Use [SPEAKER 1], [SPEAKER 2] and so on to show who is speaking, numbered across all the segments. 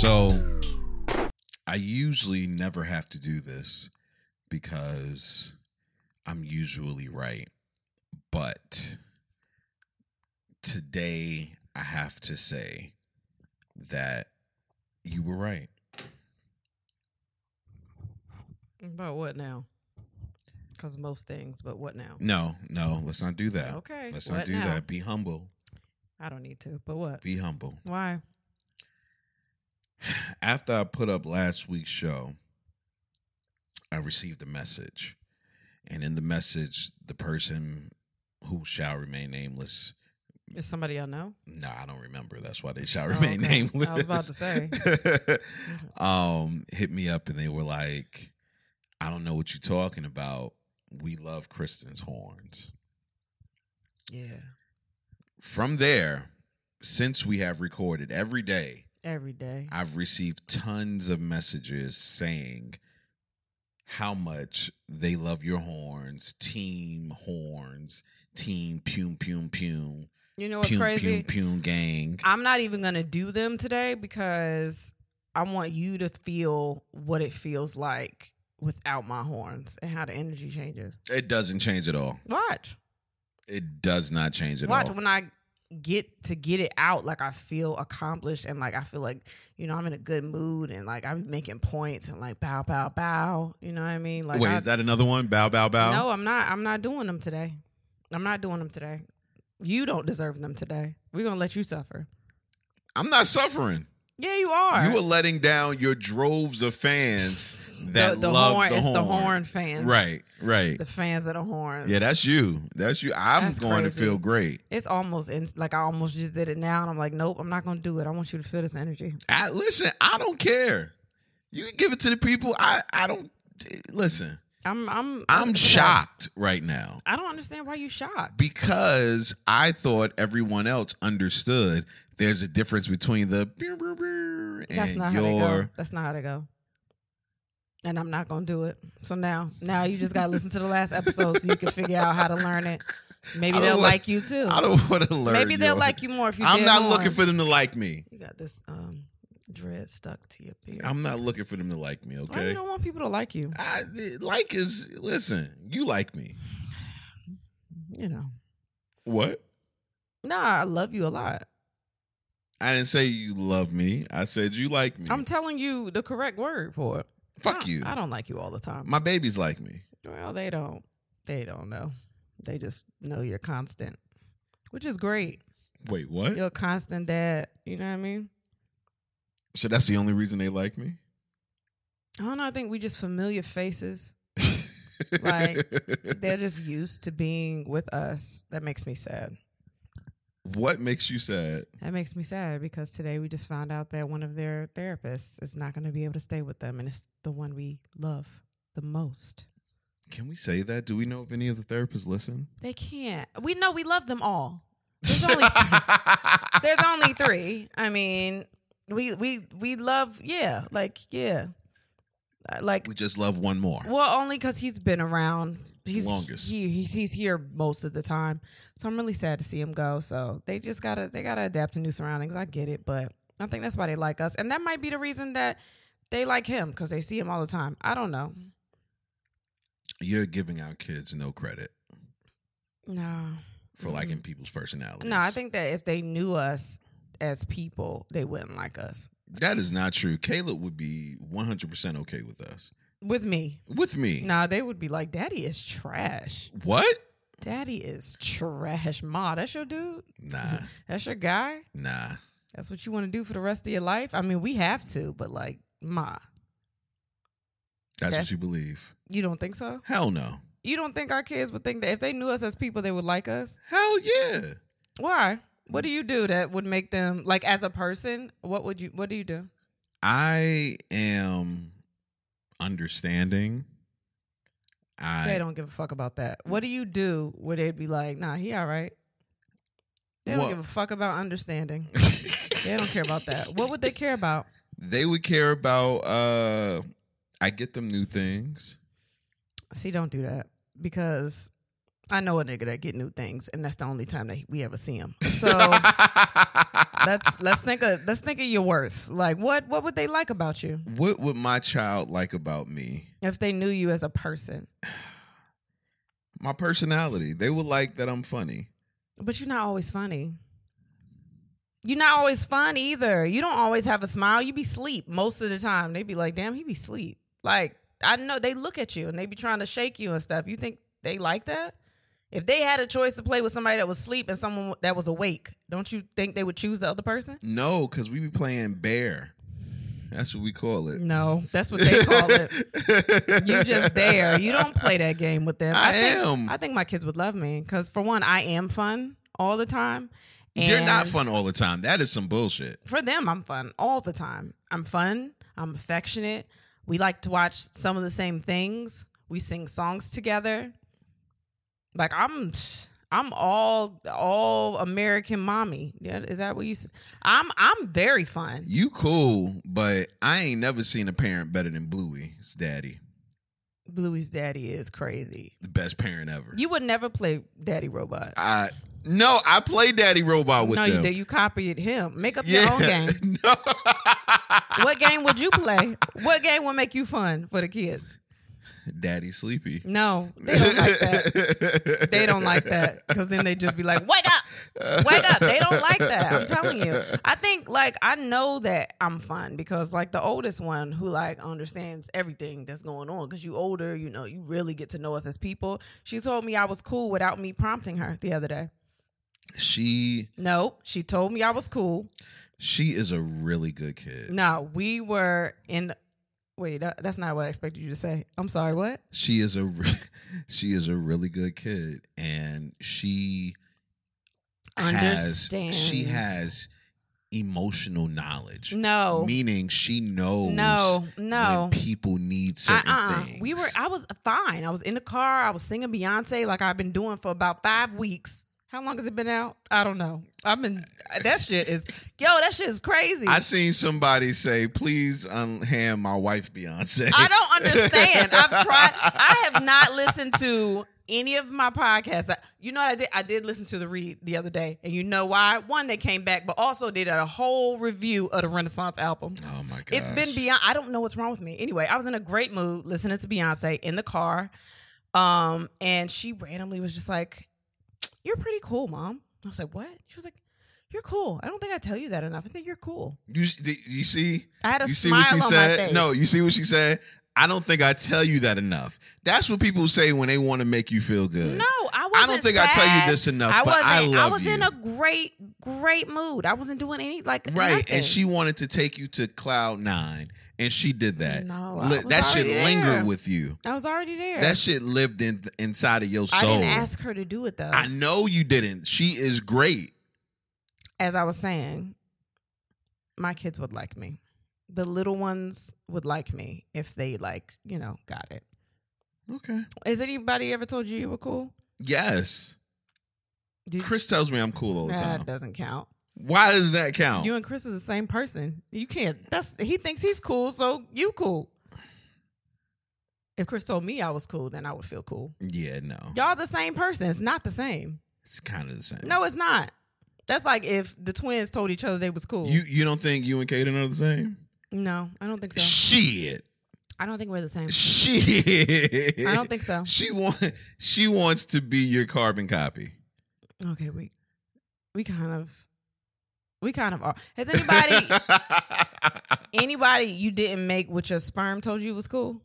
[SPEAKER 1] So I usually never have to do this because I'm usually right. But today I have to say that you were right.
[SPEAKER 2] But what now? Because most things, but what now?
[SPEAKER 1] No, no, let's not do that.
[SPEAKER 2] Okay.
[SPEAKER 1] Let's
[SPEAKER 2] what
[SPEAKER 1] not do
[SPEAKER 2] now?
[SPEAKER 1] that. Be humble.
[SPEAKER 2] I don't need to, but what?
[SPEAKER 1] Be humble.
[SPEAKER 2] Why?
[SPEAKER 1] After I put up last week's show, I received a message. And in the message, the person who shall remain nameless,
[SPEAKER 2] Is somebody I know?
[SPEAKER 1] no, I don't remember. That's why they shall
[SPEAKER 2] Oh,
[SPEAKER 1] remain
[SPEAKER 2] okay.
[SPEAKER 1] nameless.
[SPEAKER 2] I was about to say. Mm-hmm.
[SPEAKER 1] um, hit me up and they were like, I don't know what you're talking about. We love Kristen's horns.
[SPEAKER 2] Yeah.
[SPEAKER 1] From there, since we have recorded every day,
[SPEAKER 2] Every day.
[SPEAKER 1] I've received tons of messages saying how much they love your horns, team horns, team pum pum pum,
[SPEAKER 2] You know what's
[SPEAKER 1] pum
[SPEAKER 2] crazy?
[SPEAKER 1] pum pum gang.
[SPEAKER 2] I'm not even going to do them today because I want you to feel what it feels like without my horns and how the energy changes.
[SPEAKER 1] It doesn't change at all.
[SPEAKER 2] Watch.
[SPEAKER 1] It does not change at
[SPEAKER 2] Watch
[SPEAKER 1] all.
[SPEAKER 2] when I get to get it out, like I feel accomplished and like I feel like, you know, I'm in a good mood and like I'm making points and like bow, bow, bow. You know what I mean? Like
[SPEAKER 1] Wait,
[SPEAKER 2] I,
[SPEAKER 1] is that another one? Bow bow bow.
[SPEAKER 2] No, I'm not. I'm not doing them today. I'm not doing them today. You don't deserve them today. We're gonna let you suffer.
[SPEAKER 1] I'm not suffering.
[SPEAKER 2] Yeah, you are.
[SPEAKER 1] You are letting down your droves of fans that
[SPEAKER 2] the, the
[SPEAKER 1] love
[SPEAKER 2] horn.
[SPEAKER 1] the
[SPEAKER 2] it's
[SPEAKER 1] horn.
[SPEAKER 2] the horn fans.
[SPEAKER 1] Right, right.
[SPEAKER 2] The fans of the horns.
[SPEAKER 1] Yeah, that's you. That's you. I'm
[SPEAKER 2] That's
[SPEAKER 1] going to
[SPEAKER 2] crazy.
[SPEAKER 1] feel great.
[SPEAKER 2] it's almost in, like I almost just did it now, and I'm like, nope, I'm not gonna do it. I want you to feel this energy.
[SPEAKER 1] I listen. I don't care. You can give it to the people. I I don't listen.
[SPEAKER 2] I'm I'm
[SPEAKER 1] I'm shocked right now
[SPEAKER 2] I don't understand why you shocked.
[SPEAKER 1] because I thought everyone else understood. There's a difference between the brr, brr, brr and
[SPEAKER 2] That's not
[SPEAKER 1] your.
[SPEAKER 2] how they go. That's not how they go. And I'm not gonna do it. So now, now you just gotta listen to the last episode so you can figure out how to learn it. Maybe
[SPEAKER 1] I don't
[SPEAKER 2] they'll
[SPEAKER 1] like-
[SPEAKER 2] like you too.
[SPEAKER 1] I don't want to learn.
[SPEAKER 2] Maybe they'll
[SPEAKER 1] your-
[SPEAKER 2] like you more if you.
[SPEAKER 1] I'm
[SPEAKER 2] did
[SPEAKER 1] not
[SPEAKER 2] more.
[SPEAKER 1] looking for them to like me.
[SPEAKER 2] You got this um, dread stuck to your beard.
[SPEAKER 1] I'm not looking for them to like me.
[SPEAKER 2] Why you
[SPEAKER 1] Okay.
[SPEAKER 2] don't want people to like you?
[SPEAKER 1] I, like is listen. You like me.
[SPEAKER 2] You know.
[SPEAKER 1] What?
[SPEAKER 2] Nah, I love you a lot.
[SPEAKER 1] I didn't say you love me. I said you like me.
[SPEAKER 2] I'm telling you the correct word for it.
[SPEAKER 1] Fuck
[SPEAKER 2] I-
[SPEAKER 1] you.
[SPEAKER 2] I don't like you all the time.
[SPEAKER 1] My babies like me.
[SPEAKER 2] well, they don't. They don't know. They just know you're constant, which is great.
[SPEAKER 1] Wait, what?
[SPEAKER 2] You're a constant dad. You know what I mean?
[SPEAKER 1] So that's the only reason they like me?
[SPEAKER 2] I don't know. I think we just familiar faces. Like, They're just used to being with us. That makes me sad.
[SPEAKER 1] what makes you sad?
[SPEAKER 2] That makes me sad because today we just found out that one of their therapists is not going to be able to stay with them, and it's the one we love the most.
[SPEAKER 1] Can we say that? Do we know if any of the therapists listen?
[SPEAKER 2] They can't. We know we love them all. There's only there's only three. I mean, we we we love yeah, like yeah, Uh, like
[SPEAKER 1] we just love one more.
[SPEAKER 2] well, only because he's been around. He's
[SPEAKER 1] Longest.
[SPEAKER 2] He, he- he's here most of the time, so I'm really sad to see him go. So they just gotta they gotta adapt to new surroundings. I get it, but I think that's why they like us, and that might be the reason that they like him because they see him all the time. I don't know.
[SPEAKER 1] You're giving our kids no credit
[SPEAKER 2] No,
[SPEAKER 1] for liking people's personalities.
[SPEAKER 2] no. Mm-hmm. I think that if they knew us as people, they wouldn't like us.
[SPEAKER 1] that is not true. Caleb would be 100% okay with us.
[SPEAKER 2] With me,
[SPEAKER 1] With me.
[SPEAKER 2] nah, they would be like, "Daddy is trash.
[SPEAKER 1] What?
[SPEAKER 2] Daddy is trash." Ma, that's your dude.
[SPEAKER 1] Nah,
[SPEAKER 2] That's your guy.
[SPEAKER 1] nah.
[SPEAKER 2] That's what you want to do for the rest of your life? I mean, we have to, but like, ma,
[SPEAKER 1] That's what
[SPEAKER 2] That's-
[SPEAKER 1] you believe.
[SPEAKER 2] you don't think so?
[SPEAKER 1] Hell no.
[SPEAKER 2] You don't think our kids would think that if they knew us as people, they would like us?
[SPEAKER 1] Hell yeah.
[SPEAKER 2] Why? What do you do that would make them like as a person? What would you? What do you do?
[SPEAKER 1] I am understanding. I
[SPEAKER 2] they don't give a fuck about that. What do you do where they'd be like, nah, he all right? They
[SPEAKER 1] Well-
[SPEAKER 2] don't give a fuck about understanding. they don't care about that. What would they care about?
[SPEAKER 1] they would care about uh I get them new things.
[SPEAKER 2] See, don't do that because I know a nigga that get new things, and that's the only time that we ever see him. So. let's let's think of let's think of your worth. Like what what would they like about you
[SPEAKER 1] What would my child like about me?
[SPEAKER 2] if they knew you as a person?
[SPEAKER 1] My personality. They would like that I'm funny.
[SPEAKER 2] But you're not always funny. You're not always fun either. You don't always have a smile. You be sleep most of the time. They be like, "Damn, he be sleep." Like I know they look at you and they be trying to shake you and stuff. You think they like that? If they had a choice to play with somebody that was asleep and someone that was awake, don't you think they would choose the other person?
[SPEAKER 1] No, because we be playing bear. That's what we call it.
[SPEAKER 2] No, that's what they call it. You just there. You don't play that game with them.
[SPEAKER 1] I,
[SPEAKER 2] think,
[SPEAKER 1] am.
[SPEAKER 2] I think my kids would love me because for one, I am fun all the time. And
[SPEAKER 1] You're not fun all the time. That is some bullshit.
[SPEAKER 2] for them, I'm fun all the time. I'm fun. I'm affectionate. We like to watch some of the same things. We sing songs together. Like I'm, I'm all all American mommy. Yeah, is that what you said? I'm I'm very fun.
[SPEAKER 1] You cool, but I ain't never seen a parent better than Bluey's daddy.
[SPEAKER 2] Bluey's daddy is crazy.
[SPEAKER 1] The best parent ever.
[SPEAKER 2] You would never play Daddy Robot.
[SPEAKER 1] I no, I play Daddy Robot with
[SPEAKER 2] no,
[SPEAKER 1] them.
[SPEAKER 2] you did. You copied him. Make up your own game.
[SPEAKER 1] No.
[SPEAKER 2] What game would you play? What game would make you fun for the kids?
[SPEAKER 1] Daddy sleepy.
[SPEAKER 2] No, they don't like that. They don't like that because then they just be like, "Wake up, wake up!" They don't like that. I'm telling you. I think like I know that I'm fun because like the oldest one who like understands everything that's going on because you older, you know, you really get to know us as people. She told me I was cool without me prompting her the other day.
[SPEAKER 1] She
[SPEAKER 2] No, she told me I was cool.
[SPEAKER 1] she is a really good kid.
[SPEAKER 2] No, we were in. Wait, that, that's not what I expected you to say. I'm sorry. What?
[SPEAKER 1] She is a re- she is a really good kid, and she has
[SPEAKER 2] Understands.
[SPEAKER 1] she has emotional knowledge.
[SPEAKER 2] No.
[SPEAKER 1] meaning she knows
[SPEAKER 2] No, no.
[SPEAKER 1] when people need certain
[SPEAKER 2] Uh-uh.
[SPEAKER 1] things.
[SPEAKER 2] We were I was fine. I was in the car. I was singing Beyonce like I've been doing for about five weeks. How long has it been out? I don't know. I've been that shit is yo, that shit is crazy.
[SPEAKER 1] I seen somebody say, "Please unhand my wife Beyonce."
[SPEAKER 2] I don't understand. I've tried. I have not listened to any of my podcasts. I- you know what I did? I did listen to the read the other day, and you know why? One, they came back, but also did a whole review of the Renaissance album.
[SPEAKER 1] Oh my god!
[SPEAKER 2] It's been beyond. I don't know what's wrong with me. Anyway, I was in a great mood listening to Beyonce in the car, um, and she randomly was just like, "You're pretty cool, mom." I was like, "What?" She was like, "You're cool." I don't think I tell you that enough. I think you're cool.
[SPEAKER 1] You you see
[SPEAKER 2] I had a
[SPEAKER 1] you see
[SPEAKER 2] smile
[SPEAKER 1] what she
[SPEAKER 2] on my
[SPEAKER 1] said?
[SPEAKER 2] face.
[SPEAKER 1] No, you see what she said? I don't think I tell you that enough. That's what people say when they want to make you feel good.
[SPEAKER 2] No, I wasn't.
[SPEAKER 1] I don't think I tell you
[SPEAKER 2] sad.
[SPEAKER 1] this enough,
[SPEAKER 2] I
[SPEAKER 1] but
[SPEAKER 2] wasn't.
[SPEAKER 1] I love
[SPEAKER 2] was
[SPEAKER 1] you.
[SPEAKER 2] in a great, great mood. I wasn't doing any like
[SPEAKER 1] right,
[SPEAKER 2] nothing.
[SPEAKER 1] and she wanted to take you to cloud 9 and she did that.
[SPEAKER 2] No, I was
[SPEAKER 1] that shit
[SPEAKER 2] already there.
[SPEAKER 1] lingered with you.
[SPEAKER 2] I was already there.
[SPEAKER 1] That shit lived in inside of your
[SPEAKER 2] I
[SPEAKER 1] soul.
[SPEAKER 2] didn't ask her to do it though.
[SPEAKER 1] I know you didn't. She is great.
[SPEAKER 2] as I was saying, my kids would like me. The little ones would like me if they like, you know, got it.
[SPEAKER 1] Okay.
[SPEAKER 2] Has anybody ever told you you were cool?
[SPEAKER 1] Yes.
[SPEAKER 2] Do you-
[SPEAKER 1] Chris tells me I'm cool all the
[SPEAKER 2] that
[SPEAKER 1] time.
[SPEAKER 2] doesn't count.
[SPEAKER 1] Why does that count?
[SPEAKER 2] You and Chris is the same person. You can't. That's he thinks he's cool, so you cool. If Chris told me I was cool, then I would feel cool.
[SPEAKER 1] yeah, no.
[SPEAKER 2] Y'all the same person. It's not the same.
[SPEAKER 1] It's kind of the same.
[SPEAKER 2] No, it's not. That's like if the twins told each other they was cool.
[SPEAKER 1] You you don't think you and Kaden are the same?
[SPEAKER 2] no, I don't think so.
[SPEAKER 1] Shit.
[SPEAKER 2] I don't think we're the same.
[SPEAKER 1] Shit.
[SPEAKER 2] I don't think so.
[SPEAKER 1] she want she wants to be your carbon copy.
[SPEAKER 2] Okay, we we kind of we kind of are. Has anybody anybody you didn't make what your sperm told you was cool?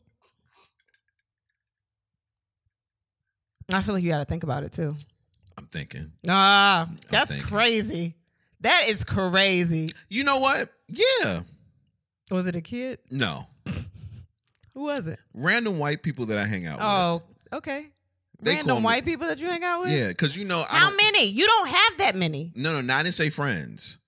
[SPEAKER 2] I feel like you got to think about it too.
[SPEAKER 1] I'm thinking.
[SPEAKER 2] Ah, that's
[SPEAKER 1] thinking.
[SPEAKER 2] crazy. That is crazy.
[SPEAKER 1] You know what? Yeah.
[SPEAKER 2] Was it a kid?
[SPEAKER 1] No.
[SPEAKER 2] Who was it?
[SPEAKER 1] Random white people that I hang out
[SPEAKER 2] Oh, okay.
[SPEAKER 1] They call
[SPEAKER 2] Random
[SPEAKER 1] me-
[SPEAKER 2] white people that you hang out
[SPEAKER 1] with.
[SPEAKER 2] with.
[SPEAKER 1] Yeah, because you know I
[SPEAKER 2] Oh. How
[SPEAKER 1] don't-
[SPEAKER 2] many? You don't have that many.
[SPEAKER 1] No, no, no, I didn't say friends.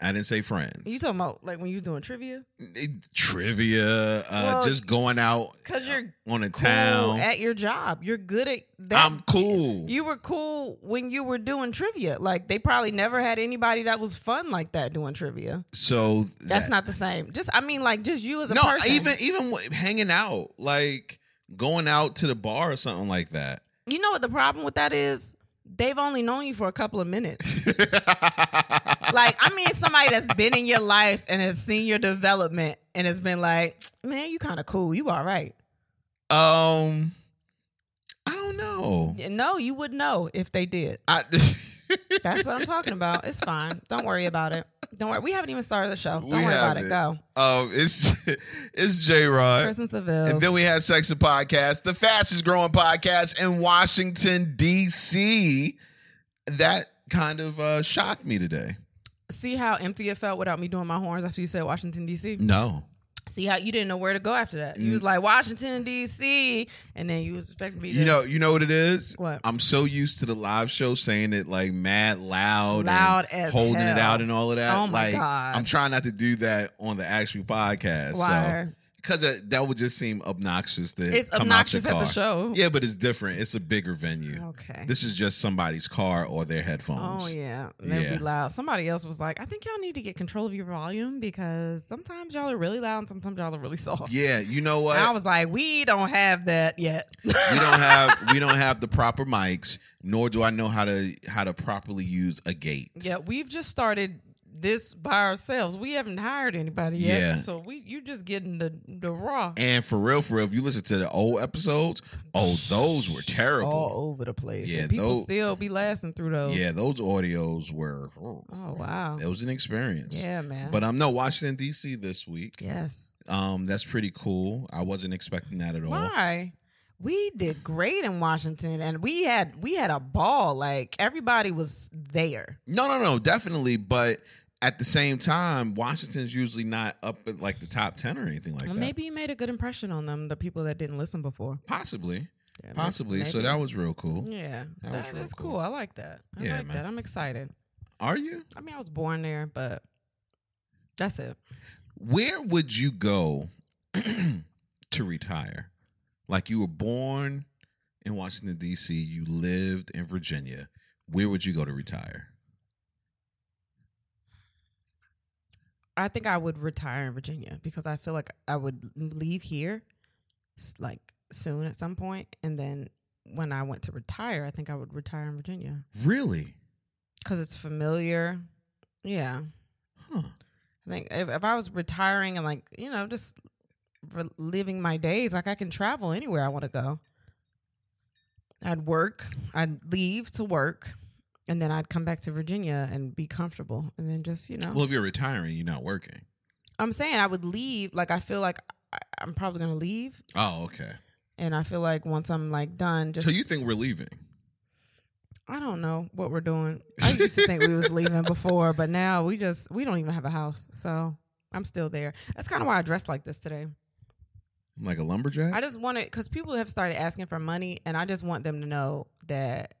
[SPEAKER 1] I didn't say friends.
[SPEAKER 2] You talking about like when you doing trivia?
[SPEAKER 1] It- trivia, uh,
[SPEAKER 2] Well,
[SPEAKER 1] just going out
[SPEAKER 2] Because you're
[SPEAKER 1] on a
[SPEAKER 2] cool
[SPEAKER 1] town.
[SPEAKER 2] at your job. You're good at that.
[SPEAKER 1] I'm cool.
[SPEAKER 2] You were cool when you were doing trivia. Like they probably never had anybody that was fun like that doing trivia.
[SPEAKER 1] so
[SPEAKER 2] That's
[SPEAKER 1] that-
[SPEAKER 2] not the same. Just I mean, like just you as a
[SPEAKER 1] no,
[SPEAKER 2] person.
[SPEAKER 1] even even w- hanging out, like going out to the bar or something like that.
[SPEAKER 2] you know what the problem with that is? They've only known you for a couple of minutes. Like, I mean, somebody that's been in your life and has seen your development and has been like, man, you kind of cool. You all right.
[SPEAKER 1] um, I don't know.
[SPEAKER 2] No, you would know if they did.
[SPEAKER 1] I,
[SPEAKER 2] That's what I'm talking about. It's fine. Don't worry about it. Don't worry. We haven't even started the show. Don't
[SPEAKER 1] We
[SPEAKER 2] worry about
[SPEAKER 1] haven't.
[SPEAKER 2] it. Go.
[SPEAKER 1] um, it's it's J Rod.
[SPEAKER 2] Kristen Seville.
[SPEAKER 1] And then we had Sex and Podcast, the fastest growing podcast in Washington, D.C. That kind of uh, shocked me today.
[SPEAKER 2] See how empty it felt without me doing my horns after you said Washington, D.C.?
[SPEAKER 1] No.
[SPEAKER 2] See how you didn't know where to go after that.
[SPEAKER 1] Mm.
[SPEAKER 2] You was like, Washington, D.C. And then you was expecting me to
[SPEAKER 1] You know, you know what it is?
[SPEAKER 2] What?
[SPEAKER 1] I'm so used to the live show saying it like mad loud,
[SPEAKER 2] loud
[SPEAKER 1] and
[SPEAKER 2] as
[SPEAKER 1] holding
[SPEAKER 2] hell.
[SPEAKER 1] it out and all of that.
[SPEAKER 2] Oh my
[SPEAKER 1] like
[SPEAKER 2] God.
[SPEAKER 1] I'm trying not to do that on the actual podcast.
[SPEAKER 2] Why?
[SPEAKER 1] Because that would just seem obnoxious to
[SPEAKER 2] It's
[SPEAKER 1] come
[SPEAKER 2] obnoxious
[SPEAKER 1] out
[SPEAKER 2] at
[SPEAKER 1] your
[SPEAKER 2] the
[SPEAKER 1] car.
[SPEAKER 2] show. Oh,
[SPEAKER 1] Yeah, but it's different. It's a bigger venue.
[SPEAKER 2] Okay.
[SPEAKER 1] This is just somebody's car or their headphones.
[SPEAKER 2] Oh yeah, that'd
[SPEAKER 1] Yeah.
[SPEAKER 2] be loud. Somebody else was like, "I think y'all need to get control of your volume because sometimes y'all are really loud and sometimes y'all are really soft."
[SPEAKER 1] Yeah, you know what?
[SPEAKER 2] And I was like, "We don't have that yet."
[SPEAKER 1] we don't have we don't have the proper mics nor do i know how to how to properly use a gate
[SPEAKER 2] yeah, we've just started this by ourselves. We haven't hired anybody yet,
[SPEAKER 1] Yeah.
[SPEAKER 2] so we you just getting the the raw
[SPEAKER 1] and for real for real if you listen to the old episodes oh those were terrible
[SPEAKER 2] all over the place.
[SPEAKER 1] Yeah,
[SPEAKER 2] and people
[SPEAKER 1] those-
[SPEAKER 2] still be lasting through Oh, those.
[SPEAKER 1] yeah those audios were
[SPEAKER 2] Oh wow.
[SPEAKER 1] it was an experience
[SPEAKER 2] Yeah, man.
[SPEAKER 1] but um no washington dc this week
[SPEAKER 2] yes.
[SPEAKER 1] um that's pretty cool i wasn't expecting that at all
[SPEAKER 2] Why? We did great in Washington, and we had we had a ball. Like everybody was there.
[SPEAKER 1] no no no definitely but at the same time washington's usually not up at like the top 10 or anything like
[SPEAKER 2] well,
[SPEAKER 1] that
[SPEAKER 2] maybe you made a good impression on them, the people that didn't listen before.
[SPEAKER 1] possibly
[SPEAKER 2] Yeah, may-
[SPEAKER 1] possibly so
[SPEAKER 2] maybe.
[SPEAKER 1] that was real cool
[SPEAKER 2] yeah,
[SPEAKER 1] that
[SPEAKER 2] that,
[SPEAKER 1] was real
[SPEAKER 2] is
[SPEAKER 1] cool.
[SPEAKER 2] cool. I like that. I
[SPEAKER 1] Yeah,
[SPEAKER 2] like
[SPEAKER 1] man.
[SPEAKER 2] that. I'm excited.
[SPEAKER 1] are you
[SPEAKER 2] I mean, I was born there, but that's it.
[SPEAKER 1] where would you go to retire? Like you were born in Washington D.C., you lived in Virginia. Where would you go to retire?
[SPEAKER 2] I think I would retire in Virginia because I feel like I would leave here s- like soon at some point, and then when I went to retire, I think I would retire in Virginia.
[SPEAKER 1] Really?
[SPEAKER 2] because it's familiar. Yeah,
[SPEAKER 1] Huh.
[SPEAKER 2] I think if, if I was retiring and like you know just re- living my days, like I can travel anywhere I want to go. I'd work. I'd leave to work, and then I'd come back to Virginia and be comfortable, and then just you know.
[SPEAKER 1] Well, if you're retiring, you're not working.
[SPEAKER 2] I'm saying I would leave. Like I feel like I, I'm probably gonna leave,
[SPEAKER 1] Oh, okay.
[SPEAKER 2] and I feel like once I'm like done, just
[SPEAKER 1] so you think we're leaving?
[SPEAKER 2] I don't know what we're doing. I used to think we was leaving before, but now we just we don't even have a house. So I'm still there. That's kind of why I dressed like this today.
[SPEAKER 1] Like a lumberjack?
[SPEAKER 2] I just wanted because people have started asking for money, and I just want them to know that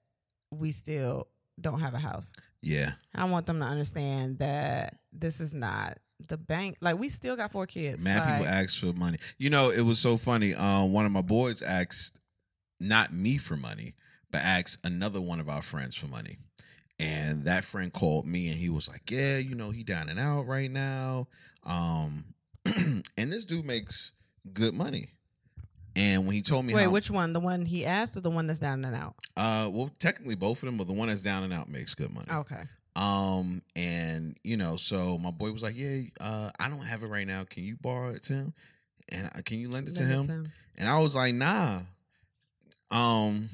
[SPEAKER 2] we still don't have a house.
[SPEAKER 1] yeah.
[SPEAKER 2] I want them to understand that this is not the bank. Like we still got four kids.
[SPEAKER 1] Mad
[SPEAKER 2] Like,
[SPEAKER 1] people ask for money. You know, it was so funny. Uh, one of my boys asked not me for money, but asked another one of our friends for money. And that friend called me and he was like, Yeah, you know, he down and out right now. Um, and this dude makes good money. And when he told me
[SPEAKER 2] Wait,
[SPEAKER 1] how,
[SPEAKER 2] which one? The one he asked, or the one that's down and out?
[SPEAKER 1] uh well, technically both of them, but the one that's down and out makes good money.
[SPEAKER 2] Okay.
[SPEAKER 1] Um, and you know, so my boy was like, Yeah, uh, I don't have it right now. Can you borrow it to him? And I, can you lend it to
[SPEAKER 2] Lend it
[SPEAKER 1] him?
[SPEAKER 2] to him.
[SPEAKER 1] And I was like, nah. Um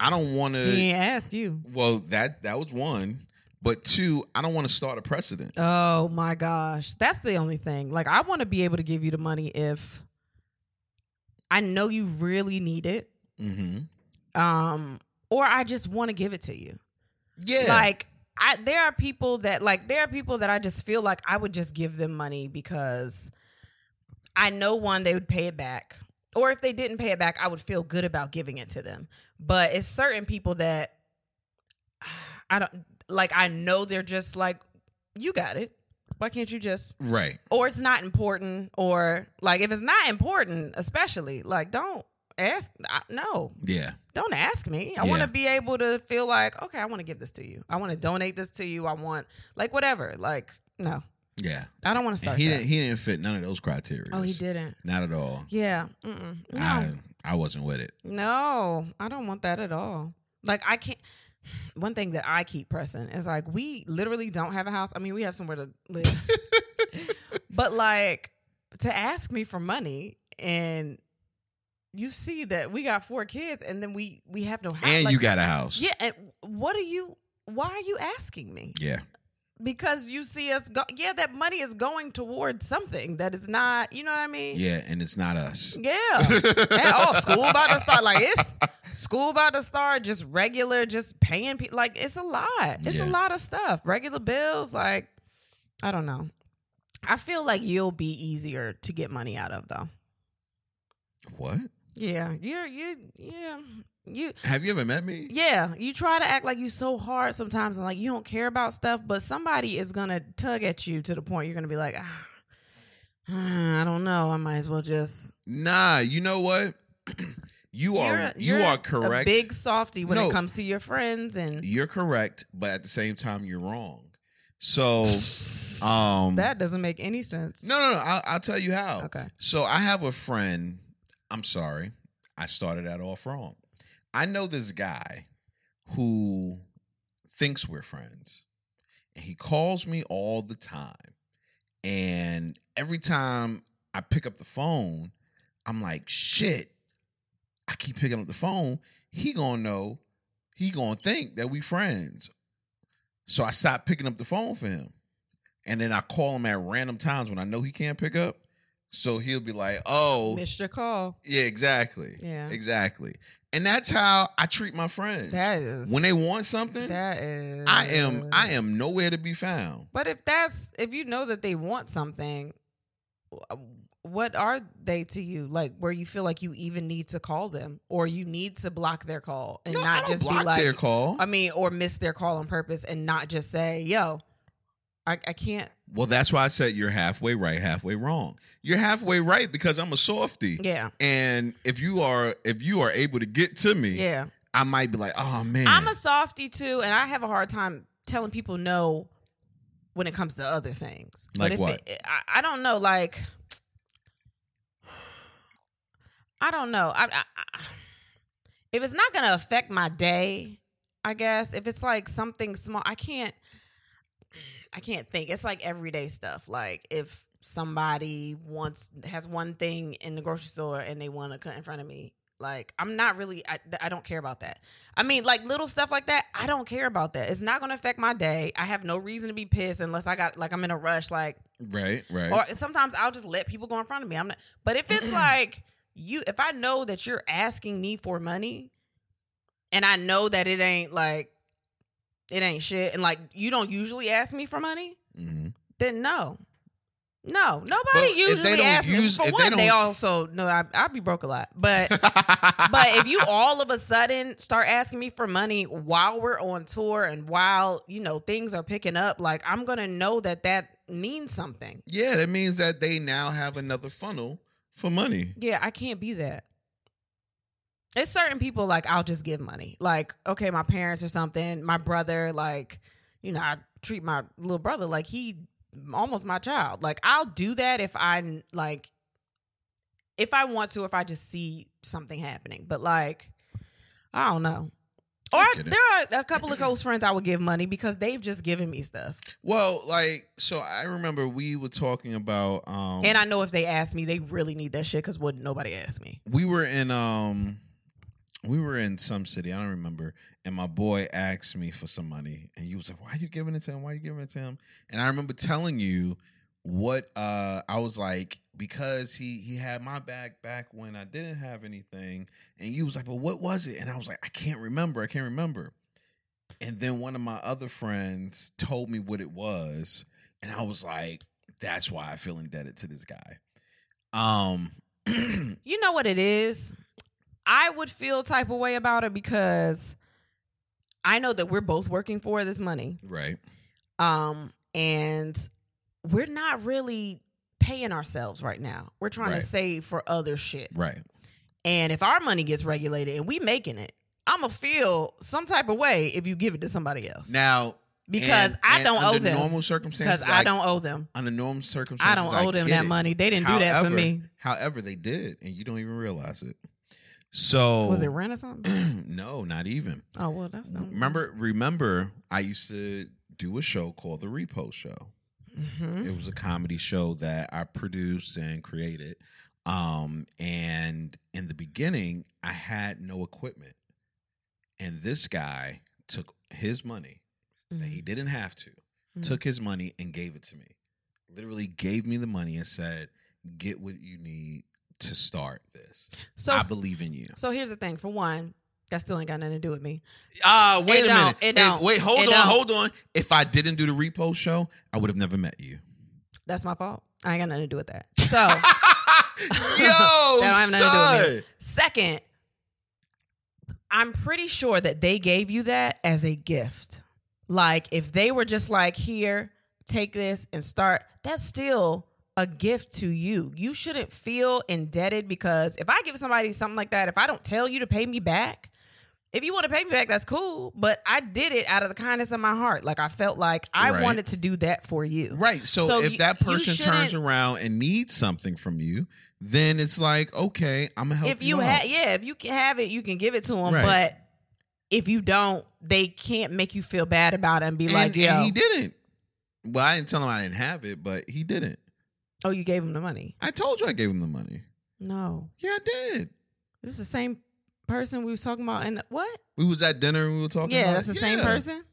[SPEAKER 1] I don't want to
[SPEAKER 2] He ain't asked you.
[SPEAKER 1] well that that was one, but two, I don't want to start a precedent.
[SPEAKER 2] Oh my gosh. That's the only thing. Like I want to be able to give you the money if I know you really need it.
[SPEAKER 1] Mhm.
[SPEAKER 2] Um or I just want to give it to you.
[SPEAKER 1] Yeah.
[SPEAKER 2] Like I there are people that like there are people that I just feel like I would just give them money because I know one they would pay it back. Or if they didn't pay it back, I would feel good about giving it to them. But it's certain people that I don't like I know they're just like you got it. Why can't you just
[SPEAKER 1] right.
[SPEAKER 2] or it's not important or like if it's not important especially like don't ask I, no
[SPEAKER 1] Yeah.
[SPEAKER 2] don't ask me i want
[SPEAKER 1] Yeah.
[SPEAKER 2] to be able to feel like okay i want to give this to you i want to donate this to you i want like whatever like no
[SPEAKER 1] Yeah.
[SPEAKER 2] i don't want to
[SPEAKER 1] And
[SPEAKER 2] start
[SPEAKER 1] he
[SPEAKER 2] that.
[SPEAKER 1] didn't he didn't fit none of those criteria.
[SPEAKER 2] oh he didn't
[SPEAKER 1] Not at all.
[SPEAKER 2] yeah Mm-mm. no
[SPEAKER 1] Ah. I I wasn't with it.
[SPEAKER 2] no i don't want that at all like i can't one thing that I keep pressing is like we literally don't have a house. I mean, we have somewhere to live, but like to ask me for money and you see that we got four kids and then we we have no house.
[SPEAKER 1] and
[SPEAKER 2] Like,
[SPEAKER 1] you got a house.
[SPEAKER 2] yeah. And what are you? Why are you asking me?
[SPEAKER 1] Yeah.
[SPEAKER 2] Because you see us go. Yeah, that money is going towards something that is not. You know what I mean?
[SPEAKER 1] Yeah, and it's not us.
[SPEAKER 2] Yeah. Man, oh, school about to start. Like it's school about to start. Just regular, just paying people. Like it's a lot. It's
[SPEAKER 1] Yeah.
[SPEAKER 2] a lot of stuff. Regular bills. Like I don't know. I feel like you'll be easier to get money out of though.
[SPEAKER 1] What?
[SPEAKER 2] Yeah, you're you yeah you
[SPEAKER 1] Have you ever met me?
[SPEAKER 2] yeah you try to act like you so hard sometimes and like you don't care about stuff, but somebody is gonna tug at you to the point you're gonna be like, ah, ah, I don't know. I might as well just
[SPEAKER 1] Nah, you know what? you are
[SPEAKER 2] You're-
[SPEAKER 1] you
[SPEAKER 2] you're
[SPEAKER 1] are correct.
[SPEAKER 2] a big softy when
[SPEAKER 1] No.
[SPEAKER 2] it comes to your friends and
[SPEAKER 1] You're correct, but at the same time you're wrong. So um
[SPEAKER 2] that doesn't make any sense.
[SPEAKER 1] No, no, no. I'll, I'll tell you how.
[SPEAKER 2] Okay.
[SPEAKER 1] So I have a friend. I'm sorry. I started that off wrong. I know this guy who thinks we're friends. And he calls me all the time. And every time I pick up the phone, I'm like, shit. I keep picking up the phone. He gonna know. He gonna think that we friends. So I stopped picking up the phone for him and then I call him at random times when I know he can't pick up. So he'll be like, "Oh,
[SPEAKER 2] Missed your call.
[SPEAKER 1] yeah, exactly,
[SPEAKER 2] Yeah.
[SPEAKER 1] exactly." And that's how I treat my friends.
[SPEAKER 2] That is
[SPEAKER 1] when they want something,
[SPEAKER 2] that is
[SPEAKER 1] I am I am nowhere to be found.
[SPEAKER 2] But if that's if you know that they want something, what are they to you? Like where you feel like you even need to call them or you need to block their call and
[SPEAKER 1] No, I
[SPEAKER 2] not
[SPEAKER 1] don't
[SPEAKER 2] just
[SPEAKER 1] block
[SPEAKER 2] be like
[SPEAKER 1] their call.
[SPEAKER 2] I mean, or miss their call on purpose and not just say, "Yo, I, I can't."
[SPEAKER 1] well, that's why I said you're halfway right, halfway wrong. You're halfway right because I'm a softy,
[SPEAKER 2] Yeah,
[SPEAKER 1] and if you are if you are able to get to me,
[SPEAKER 2] yeah.
[SPEAKER 1] I might be like, "Oh man,
[SPEAKER 2] I'm a softy too, and I have a hard time telling people no when it comes to other things.
[SPEAKER 1] Like
[SPEAKER 2] if
[SPEAKER 1] what?
[SPEAKER 2] It, I, I don't know. Like, I don't know. I, I, I, if it's not gonna affect my day, I guess if it's like something small, I can't. I can't think. It's like everyday stuff. Like if somebody wants has one thing in the grocery store and they want to cut in front of me, like I'm not really. I, I don't care about that. I mean, like little stuff like that. I don't care about that. It's not going to affect my day. I have no reason to be pissed unless I got like I'm in a rush. Like,
[SPEAKER 1] right, right."
[SPEAKER 2] or sometimes I'll just let people go in front of me. I'm not. But if it's like you, if I know that you're asking me for money, and I know that it ain't like it ain't shit, and like you don't usually ask me for money,
[SPEAKER 1] Mhm.
[SPEAKER 2] then no. No, nobody
[SPEAKER 1] But if
[SPEAKER 2] usually
[SPEAKER 1] they don't
[SPEAKER 2] asks me.
[SPEAKER 1] use-
[SPEAKER 2] For
[SPEAKER 1] if they
[SPEAKER 2] one, they,
[SPEAKER 1] don't-
[SPEAKER 2] also no, I I be broke a lot, but but if you all of a sudden start asking me for money while we're on tour and while you know things are picking up like i'm gonna know that that means something
[SPEAKER 1] Yeah, that means that they now have another funnel for money.
[SPEAKER 2] yeah i can't be that it's certain people like i'll just give money like okay my parents or something my brother like you know i treat my little brother like he almost my child like i'll do that if i like if i want to if i just see something happening but like i don't know or
[SPEAKER 1] I get it.
[SPEAKER 2] there are a couple of close friends i would give money because they've just given me stuff
[SPEAKER 1] Well, like so I remember we were talking about um
[SPEAKER 2] and i know if they ask me they really need that shit because wouldn't nobody ask me
[SPEAKER 1] we were in um we were in some city, I don't remember, and my boy asked me for some money and you was like, Why are you giving it to him? Why are you giving it to him? And I remember telling you what uh I was like, because he he had my back back when I didn't have anything, and you was like, But what was it? And I was like, I can't remember, I can't remember. And then one of my other friends told me what it was, and I was like, That's why I feel indebted to this guy. Um
[SPEAKER 2] You know what it is? I would feel type of way about it because I know that we're both working for this money.
[SPEAKER 1] Right.
[SPEAKER 2] Um and we're not really paying ourselves right now. We're trying
[SPEAKER 1] Right.
[SPEAKER 2] to save for other shit.
[SPEAKER 1] Right.
[SPEAKER 2] And if our money gets regulated and we making it, I'm gonna feel some type of way if you give it to somebody else.
[SPEAKER 1] Now,
[SPEAKER 2] because
[SPEAKER 1] and-
[SPEAKER 2] I
[SPEAKER 1] and
[SPEAKER 2] don't owe
[SPEAKER 1] under
[SPEAKER 2] them.
[SPEAKER 1] normal circumstances,
[SPEAKER 2] Because I don't owe them.
[SPEAKER 1] Under normal circumstances,
[SPEAKER 2] I don't owe them
[SPEAKER 1] get
[SPEAKER 2] that
[SPEAKER 1] it.
[SPEAKER 2] money. They didn't do that for me.
[SPEAKER 1] However, they did, and you don't even realize it. So
[SPEAKER 2] Was it rent or something?
[SPEAKER 1] no, not even.
[SPEAKER 2] Oh well, that's not
[SPEAKER 1] Remember, remember, I used to do a show called The Repo Show.
[SPEAKER 2] hmm
[SPEAKER 1] It was a comedy show that I produced and created. Um, and in the beginning, I had no equipment. And this guy took his money
[SPEAKER 2] Mm-hmm.
[SPEAKER 1] that he didn't have to,
[SPEAKER 2] Mhm.
[SPEAKER 1] took his money and gave it to me. Literally gave me the money and said, Get what you need to start this.
[SPEAKER 2] So
[SPEAKER 1] I believe in you.
[SPEAKER 2] so here's the thing. For one, that still ain't got nothing to do with me.
[SPEAKER 1] Ah, wait
[SPEAKER 2] It
[SPEAKER 1] a
[SPEAKER 2] don't,
[SPEAKER 1] minute.
[SPEAKER 2] it don't,
[SPEAKER 1] wait, hold
[SPEAKER 2] it
[SPEAKER 1] on,
[SPEAKER 2] don't.
[SPEAKER 1] hold on. If I didn't do the repo show, I would have never met you.
[SPEAKER 2] That's my fault. I ain't got nothing to do with that. So
[SPEAKER 1] Yo,
[SPEAKER 2] That don't have nothing to do
[SPEAKER 1] son.
[SPEAKER 2] second, I'm pretty sure that they gave you that as a gift. Like if they were just like, here, take this and start, that's still a gift to you. You shouldn't feel indebted because if I give somebody something like that, if I don't tell you to pay me back, if you want to pay me back, that's cool. But I did it out of the kindness of my heart. Like I felt like I
[SPEAKER 1] Right.
[SPEAKER 2] wanted to do that for you.
[SPEAKER 1] Right. So,
[SPEAKER 2] So
[SPEAKER 1] if
[SPEAKER 2] you-
[SPEAKER 1] that
[SPEAKER 2] you
[SPEAKER 1] person turns
[SPEAKER 2] shouldn't-
[SPEAKER 1] around and needs something from you, then it's like, okay, I'm gonna help
[SPEAKER 2] if you
[SPEAKER 1] out.
[SPEAKER 2] have yeah if you can have it you can give it to them
[SPEAKER 1] Right.
[SPEAKER 2] but if you don't they can't make you feel bad about it and be
[SPEAKER 1] and,
[SPEAKER 2] like
[SPEAKER 1] and
[SPEAKER 2] yo
[SPEAKER 1] he didn't. Well, I didn't tell him I didn't have it, but he didn't.
[SPEAKER 2] oh you gave him the money
[SPEAKER 1] I told you I gave him the money.
[SPEAKER 2] no
[SPEAKER 1] Yeah, I did.
[SPEAKER 2] this is the same person we was talking about and what
[SPEAKER 1] We was at dinner and we were talking.
[SPEAKER 2] yeah
[SPEAKER 1] about
[SPEAKER 2] that's
[SPEAKER 1] it.
[SPEAKER 2] the same
[SPEAKER 1] Yeah,
[SPEAKER 2] person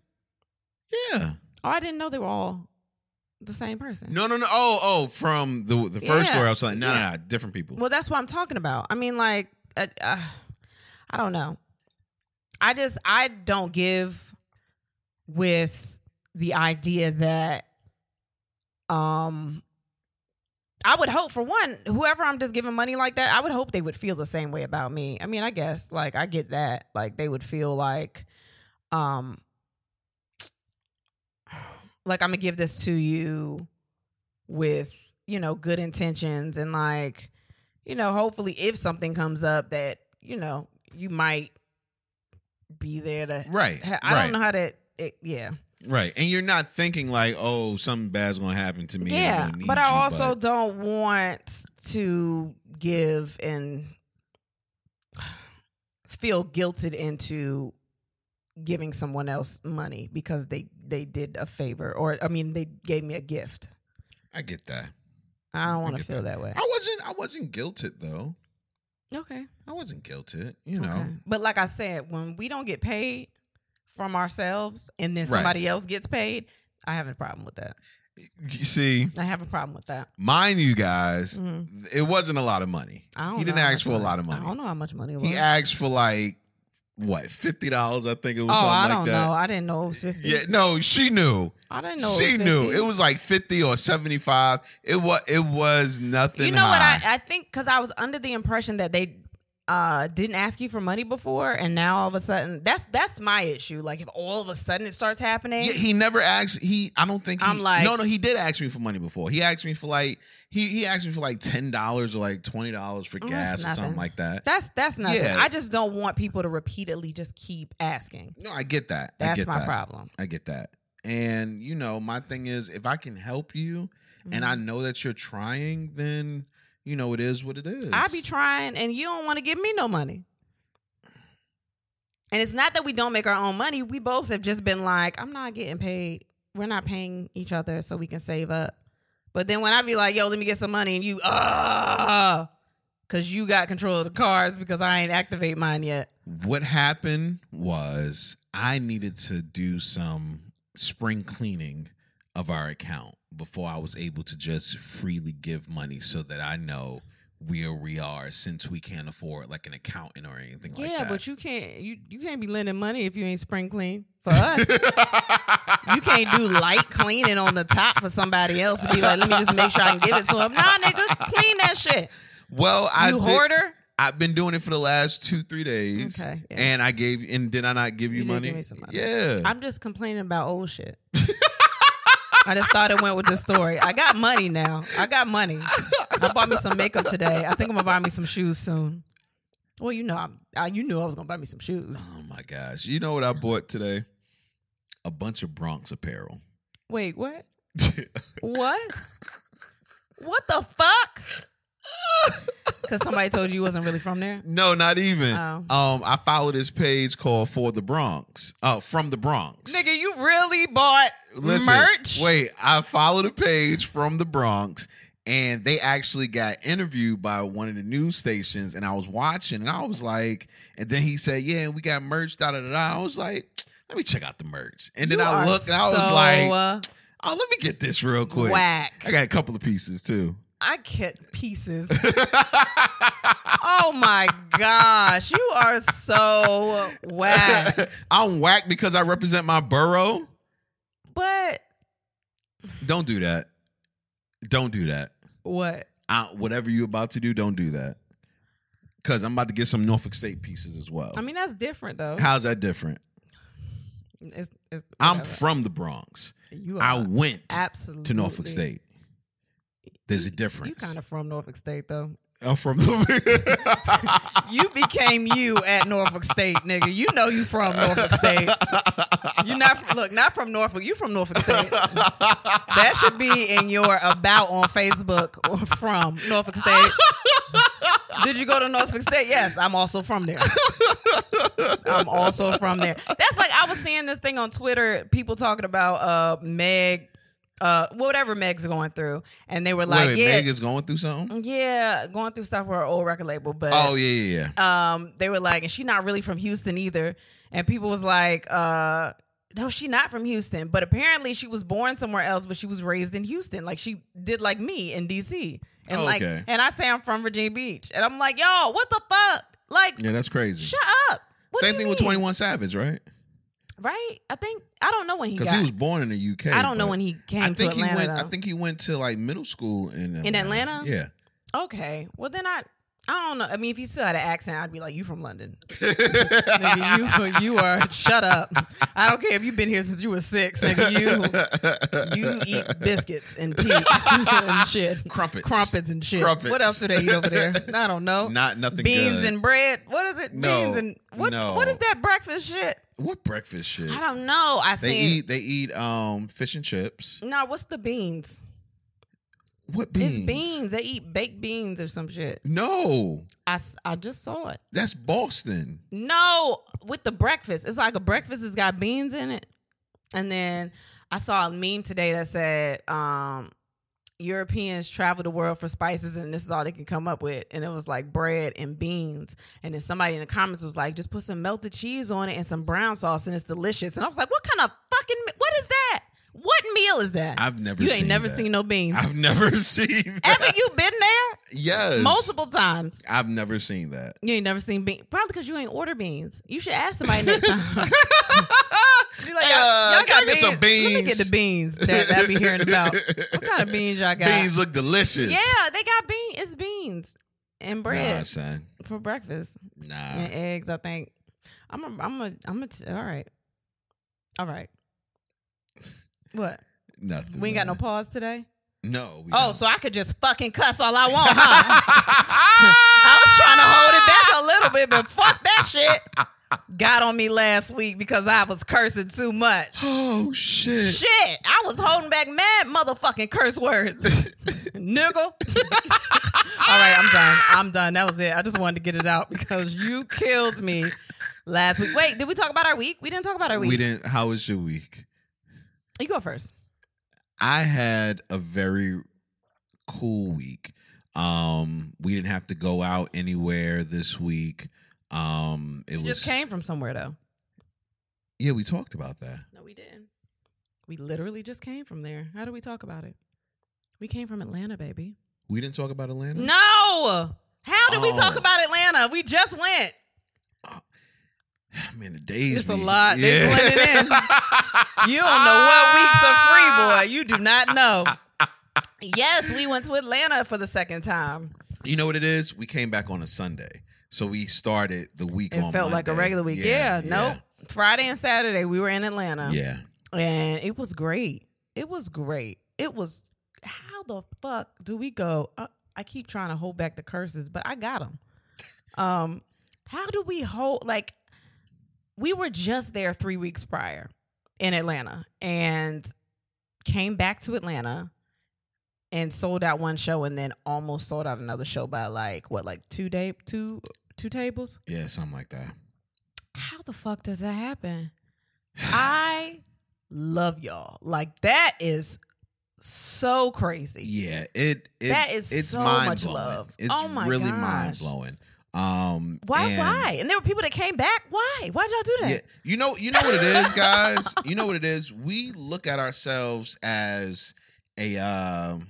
[SPEAKER 1] Yeah.
[SPEAKER 2] oh i didn't know they were all the same person
[SPEAKER 1] No, no, no. Oh, oh, from the the first
[SPEAKER 2] Yeah.
[SPEAKER 1] story, I was like, no,
[SPEAKER 2] Yeah.
[SPEAKER 1] no, no, different people.
[SPEAKER 2] well that's what i'm talking about i mean like uh, uh, i don't know i just i don't give with the idea that um I would hope for one, whoever I'm just giving money like that, I would hope they would feel the same way about me. I mean, I guess like I get that. Like they would feel like um like I'm going to give this to you with, you know, good intentions and like you know, hopefully if something comes up that, you know, you might be there to
[SPEAKER 1] right.
[SPEAKER 2] I don't
[SPEAKER 1] right.
[SPEAKER 2] know how to it, yeah.
[SPEAKER 1] Right. And you're not thinking like, oh, something bad's gonna happen to me. and I'm
[SPEAKER 2] Yeah,
[SPEAKER 1] gonna need
[SPEAKER 2] but I
[SPEAKER 1] you,
[SPEAKER 2] also
[SPEAKER 1] but-
[SPEAKER 2] don't want to give and feel guilted into giving someone else money because they they did a favor or I mean they gave me a gift.
[SPEAKER 1] I get that.
[SPEAKER 2] I
[SPEAKER 1] I
[SPEAKER 2] don't want to
[SPEAKER 1] get
[SPEAKER 2] feel that, way.
[SPEAKER 1] I wasn't I wasn't guilted though.
[SPEAKER 2] Okay,
[SPEAKER 1] I wasn't guilted, you know.
[SPEAKER 2] okay. But like I said, when we don't get paid from ourselves and then
[SPEAKER 1] Right.
[SPEAKER 2] somebody else gets paid, I have a problem with that.
[SPEAKER 1] You see,
[SPEAKER 2] I have a problem with that.
[SPEAKER 1] mind you guys,
[SPEAKER 2] Mhm.
[SPEAKER 1] it wasn't a lot of money.
[SPEAKER 2] I don't
[SPEAKER 1] He didn't
[SPEAKER 2] know how
[SPEAKER 1] ask for
[SPEAKER 2] much
[SPEAKER 1] a lot of
[SPEAKER 2] I don't
[SPEAKER 1] money.
[SPEAKER 2] know how much money it was.
[SPEAKER 1] He asked for like what, fifty dollars, I think it was
[SPEAKER 2] Oh,
[SPEAKER 1] something
[SPEAKER 2] I
[SPEAKER 1] like
[SPEAKER 2] don't
[SPEAKER 1] that.
[SPEAKER 2] know. I didn't know it was 50.
[SPEAKER 1] Yeah, no, she knew.
[SPEAKER 2] I didn't know
[SPEAKER 1] she
[SPEAKER 2] it was 50.
[SPEAKER 1] knew. It was like fifty or seventy five. It was it was nothing.
[SPEAKER 2] You know
[SPEAKER 1] high.
[SPEAKER 2] what? I, I think because I was under the impression that they uh didn't ask you for money before, and now all of a sudden, that's that's my issue. Like if all of a sudden it starts happening,
[SPEAKER 1] Yeah, he never asked. He, I don't think. He,
[SPEAKER 2] I'm like-
[SPEAKER 1] no, no. He did ask me for money before. He asked me for like he he asked me for like ten dollars or like twenty dollars for
[SPEAKER 2] Oh,
[SPEAKER 1] gas
[SPEAKER 2] that's
[SPEAKER 1] or something
[SPEAKER 2] nothing.
[SPEAKER 1] like that.
[SPEAKER 2] that's that's nothing.
[SPEAKER 1] Yeah.
[SPEAKER 2] I just don't want people to repeatedly just keep asking.
[SPEAKER 1] No, I get that. I
[SPEAKER 2] That's
[SPEAKER 1] get
[SPEAKER 2] my
[SPEAKER 1] that.
[SPEAKER 2] problem.
[SPEAKER 1] I get that. And you know, my thing is, if I can help you, and
[SPEAKER 2] Mm-hmm.
[SPEAKER 1] I know that you're trying, then you know it is what it is.
[SPEAKER 2] I be trying, and you don't want to give me no money. And it's not that we don't make our own money. We both have just been like, I'm not getting paid. We're not paying each other so we can save up. But then when I be like, yo, let me get some money, and you, ah, because you got control of the cards because I ain't activate mine yet.
[SPEAKER 1] what happened was I needed to do some spring cleaning of our account before I was able to just freely give money so that I know where we are since we can't afford like an accountant or anything like
[SPEAKER 2] yeah,
[SPEAKER 1] that.
[SPEAKER 2] but you can't you you can't be lending money if you ain't spring clean for us. you can't do light cleaning on the top for somebody else to be like, let me just make sure I can give it to him. Nah, nigga, clean that shit.
[SPEAKER 1] well, I
[SPEAKER 2] you
[SPEAKER 1] did-
[SPEAKER 2] hoarder.
[SPEAKER 1] I've been doing it for the last two three days,
[SPEAKER 2] Okay, yeah.
[SPEAKER 1] and I gave and did I not give you,
[SPEAKER 2] You did
[SPEAKER 1] money?
[SPEAKER 2] give me some money.
[SPEAKER 1] Yeah,
[SPEAKER 2] I'm just complaining about old shit. I just thought it went with the story. I got money now. I got money. I bought me some makeup today. I think I'm gonna buy me some shoes soon. Well, you know, I'm, I, you knew I was gonna buy me some shoes.
[SPEAKER 1] oh my gosh! You know what I bought today? A bunch of Bronx apparel.
[SPEAKER 2] Wait, what? What? What the fuck? Because somebody told you you wasn't really from there.
[SPEAKER 1] No, not even.
[SPEAKER 2] Oh.
[SPEAKER 1] Um, I follow this page called For the Bronx. Uh, from the Bronx.
[SPEAKER 2] Nigga, you really bought
[SPEAKER 1] Listen,
[SPEAKER 2] merch?
[SPEAKER 1] Wait, I followed a page from the Bronx, and they actually got interviewed by one of the news stations, and I was watching, and I was like, and then he said, "Yeah, we got merch." Da da da. da." I was like, "Let me check out the merch," and then
[SPEAKER 2] You
[SPEAKER 1] I
[SPEAKER 2] are
[SPEAKER 1] looked, and I was
[SPEAKER 2] so,
[SPEAKER 1] like,
[SPEAKER 2] uh,
[SPEAKER 1] "Oh, let me get this real quick."
[SPEAKER 2] whack.
[SPEAKER 1] I got a couple of pieces too.
[SPEAKER 2] I kept pieces. oh my gosh, you are so whack.
[SPEAKER 1] I'm whack because I represent my borough.
[SPEAKER 2] But
[SPEAKER 1] Don't do that. Don't do that.
[SPEAKER 2] what?
[SPEAKER 1] I, whatever you about to do, don't do that. Because I'm about to get some Norfolk State pieces as well.
[SPEAKER 2] I mean, that's different though.
[SPEAKER 1] How's that different?
[SPEAKER 2] It's, it's,
[SPEAKER 1] I'm
[SPEAKER 2] whatever.
[SPEAKER 1] from the Bronx.
[SPEAKER 2] you
[SPEAKER 1] I
[SPEAKER 2] are
[SPEAKER 1] went
[SPEAKER 2] absolutely
[SPEAKER 1] to Norfolk State. There's a
[SPEAKER 2] You
[SPEAKER 1] difference.
[SPEAKER 2] kind of from Norfolk State though.
[SPEAKER 1] I'm from the.
[SPEAKER 2] You became you at Norfolk State, nigga. You know you from Norfolk State. You not look not from Norfolk. You from Norfolk State. That should be in your about on Facebook or from Norfolk State. Did you go to Norfolk State? Yes, I'm also from there. I'm also from there. That's like I was seeing this thing on Twitter, people talking about uh Meg, uh whatever Meg's going through, and they were like,
[SPEAKER 1] Wait,
[SPEAKER 2] yeah, Mm,
[SPEAKER 1] Meg is going through something.
[SPEAKER 2] yeah, going through stuff with her old record label, but
[SPEAKER 1] Oh yeah, yeah, yeah.
[SPEAKER 2] um, they were like, and she not really from Houston either. And people was like, uh, no, she not from Houston. But apparently she was born somewhere else, but she was raised in Houston. Like she did like me in DC. And
[SPEAKER 1] Oh,
[SPEAKER 2] like
[SPEAKER 1] okay.
[SPEAKER 2] and I say I'm from Virginia Beach. And I'm like, yo, what the fuck? Like
[SPEAKER 1] Yeah, that's crazy.
[SPEAKER 2] shut up. What do
[SPEAKER 1] Same
[SPEAKER 2] you
[SPEAKER 1] thing with
[SPEAKER 2] mean?
[SPEAKER 1] 21 Savage, right?
[SPEAKER 2] Right? I think I don't know when he
[SPEAKER 1] Because
[SPEAKER 2] got
[SPEAKER 1] he was born in the UK.
[SPEAKER 2] I don't know
[SPEAKER 1] but
[SPEAKER 2] when he came
[SPEAKER 1] I think
[SPEAKER 2] to Atlanta.
[SPEAKER 1] he went. I
[SPEAKER 2] though.
[SPEAKER 1] think he went to like middle school in Atlanta.
[SPEAKER 2] In Atlanta?
[SPEAKER 1] Yeah.
[SPEAKER 2] okay. Well then I I don't know. I mean, if he still had an accent, I'd be like, "You from London? Nigga, you you are shut up. I don't care if you've been here since you were six. Nigga, you You eat biscuits and tea and shit.
[SPEAKER 1] Crumpets.
[SPEAKER 2] Crumpets and shit.
[SPEAKER 1] Crumpets.
[SPEAKER 2] What else do they eat over there? I don't know.
[SPEAKER 1] Not nothing.
[SPEAKER 2] Oh, Beans
[SPEAKER 1] good.
[SPEAKER 2] and bread. What is it?
[SPEAKER 1] No,
[SPEAKER 2] Beans and what
[SPEAKER 1] no.
[SPEAKER 2] what is that breakfast shit?
[SPEAKER 1] what breakfast shit?
[SPEAKER 2] I don't know. I
[SPEAKER 1] They
[SPEAKER 2] seen
[SPEAKER 1] eat. They eat um fish and chips.
[SPEAKER 2] No, what's the beans?
[SPEAKER 1] What beans?
[SPEAKER 2] It's beans. They eat baked beans or some shit.
[SPEAKER 1] No,
[SPEAKER 2] I, s- I just saw it.
[SPEAKER 1] that's Boston.
[SPEAKER 2] No, with the breakfast. It's like a breakfast that's got beans in it. And then I saw a meme today that said, um, Europeans travel the world for spices and this is all they can come up with. And it was like bread and beans. And then somebody in the comments was like, just put some melted cheese on it and some brown sauce and it's delicious. And I was like, what kind of fucking, me- what is that? What meal is that?
[SPEAKER 1] I've never.
[SPEAKER 2] you
[SPEAKER 1] seen
[SPEAKER 2] ain't never
[SPEAKER 1] that.
[SPEAKER 2] seen no beans.
[SPEAKER 1] I've never seen. That.
[SPEAKER 2] Ever you been there?
[SPEAKER 1] Yes.
[SPEAKER 2] Multiple times.
[SPEAKER 1] I've never seen that.
[SPEAKER 2] You ain't never seen beans. Probably because you ain't order beans. You should ask somebody next time. Be like,
[SPEAKER 1] Hey,
[SPEAKER 2] y'all,
[SPEAKER 1] uh,
[SPEAKER 2] y'all
[SPEAKER 1] can
[SPEAKER 2] got
[SPEAKER 1] I get
[SPEAKER 2] beans?
[SPEAKER 1] some
[SPEAKER 2] Let me get the beans that, that I be hearing about. What kind of beans y'all got?
[SPEAKER 1] Beans look delicious.
[SPEAKER 2] Yeah, they got beans. It's beans and bread
[SPEAKER 1] Nah, son.
[SPEAKER 2] for breakfast
[SPEAKER 1] Nah.
[SPEAKER 2] and eggs. I think. I'm a. I'm a. I'm a. T- all right. All right. What?
[SPEAKER 1] Nothing.
[SPEAKER 2] We ain't got no
[SPEAKER 1] man.
[SPEAKER 2] pause today.
[SPEAKER 1] No. we
[SPEAKER 2] Oh,
[SPEAKER 1] don't.
[SPEAKER 2] so I could just fucking cuss all I want, huh? I was trying to hold it back a little bit, but fuck that shit. Got on me last week because I was cursing too much.
[SPEAKER 1] Oh shit.
[SPEAKER 2] Shit, I was holding back mad motherfucking curse words. Nigga. All right, I'm done. I'm done. That was it. I just wanted to get it out because you killed me last week. Wait, did we talk about our week? We didn't talk about our week.
[SPEAKER 1] We didn't. How was your week?
[SPEAKER 2] You go first.
[SPEAKER 1] I had a very cool week. Um, we didn't have to go out anywhere this week. Um, it
[SPEAKER 2] You
[SPEAKER 1] was
[SPEAKER 2] just came from somewhere though.
[SPEAKER 1] yeah. We talked about that.
[SPEAKER 2] No, we didn't. We literally just came from there. How do we talk about it? We came from Atlanta, baby.
[SPEAKER 1] We didn't talk about Atlanta.
[SPEAKER 2] No. How did
[SPEAKER 1] Oh.
[SPEAKER 2] we talk about Atlanta? We just went.
[SPEAKER 1] Ah, man, the days.
[SPEAKER 2] It's a
[SPEAKER 1] be-
[SPEAKER 2] lot. They blend it in. You don't know what weeks are free, boy. You do not know. Yes, we went to Atlanta for the second time.
[SPEAKER 1] You know what it is? We came back on a Sunday, so we started the week.
[SPEAKER 2] It
[SPEAKER 1] on
[SPEAKER 2] felt like a
[SPEAKER 1] Monday.
[SPEAKER 2] regular week. Yeah,
[SPEAKER 1] yeah,
[SPEAKER 2] nope. Friday and Saturday we were in Atlanta.
[SPEAKER 1] Yeah,
[SPEAKER 2] And it was great. It was great. It was how the fuck do we go? Uh, I keep trying to hold back the curses, but I got them. Um, how do we hold like we were just there 3 weeks prior in Atlanta and came back to Atlanta and sold out one show and then almost sold out another show by like what like two day two two tables.
[SPEAKER 1] Yeah, something like that.
[SPEAKER 2] How the fuck does that happen? I love y'all. Like that is so crazy.
[SPEAKER 1] Yeah, it, it
[SPEAKER 2] That is
[SPEAKER 1] it's
[SPEAKER 2] so
[SPEAKER 1] mind
[SPEAKER 2] much
[SPEAKER 1] blowing.
[SPEAKER 2] love.
[SPEAKER 1] It's
[SPEAKER 2] Oh my
[SPEAKER 1] really
[SPEAKER 2] gosh.
[SPEAKER 1] mind blowing. Um,
[SPEAKER 2] Why?
[SPEAKER 1] and-
[SPEAKER 2] why? And there were people that came back. Why? Why did y'all do that?
[SPEAKER 1] Yeah, you know, you know what it is, guys. you know what it is. We look at ourselves as a um,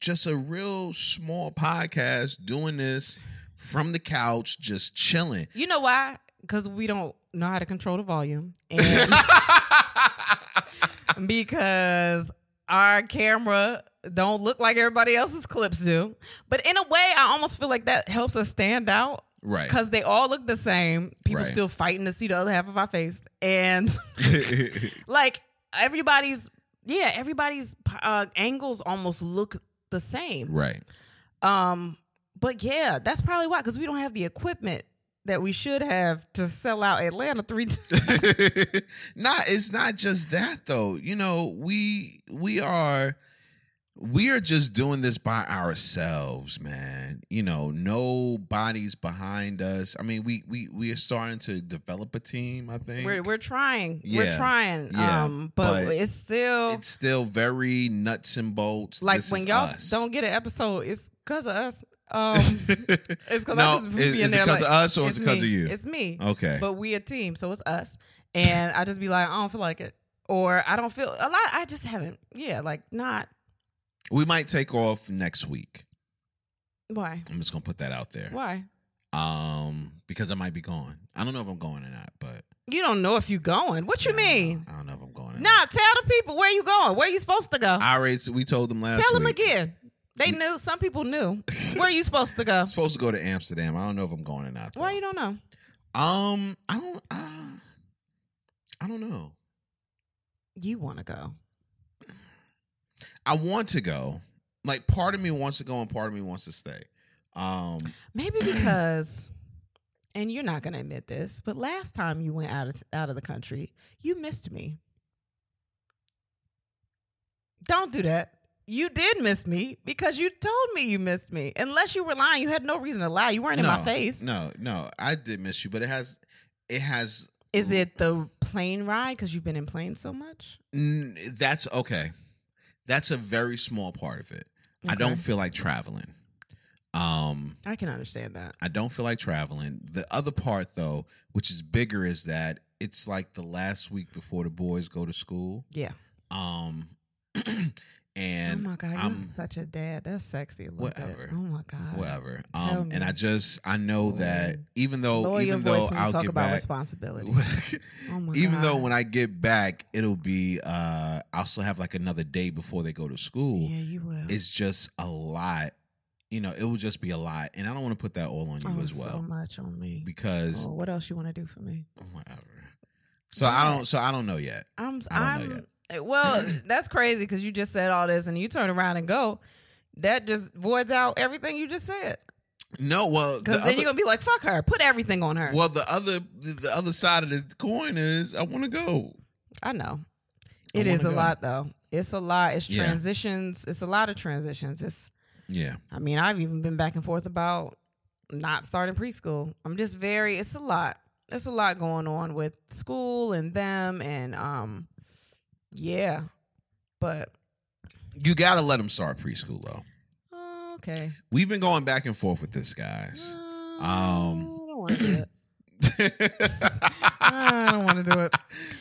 [SPEAKER 1] just a real small podcast doing this from the couch, just chilling.
[SPEAKER 2] You know why? Because we don't know how to control the volume, and
[SPEAKER 1] yeah,
[SPEAKER 2] because our camera don't look like everybody else's clips do. But in a way, I almost feel like that helps us stand out
[SPEAKER 1] right.
[SPEAKER 2] because they all look the same. People
[SPEAKER 1] Right.
[SPEAKER 2] still fighting to see the other half of our face, and like everybody's yeah, everybody's uh, angles almost look the same.
[SPEAKER 1] right.
[SPEAKER 2] Um, but yeah, that's probably why because we don't have the equipment that we should have to sell out Atlanta three.
[SPEAKER 1] not it's not just that though. You know, we we are we are just doing this by ourselves, man. You know, nobody's behind us. I mean, we we we are starting to develop a team, I think.
[SPEAKER 2] we're we're trying, we're
[SPEAKER 1] Yeah.
[SPEAKER 2] trying.
[SPEAKER 1] Yeah.
[SPEAKER 2] um, but,
[SPEAKER 1] But
[SPEAKER 2] it's still
[SPEAKER 1] it's still very nuts and bolts.
[SPEAKER 2] like
[SPEAKER 1] This
[SPEAKER 2] when
[SPEAKER 1] is
[SPEAKER 2] y'all
[SPEAKER 1] us.
[SPEAKER 2] don't get an episode, it's because of us. Um, it's because I
[SPEAKER 1] no,
[SPEAKER 2] just
[SPEAKER 1] is,
[SPEAKER 2] be in
[SPEAKER 1] is it
[SPEAKER 2] there
[SPEAKER 1] because
[SPEAKER 2] like,
[SPEAKER 1] of us or is it
[SPEAKER 2] "It's
[SPEAKER 1] because of
[SPEAKER 2] me,
[SPEAKER 1] you?
[SPEAKER 2] It's me.
[SPEAKER 1] okay.
[SPEAKER 2] But we a team, so it's us. And I just be like, I don't feel like it, or I don't feel a lot. I just haven't. Yeah, like not
[SPEAKER 1] we might take off next week.
[SPEAKER 2] why
[SPEAKER 1] I'm just gonna put that out there.
[SPEAKER 2] why.
[SPEAKER 1] Um, because I might be going. I don't know if I'm going or not, but
[SPEAKER 2] You don't know if you going. What you
[SPEAKER 1] I don't know.
[SPEAKER 2] mean?
[SPEAKER 1] I don't know if I'm going. or
[SPEAKER 2] Nah, tell the people where you going. Where you supposed to go?
[SPEAKER 1] I already we told them last
[SPEAKER 2] tell them
[SPEAKER 1] week.
[SPEAKER 2] again. They knew. Some people knew. Where you supposed to go?
[SPEAKER 1] I'm supposed to go to Amsterdam. I don't know if I'm going or not.
[SPEAKER 2] Why
[SPEAKER 1] though.
[SPEAKER 2] you don't know?
[SPEAKER 1] um, I don't. Uh, I don't know.
[SPEAKER 2] You want to go?
[SPEAKER 1] I want to go. Like, part of me wants to go, and part of me wants to stay. Um,
[SPEAKER 2] Maybe because, and you're not gonna admit this, but last time you went out of out of the country, you missed me. Don't do that. You did miss me because you told me you missed me. Unless you were lying, you had no reason to lie. You weren't
[SPEAKER 1] no,
[SPEAKER 2] in my face.
[SPEAKER 1] No, no, I did miss you, but it has, it has.
[SPEAKER 2] Is it the plane ride? Because you've been in planes so much.
[SPEAKER 1] n- That's okay. That's a very small part of it. I don't
[SPEAKER 2] Okay.
[SPEAKER 1] feel like traveling. Um,
[SPEAKER 2] I can understand that.
[SPEAKER 1] I don't feel like traveling. The other part, though, which is bigger, is that it's like the last week before the boys go to school.
[SPEAKER 2] Yeah.
[SPEAKER 1] Um,
[SPEAKER 2] oh
[SPEAKER 1] and
[SPEAKER 2] my god,
[SPEAKER 1] I'm-
[SPEAKER 2] you're such a dad. That's sexy. A little
[SPEAKER 1] Whatever.
[SPEAKER 2] Bit. Oh my god.
[SPEAKER 1] whatever.
[SPEAKER 2] Tell
[SPEAKER 1] Um, and
[SPEAKER 2] me.
[SPEAKER 1] I just I know that
[SPEAKER 2] Mm.
[SPEAKER 1] even though
[SPEAKER 2] Lower your
[SPEAKER 1] Oh, even though
[SPEAKER 2] voice when
[SPEAKER 1] I'll
[SPEAKER 2] you talk
[SPEAKER 1] get
[SPEAKER 2] about
[SPEAKER 1] back,
[SPEAKER 2] responsibility. Oh my
[SPEAKER 1] even though
[SPEAKER 2] God.
[SPEAKER 1] when I get back, it'll be uh, I'll still have like another day before they go to school.
[SPEAKER 2] Yeah, you will.
[SPEAKER 1] It's just a lot. You know, it will just be a lot, and I don't want to put that all on you
[SPEAKER 2] Oh,
[SPEAKER 1] as well
[SPEAKER 2] So much on me.
[SPEAKER 1] because
[SPEAKER 2] Oh, what else you want to do for me?
[SPEAKER 1] whatever. So I don't. So I don't know yet.
[SPEAKER 2] I'm.
[SPEAKER 1] I
[SPEAKER 2] I'm. eh,
[SPEAKER 1] don't know
[SPEAKER 2] Well, that's crazy because you just said all this and you turn around and go. That just voids out everything you just said.
[SPEAKER 1] No. Well, the
[SPEAKER 2] Because then
[SPEAKER 1] other,
[SPEAKER 2] you're gonna be like, "Fuck her. Put everything on her."
[SPEAKER 1] well, the other the other side of the coin is I want to go.
[SPEAKER 2] I know.
[SPEAKER 1] I
[SPEAKER 2] It is
[SPEAKER 1] wanna
[SPEAKER 2] a
[SPEAKER 1] go.
[SPEAKER 2] lot though. It's a lot. It's
[SPEAKER 1] Yeah.
[SPEAKER 2] transitions. It's a lot of transitions. It's
[SPEAKER 1] Yeah.
[SPEAKER 2] I mean, I've even been back and forth about not starting preschool. I'm just very it's a lot. It's a lot going on with school and them and um yeah. But
[SPEAKER 1] You gotta let them start preschool though.
[SPEAKER 2] oh, okay.
[SPEAKER 1] We've been going back and forth with this, guys.
[SPEAKER 2] I don't want to do it. I don't want to do it.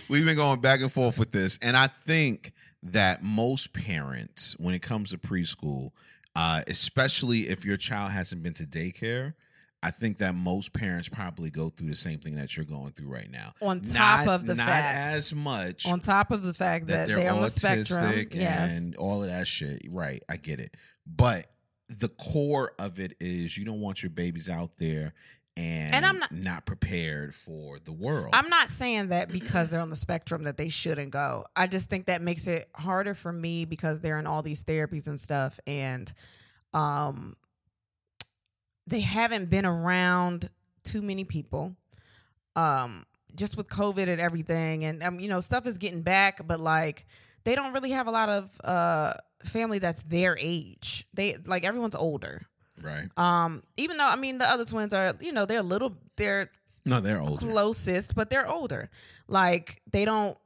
[SPEAKER 1] We've been going back and forth with this, and I think that most parents, when it comes to preschool, uh, especially if your child hasn't been to daycare, I think that most parents probably go through the same thing that you're going through right now.
[SPEAKER 2] On top
[SPEAKER 1] Not-
[SPEAKER 2] of the
[SPEAKER 1] not
[SPEAKER 2] fact
[SPEAKER 1] as much
[SPEAKER 2] on top of the fact
[SPEAKER 1] that
[SPEAKER 2] that,
[SPEAKER 1] they're,
[SPEAKER 2] they're, on the spectrum.
[SPEAKER 1] autistic
[SPEAKER 2] Yes.
[SPEAKER 1] and all of that shit. Right, I get it. But the core of it is you don't want your babies out there and,
[SPEAKER 2] And I'm not-
[SPEAKER 1] prepared for the world.
[SPEAKER 2] I'm not saying that because they're on the spectrum that they shouldn't go. I just think that makes it harder for me because they're in all these therapies and stuff and um they haven't been around too many people. Um just with COVID and everything and um you know stuff is getting back but like they don't really have a lot of uh family that's their age. They like everyone's older.
[SPEAKER 1] right?
[SPEAKER 2] Um, even though I mean the other twins are, you know, they're a little they're
[SPEAKER 1] No, they're older.
[SPEAKER 2] closest, but they're older. Like they don't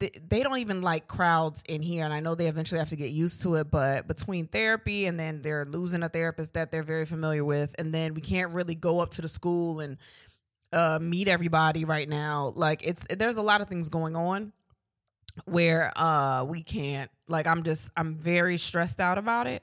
[SPEAKER 2] th- they don't even like crowds in here and I know they eventually have to get used to it, but between therapy and then they're losing a therapist that they're very familiar with and then we can't really go up to the school and uh meet everybody right now. Like it's there's a lot of things going on where uh we can't like I'm just I'm very stressed out about it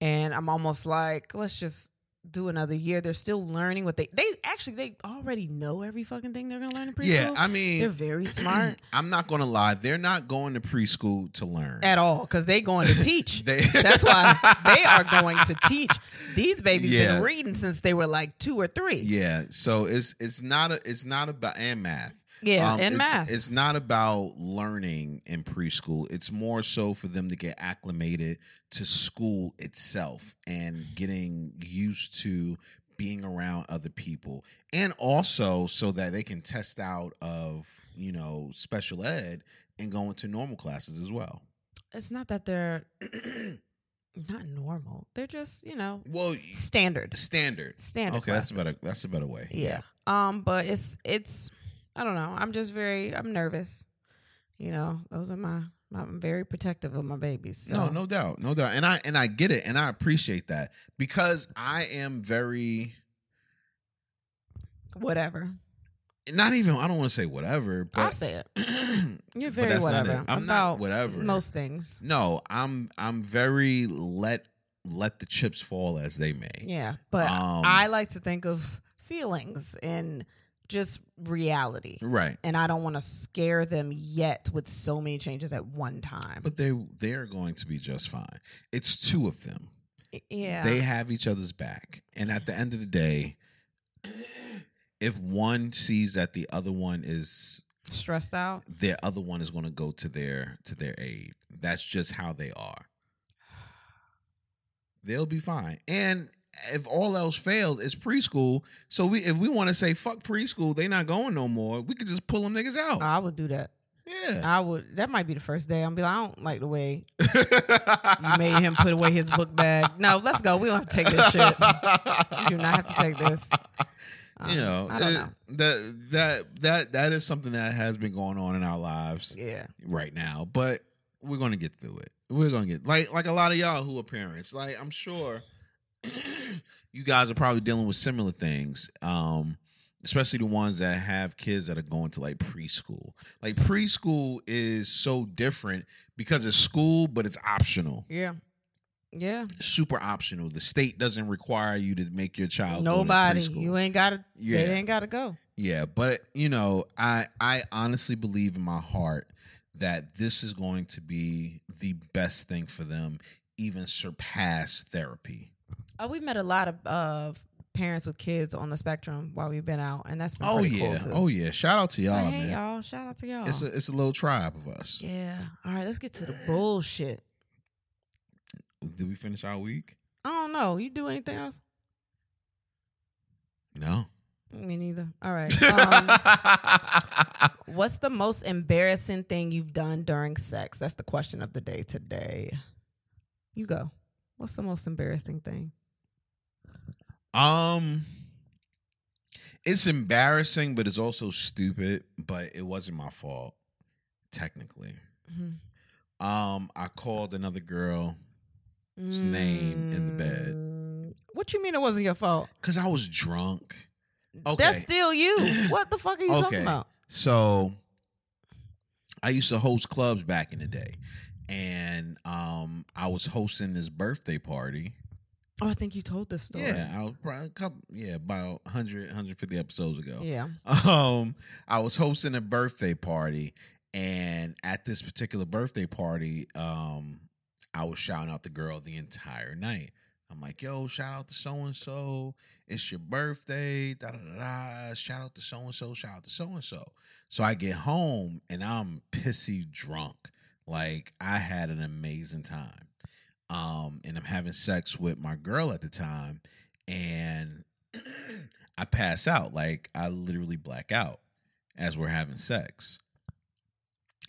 [SPEAKER 2] and I'm almost like let's just do another year. They're still learning what they they actually they already know every fucking thing they're gonna learn in preschool.
[SPEAKER 1] Yeah, I
[SPEAKER 2] they're
[SPEAKER 1] mean,
[SPEAKER 2] very smart
[SPEAKER 1] I'm not gonna lie. They're not going to preschool to learn
[SPEAKER 2] at all because they going to teach.
[SPEAKER 1] They-
[SPEAKER 2] That's why they are going to teach. These babies
[SPEAKER 1] Yeah.
[SPEAKER 2] been reading since they were like two or three.
[SPEAKER 1] Yeah, so it's it's not a it's not about and math.
[SPEAKER 2] Yeah,
[SPEAKER 1] Um,
[SPEAKER 2] and
[SPEAKER 1] it's,
[SPEAKER 2] math.
[SPEAKER 1] It's not about learning in preschool. It's more so for them to get acclimated to school itself and getting used to being around other people, and also so that they can test out of you know special ed and go into normal classes as well.
[SPEAKER 2] it's not that they're not normal. They're just you know
[SPEAKER 1] Well,
[SPEAKER 2] standard.
[SPEAKER 1] standard.
[SPEAKER 2] Standard.
[SPEAKER 1] Okay, that's a
[SPEAKER 2] classes.
[SPEAKER 1] better that's a better way.
[SPEAKER 2] Yeah. Um, but it's it's I don't know. I'm just very I'm nervous. You know, those are my, my I'm very protective of my babies. So.
[SPEAKER 1] No, no doubt, no doubt, and I and I get it, and I appreciate that because I am very
[SPEAKER 2] whatever.
[SPEAKER 1] not even. I don't want to say whatever,
[SPEAKER 2] I'll
[SPEAKER 1] but,
[SPEAKER 2] say it.
[SPEAKER 1] but
[SPEAKER 2] You're very whatever.
[SPEAKER 1] Not it. I'm
[SPEAKER 2] about
[SPEAKER 1] not whatever.
[SPEAKER 2] most things.
[SPEAKER 1] no, I'm I'm very let let the chips fall as they may.
[SPEAKER 2] Yeah, but
[SPEAKER 1] Um,
[SPEAKER 2] I like to think of feelings and just reality,
[SPEAKER 1] Right,
[SPEAKER 2] and I don't want to scare them yet with so many changes at one time.
[SPEAKER 1] but they they are going to be just fine. It's two of them.
[SPEAKER 2] yeah,
[SPEAKER 1] They have each other's back. And at the end of the day, if one sees that the other one is
[SPEAKER 2] stressed out.
[SPEAKER 1] their other one is going to go to their to their aid. That's just how they are. They'll be fine. And if all else failed, it's preschool. So we if we want to say fuck preschool, they not going no more. We could just pull them niggas out.
[SPEAKER 2] I would do that.
[SPEAKER 1] yeah.
[SPEAKER 2] I would. That might be the first day. I'm be like, I don't like the way uh, you made him put away his book bag. No, let's go. We don't have to take this shit. do not have to take this. Um,
[SPEAKER 1] you know,
[SPEAKER 2] I don't
[SPEAKER 1] it-
[SPEAKER 2] know.
[SPEAKER 1] that that that that is something that has been going on in our lives
[SPEAKER 2] Yeah,
[SPEAKER 1] right now, but we're gonna get through it. We're gonna get like like a lot of y'all who are parents. Like I'm sure you guys are probably dealing with similar things, um, especially the ones that have kids that are going to like preschool. Like preschool is so different because it's school, but it's optional,
[SPEAKER 2] yeah, yeah.
[SPEAKER 1] super optional. The state doesn't require you to make your child go to
[SPEAKER 2] Nobody.
[SPEAKER 1] preschool.
[SPEAKER 2] You ain't got to.
[SPEAKER 1] Yeah.
[SPEAKER 2] They ain't got to go.
[SPEAKER 1] Yeah, but you know, I I honestly believe in my heart that this is going to be the best thing for them, even surpass therapy.
[SPEAKER 2] Oh, we've met a lot of of parents with kids on the spectrum while we've been out, and that's been
[SPEAKER 1] Oh
[SPEAKER 2] pretty
[SPEAKER 1] yeah,
[SPEAKER 2] cool too.
[SPEAKER 1] oh yeah! Shout out to
[SPEAKER 2] So,
[SPEAKER 1] y'all,
[SPEAKER 2] hey
[SPEAKER 1] man.
[SPEAKER 2] y'all, shout out to y'all.
[SPEAKER 1] It's a it's a little tribe of us.
[SPEAKER 2] yeah. All right, let's get to the bullshit.
[SPEAKER 1] Did we finish our week?
[SPEAKER 2] I don't know. You do anything else?
[SPEAKER 1] No.
[SPEAKER 2] Me neither. All right. Um, what's the most embarrassing thing you've done during sex? That's the question of the day today. You go. What's the most embarrassing thing?
[SPEAKER 1] um, it's embarrassing, but it's also stupid. But it wasn't my fault, technically. Um, I called another girl
[SPEAKER 2] His
[SPEAKER 1] name in the bed.
[SPEAKER 2] Mm, What you mean it wasn't your fault?
[SPEAKER 1] because I was drunk. Okay.
[SPEAKER 2] That's still you. What the fuck are you
[SPEAKER 1] Okay.
[SPEAKER 2] talking about?
[SPEAKER 1] So I used to host clubs back in the day. And um, I was hosting this birthday party.
[SPEAKER 2] Oh, I think you told this story.
[SPEAKER 1] Yeah, I was probably a couple, yeah, about 100, 150 episodes ago.
[SPEAKER 2] Yeah.
[SPEAKER 1] Um, I was hosting a birthday party, and at this particular birthday party, um, I was shouting out the girl the entire night. I'm like, yo, shout out to so and so. It's your birthday. Da da da da. Shout out to so and so. Shout out to so and so. So I get home and I'm pissy drunk. Like I had an amazing time. Um, and I'm having sex with my girl at the time, and I pass out. Like I literally black out as we're having sex.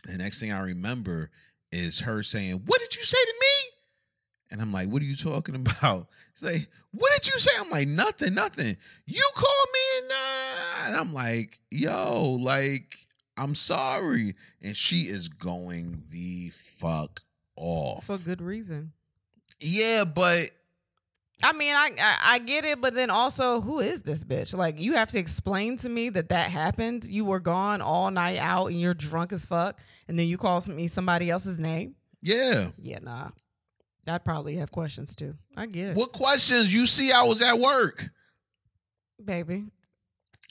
[SPEAKER 1] The next thing I remember is her saying, What did you say to me? And I'm like, what are you talking about? He's like, what did you say? I'm like, nothing, nothing. You called me and, uh, and I'm like, yo, like, I'm sorry. And she is going the fuck off.
[SPEAKER 2] for good reason.
[SPEAKER 1] Yeah, but
[SPEAKER 2] I mean, I, I I get it, but then also, who is this bitch? Like, you have to explain to me that that happened. You were gone all night out, and you're drunk as fuck, and then you call some- me somebody else's name.
[SPEAKER 1] yeah.
[SPEAKER 2] Yeah, nah. I'd probably have questions too. I get it,
[SPEAKER 1] What questions? You see, I was at work.
[SPEAKER 2] baby.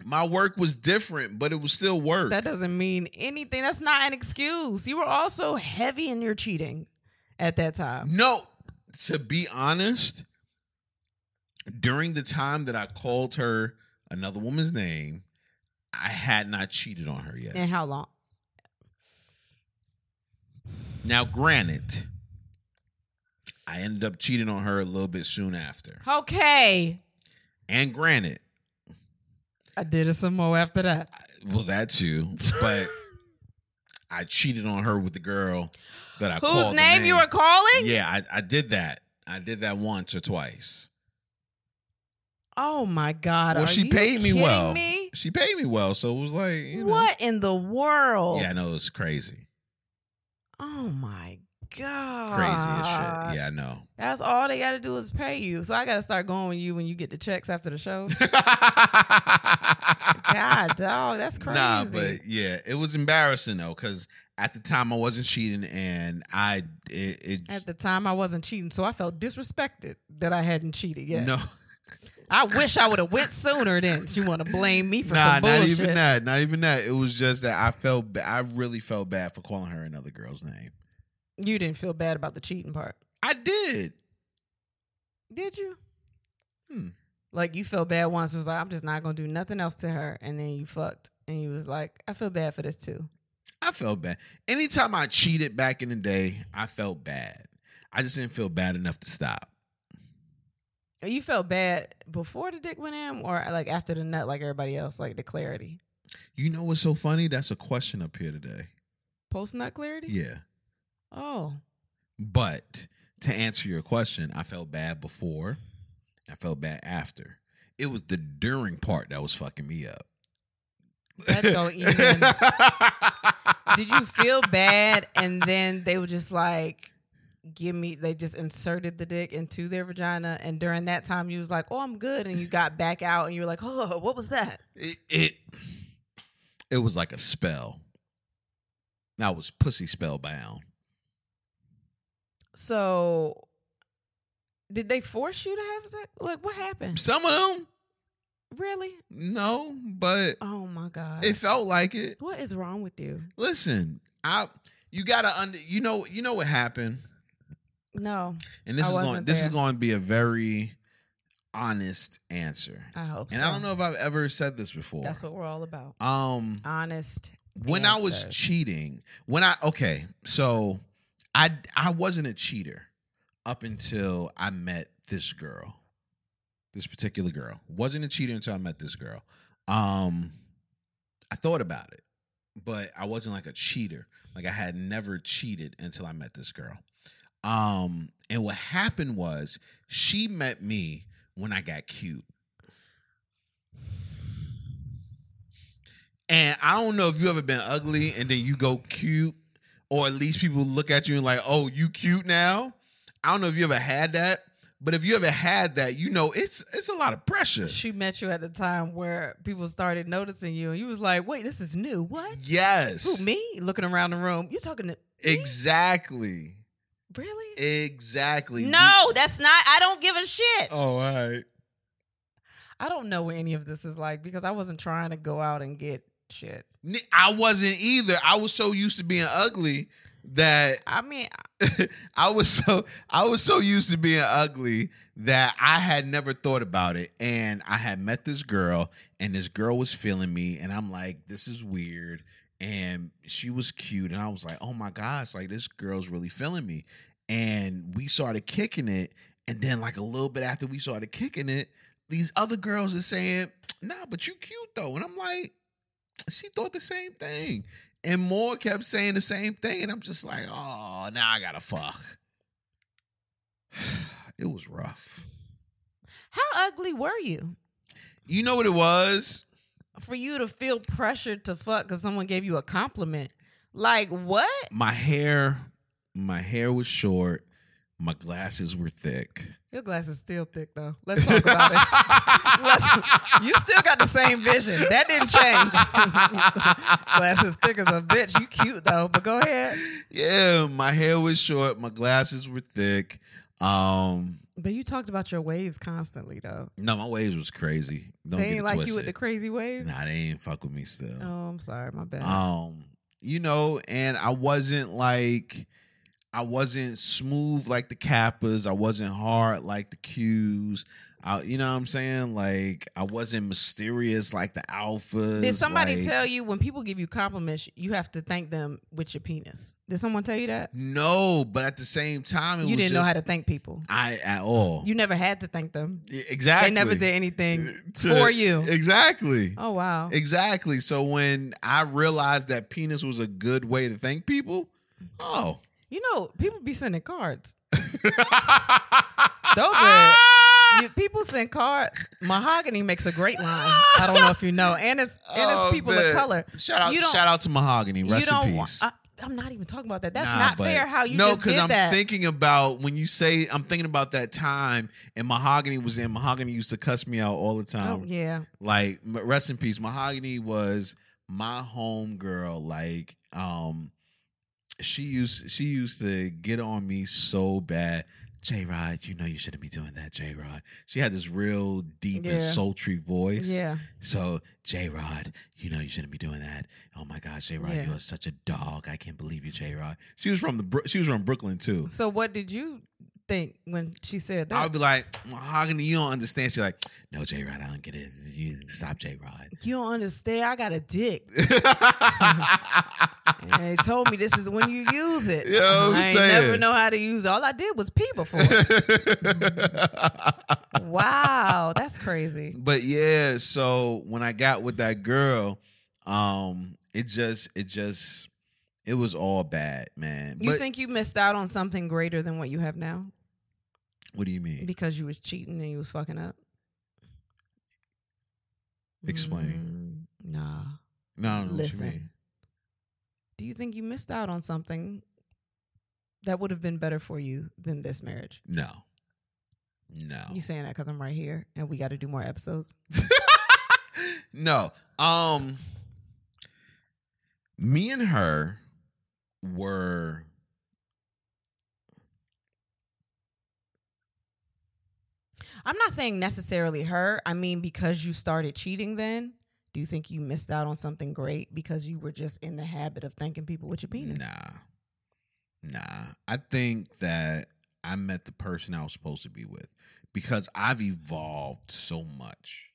[SPEAKER 1] My work was different, but it was still work.
[SPEAKER 2] That doesn't mean anything. That's not an excuse. You were also heavy in your cheating at that time.
[SPEAKER 1] No, to be honest, during the time that I called her another woman's name, I had not cheated on her yet.
[SPEAKER 2] And how long?
[SPEAKER 1] Now, granted, I ended up cheating on her a little bit soon after.
[SPEAKER 2] Okay,
[SPEAKER 1] And granted,
[SPEAKER 2] I did it some more after that.
[SPEAKER 1] well, that too, but I cheated on her with the girl that I
[SPEAKER 2] Whose
[SPEAKER 1] called. the
[SPEAKER 2] name, you were calling?
[SPEAKER 1] Yeah, I, I did that. I did that once or twice.
[SPEAKER 2] Oh my god!
[SPEAKER 1] well,
[SPEAKER 2] are
[SPEAKER 1] she
[SPEAKER 2] you
[SPEAKER 1] paid me
[SPEAKER 2] kidding
[SPEAKER 1] well.
[SPEAKER 2] me?
[SPEAKER 1] She paid me well, so it was like you know.
[SPEAKER 2] What in the world?
[SPEAKER 1] Yeah, I know it's crazy,
[SPEAKER 2] Oh my god!
[SPEAKER 1] crazy as shit. Yeah, I
[SPEAKER 2] That's all they got to do is pay you. So I got to start going with you when you get the checks after the show.
[SPEAKER 1] know.
[SPEAKER 2] god, dog, that's crazy.
[SPEAKER 1] Nah, but yeah, it was embarrassing though, because at the time I wasn't cheating, and I it, it
[SPEAKER 2] At the time, I wasn't cheating, so I felt disrespected that I hadn't cheated yet.
[SPEAKER 1] no,
[SPEAKER 2] I wish I would have went sooner. Then you want to blame me for
[SPEAKER 1] nah,
[SPEAKER 2] some
[SPEAKER 1] not
[SPEAKER 2] bullshit?
[SPEAKER 1] even that, not even that. It was just that I felt ba- I really felt bad for calling her another girl's name.
[SPEAKER 2] You didn't feel bad about the cheating part,
[SPEAKER 1] I did.
[SPEAKER 2] did you?
[SPEAKER 1] Hmm.
[SPEAKER 2] Like you felt bad once, was like, I'm just not gonna do nothing else to her, and then you fucked, and you was like, I feel bad for this too.
[SPEAKER 1] I felt bad. Anytime I cheated back in the day, I felt bad. I just didn't feel bad enough to stop.
[SPEAKER 2] You felt bad before the dick went in, or like after the nut, like everybody else, like the clarity,
[SPEAKER 1] You know what's so funny? That's a question up here today.
[SPEAKER 2] post nut clarity.
[SPEAKER 1] Yeah.
[SPEAKER 2] Oh,
[SPEAKER 1] But to answer your question, I felt bad before. I felt bad after. It was the during part that was fucking me up.
[SPEAKER 2] that don't even. Did you feel bad, and then they were just like, give me? They just inserted the dick into their vagina, and during that time, you was like, oh, I'm good, and you got back out, and you were like, oh, what was that?
[SPEAKER 1] It, it it was like a spell. I was pussy spellbound.
[SPEAKER 2] So, did they force you to have sex? Like, what happened?
[SPEAKER 1] Some of them,
[SPEAKER 2] Really?
[SPEAKER 1] no, but
[SPEAKER 2] Oh my god!
[SPEAKER 1] it felt like it.
[SPEAKER 2] what is wrong with you?
[SPEAKER 1] Listen, I you gotta under you know you know what happened.
[SPEAKER 2] No,
[SPEAKER 1] And this
[SPEAKER 2] I
[SPEAKER 1] is going
[SPEAKER 2] wasn't
[SPEAKER 1] this is
[SPEAKER 2] there.
[SPEAKER 1] going to be a very honest answer.
[SPEAKER 2] I hope.
[SPEAKER 1] And
[SPEAKER 2] so.
[SPEAKER 1] I don't know if I've ever said this before.
[SPEAKER 2] That's what we're all about.
[SPEAKER 1] Um
[SPEAKER 2] Honest.
[SPEAKER 1] when I was
[SPEAKER 2] answers.
[SPEAKER 1] cheating, when I okay, so I I wasn't a cheater up until I met this girl. This particular girl. Wasn't a cheater until I met this girl. Um I thought about it, but I wasn't like a cheater. Like I had never cheated until I met this girl. Um and what happened was she met me when I got cute. And I don't know if you ever been ugly and then you go cute, or at least people look at you and like, oh, you cute now. I don't know if you ever had that, but if you ever had that, you know it's it's a lot of pressure.
[SPEAKER 2] She met you at the time where people started noticing you, and you was like, "Wait, this is new. What?
[SPEAKER 1] Yes,
[SPEAKER 2] Who me?" Looking around the room, you talking to
[SPEAKER 1] exactly,
[SPEAKER 2] really?
[SPEAKER 1] exactly.
[SPEAKER 2] no, that's not. I don't give a shit.
[SPEAKER 1] Oh, all right.
[SPEAKER 2] I don't know what any of this is like because I wasn't trying to go out and get shit.
[SPEAKER 1] N- I wasn't either. I was so used to being ugly that
[SPEAKER 2] I mean,
[SPEAKER 1] I was so I was so used to being ugly that I had never thought about it. And I had met this girl, and this girl was feeling me, and I'm like, this is weird. And she was cute, and I was like, oh my gosh, like this girl's really feeling me. And we started kicking it, and then like a little bit after we started kicking it, these other girls are saying, nah, but you cute though. And I'm like, she thought the same thing. And more kept saying the same thing. And I'm just like, oh, now I gotta fuck. It was rough.
[SPEAKER 2] How ugly were you
[SPEAKER 1] You know what it was?
[SPEAKER 2] for you to feel pressured to fuck because someone gave you a compliment? Like what?
[SPEAKER 1] My hair, my hair was short. My glasses were thick.
[SPEAKER 2] Your glass is still thick though. Let's talk about it. Let's- you still got the same vision. That didn't change. glass is thick as a bitch. You cute though, but go ahead.
[SPEAKER 1] yeah, my hair was short. My glasses were thick. Um,
[SPEAKER 2] But you talked about your waves constantly though.
[SPEAKER 1] no, my waves was crazy. Don't
[SPEAKER 2] they
[SPEAKER 1] get it
[SPEAKER 2] ain't like
[SPEAKER 1] twisted.
[SPEAKER 2] you with the crazy waves.
[SPEAKER 1] nah, they ain't fuck with me still.
[SPEAKER 2] Oh, I'm sorry, my bad.
[SPEAKER 1] Um, you know, and I wasn't like I wasn't smooth like the Kappas. I wasn't hard like the Qs. I, you know what I'm saying? Like I wasn't mysterious like the Alphas.
[SPEAKER 2] Did somebody
[SPEAKER 1] like-
[SPEAKER 2] tell you when people give you compliments, you have to thank them with your penis? Did someone tell you that?
[SPEAKER 1] No, but at the same time, it
[SPEAKER 2] You
[SPEAKER 1] was
[SPEAKER 2] didn't know
[SPEAKER 1] just-
[SPEAKER 2] how to thank people.
[SPEAKER 1] I at all.
[SPEAKER 2] You never had to thank them.
[SPEAKER 1] Yeah, exactly.
[SPEAKER 2] They never did anything
[SPEAKER 1] To-
[SPEAKER 2] for you.
[SPEAKER 1] Exactly.
[SPEAKER 2] oh wow.
[SPEAKER 1] Exactly. So when I realized that penis was a good way to thank people, oh.
[SPEAKER 2] you know, people be sending cards.
[SPEAKER 1] Those
[SPEAKER 2] are- You- people send cards. Mahogany makes a great line. I don't know if you know, and it's and
[SPEAKER 1] Oh,
[SPEAKER 2] it's people of color.
[SPEAKER 1] Shout out,
[SPEAKER 2] You don't-
[SPEAKER 1] shout out to Mahogany. Rest
[SPEAKER 2] you don't.
[SPEAKER 1] in
[SPEAKER 2] wa-
[SPEAKER 1] peace.
[SPEAKER 2] I, I'm not even talking about that. That's
[SPEAKER 1] Nah,
[SPEAKER 2] not
[SPEAKER 1] but-
[SPEAKER 2] fair. How you
[SPEAKER 1] no,
[SPEAKER 2] just did
[SPEAKER 1] I'm
[SPEAKER 2] that?
[SPEAKER 1] thinking about when you say I'm thinking about that time and Mahogany was in. Mahogany used to cuss me out all the time.
[SPEAKER 2] oh yeah.
[SPEAKER 1] like m- rest in peace mahogany was my home girl like um she used she used to get on me so bad j rod you know you shouldn't be doing that j rod she had this real deep
[SPEAKER 2] Yeah.
[SPEAKER 1] and sultry voice
[SPEAKER 2] Yeah.
[SPEAKER 1] so j rod you know you shouldn't be doing that oh my gosh j rod
[SPEAKER 2] Yeah.
[SPEAKER 1] you're such a dog i can't believe you j rod she was from the Bro- she was from brooklyn too
[SPEAKER 2] So what did you think when she said
[SPEAKER 1] I would
[SPEAKER 2] that?
[SPEAKER 1] be like, Mahogany, you don't understand. She's like, no, J Rod, I don't get it. You stop, J Rod.
[SPEAKER 2] you don't understand. I got a dick. And they told me this is when you use it.
[SPEAKER 1] Yeah, I'm
[SPEAKER 2] I ain't
[SPEAKER 1] saying.
[SPEAKER 2] never know how to use it. All I did was pee before. wow, that's crazy.
[SPEAKER 1] but yeah, so when I got with that girl, um, it just, it just, it was all bad, man.
[SPEAKER 2] You
[SPEAKER 1] but
[SPEAKER 2] think you missed out on something greater than what you have now
[SPEAKER 1] what do you mean?
[SPEAKER 2] because you was cheating and you was fucking up?
[SPEAKER 1] Explain.
[SPEAKER 2] Mm, nah.
[SPEAKER 1] no, I don't know
[SPEAKER 2] Listen.
[SPEAKER 1] what you mean.
[SPEAKER 2] Do you think you missed out on something that would have been better for you than this marriage?
[SPEAKER 1] No, no,
[SPEAKER 2] You saying that because I'm right here and we got to do more episodes?
[SPEAKER 1] no. Um, me and her were.
[SPEAKER 2] I'm not saying necessarily her. I mean, because you started cheating then, do you think you missed out on something great because you were just in the habit of thanking people with your penis?
[SPEAKER 1] Nah. Nah. I think that I met the person I was supposed to be with because I've evolved so much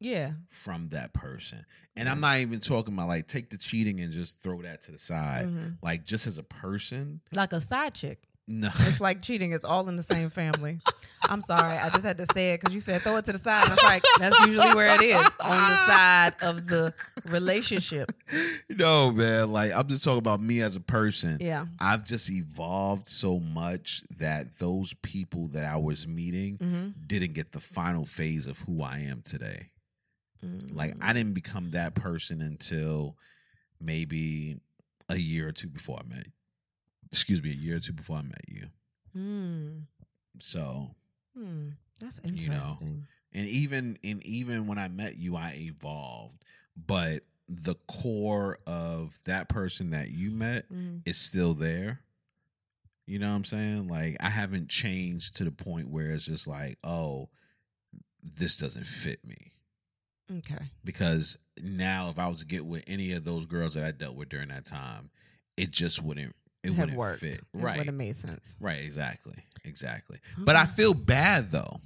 [SPEAKER 2] Yeah.
[SPEAKER 1] from that person. And I'm
[SPEAKER 2] Mhm.
[SPEAKER 1] not even talking about like take the cheating and just throw that to the side.
[SPEAKER 2] Mhm.
[SPEAKER 1] Like just as a person.
[SPEAKER 2] Like a side chick.
[SPEAKER 1] No.
[SPEAKER 2] It's like cheating. It's all in the same family. I'm sorry. I just had to say it because you said throw it to the side. And I was like, that's usually where it is on the side of the relationship.
[SPEAKER 1] no, man. Like I'm just talking about me as a person.
[SPEAKER 2] Yeah.
[SPEAKER 1] I've just evolved so much that those people that I was meeting
[SPEAKER 2] Mm-hmm.
[SPEAKER 1] didn't get the final phase of who I am today. Like
[SPEAKER 2] Mm-hmm. Mm.
[SPEAKER 1] I didn't become that person until maybe a year or two before I met. Excuse me, a year or two before I met you.
[SPEAKER 2] Mm.
[SPEAKER 1] So,
[SPEAKER 2] Hmm. That's
[SPEAKER 1] You know.
[SPEAKER 2] interesting.
[SPEAKER 1] and even and even when I met you, I evolved, but the core of that person that you met
[SPEAKER 2] Mm.
[SPEAKER 1] is still there. You know what I'm saying? Like I haven't changed to the point where it's just like, oh, this doesn't fit me.
[SPEAKER 2] Okay.
[SPEAKER 1] because now if I was to get with any of those girls that I dealt with during that time, it just wouldn't it
[SPEAKER 2] Had
[SPEAKER 1] wouldn't
[SPEAKER 2] worked.
[SPEAKER 1] fit.
[SPEAKER 2] It would
[SPEAKER 1] Right.
[SPEAKER 2] have made sense.
[SPEAKER 1] Right, exactly. Exactly. But I
[SPEAKER 2] Okay.
[SPEAKER 1] feel bad though.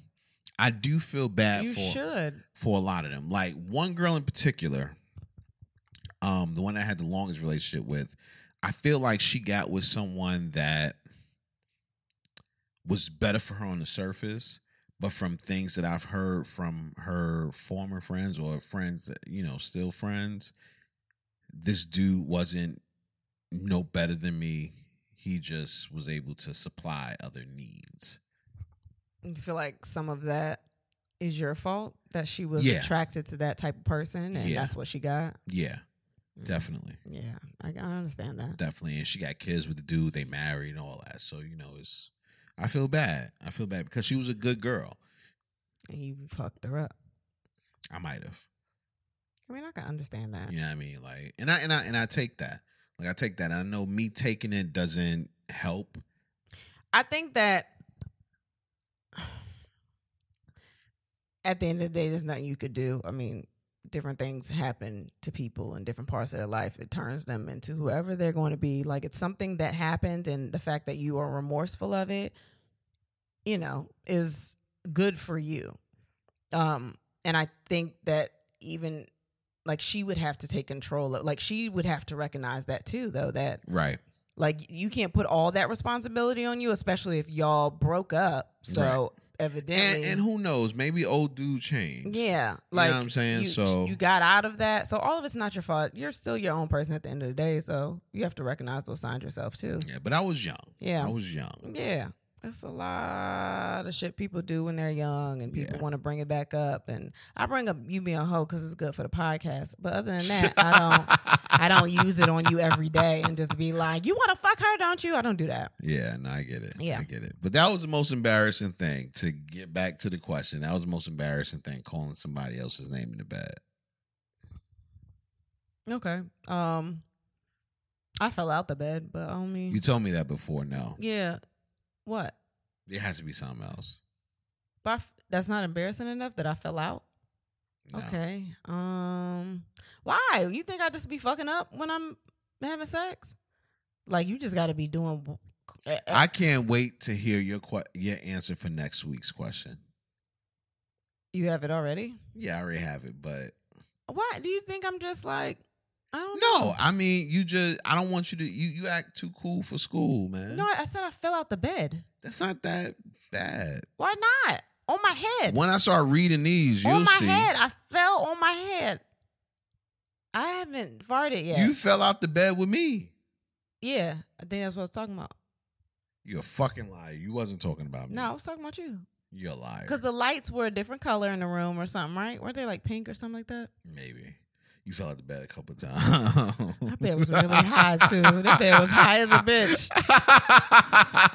[SPEAKER 1] I do feel bad
[SPEAKER 2] Mm-hmm. you
[SPEAKER 1] for
[SPEAKER 2] should.
[SPEAKER 1] for a lot of them. Like one girl in particular, um, the one I had the longest relationship with, I feel like she got with someone that was better for her on the surface, but from things that I've heard from her former friends or friends that, you know, still friends, this dude wasn't no better than me. He just was able to supply other needs.
[SPEAKER 2] You feel like some of that is your fault that she was
[SPEAKER 1] Yeah.
[SPEAKER 2] attracted to that type of person and
[SPEAKER 1] Yeah.
[SPEAKER 2] that's what she got.
[SPEAKER 1] Yeah,
[SPEAKER 2] Mm.
[SPEAKER 1] definitely,
[SPEAKER 2] Yeah, I, I understand that.
[SPEAKER 1] definitely. And she got kids with the dude. They married and all that. So you know, it's. I feel bad. I feel bad because she was a good girl.
[SPEAKER 2] And you fucked her up.
[SPEAKER 1] I might have.
[SPEAKER 2] I mean, I can understand that.
[SPEAKER 1] You know what I mean? Like, and I and I and I take that. Like, I take that. And I know me taking it doesn't help.
[SPEAKER 2] I think that at the end of the day, there's nothing you could do. I mean, different things happen to people in different parts of their life. It turns them into whoever they're going to be. Like it's something that happened, and the fact that you are remorseful of it, you know, is good for you. Um, and I think that even like she would have to take control of like she would have to recognize that too though that
[SPEAKER 1] Right.
[SPEAKER 2] like you can't put all that responsibility on you, especially if y'all broke up. So
[SPEAKER 1] And
[SPEAKER 2] evidently,
[SPEAKER 1] and who knows? Maybe old dude changed.
[SPEAKER 2] yeah,
[SPEAKER 1] know
[SPEAKER 2] like
[SPEAKER 1] what I'm saying?
[SPEAKER 2] you-
[SPEAKER 1] So-
[SPEAKER 2] you got out of that. So all of it's not your fault. You're still your own person at the end of the day. So you have to recognize those signs yourself too.
[SPEAKER 1] Yeah, but I was young.
[SPEAKER 2] Yeah.
[SPEAKER 1] I was young.
[SPEAKER 2] Yeah, that's a lot of shit people do when they're young, and people
[SPEAKER 1] Yeah.
[SPEAKER 2] want to bring it back up. And I bring up you being a hoe because it's good for the podcast. But other than that, I don't. I don't use it on you every day and just be like, "You want to fuck her, don't you?" I don't do that.
[SPEAKER 1] Yeah, no, I get it.
[SPEAKER 2] Yeah.
[SPEAKER 1] I get it. But that was the most embarrassing thing to get back to the question. That was the most embarrassing thing calling somebody else's name in the bed.
[SPEAKER 2] Okay. Um, I fell out the bed, but only
[SPEAKER 1] You told me that before. No,
[SPEAKER 2] yeah. What?
[SPEAKER 1] there has to be something else.
[SPEAKER 2] But I f- that's not embarrassing enough that I fell out.
[SPEAKER 1] No.
[SPEAKER 2] Okay. Um, why? You think I just be fucking up when I'm having sex? Like you just got to be doing. w- eh, eh.
[SPEAKER 1] I can't wait to hear your que- your answer for next week's question.
[SPEAKER 2] you have it already.
[SPEAKER 1] Yeah, I already have it, but
[SPEAKER 2] Why do you think I'm just like? I don't
[SPEAKER 1] no, I mean you just I don't want you to you you act too cool for school, man.
[SPEAKER 2] know. No, I, I said I fell out the bed.
[SPEAKER 1] That's not that bad.
[SPEAKER 2] Why not? On my head.
[SPEAKER 1] When I start reading these, you'll
[SPEAKER 2] on my
[SPEAKER 1] see
[SPEAKER 2] head. I fell on my head. I haven't farted yet.
[SPEAKER 1] you fell out the bed with me.
[SPEAKER 2] Yeah, I think that's what I was talking about.
[SPEAKER 1] You're a fucking liar. You wasn't talking about me.
[SPEAKER 2] No, I was talking about you.
[SPEAKER 1] You're a liar.
[SPEAKER 2] Because the lights were a different color in the room or something, right? Weren't they like pink or something like that?
[SPEAKER 1] Maybe. You fell out the bed a couple of times.
[SPEAKER 2] That bed was really high, too. That bed was high as a bitch. I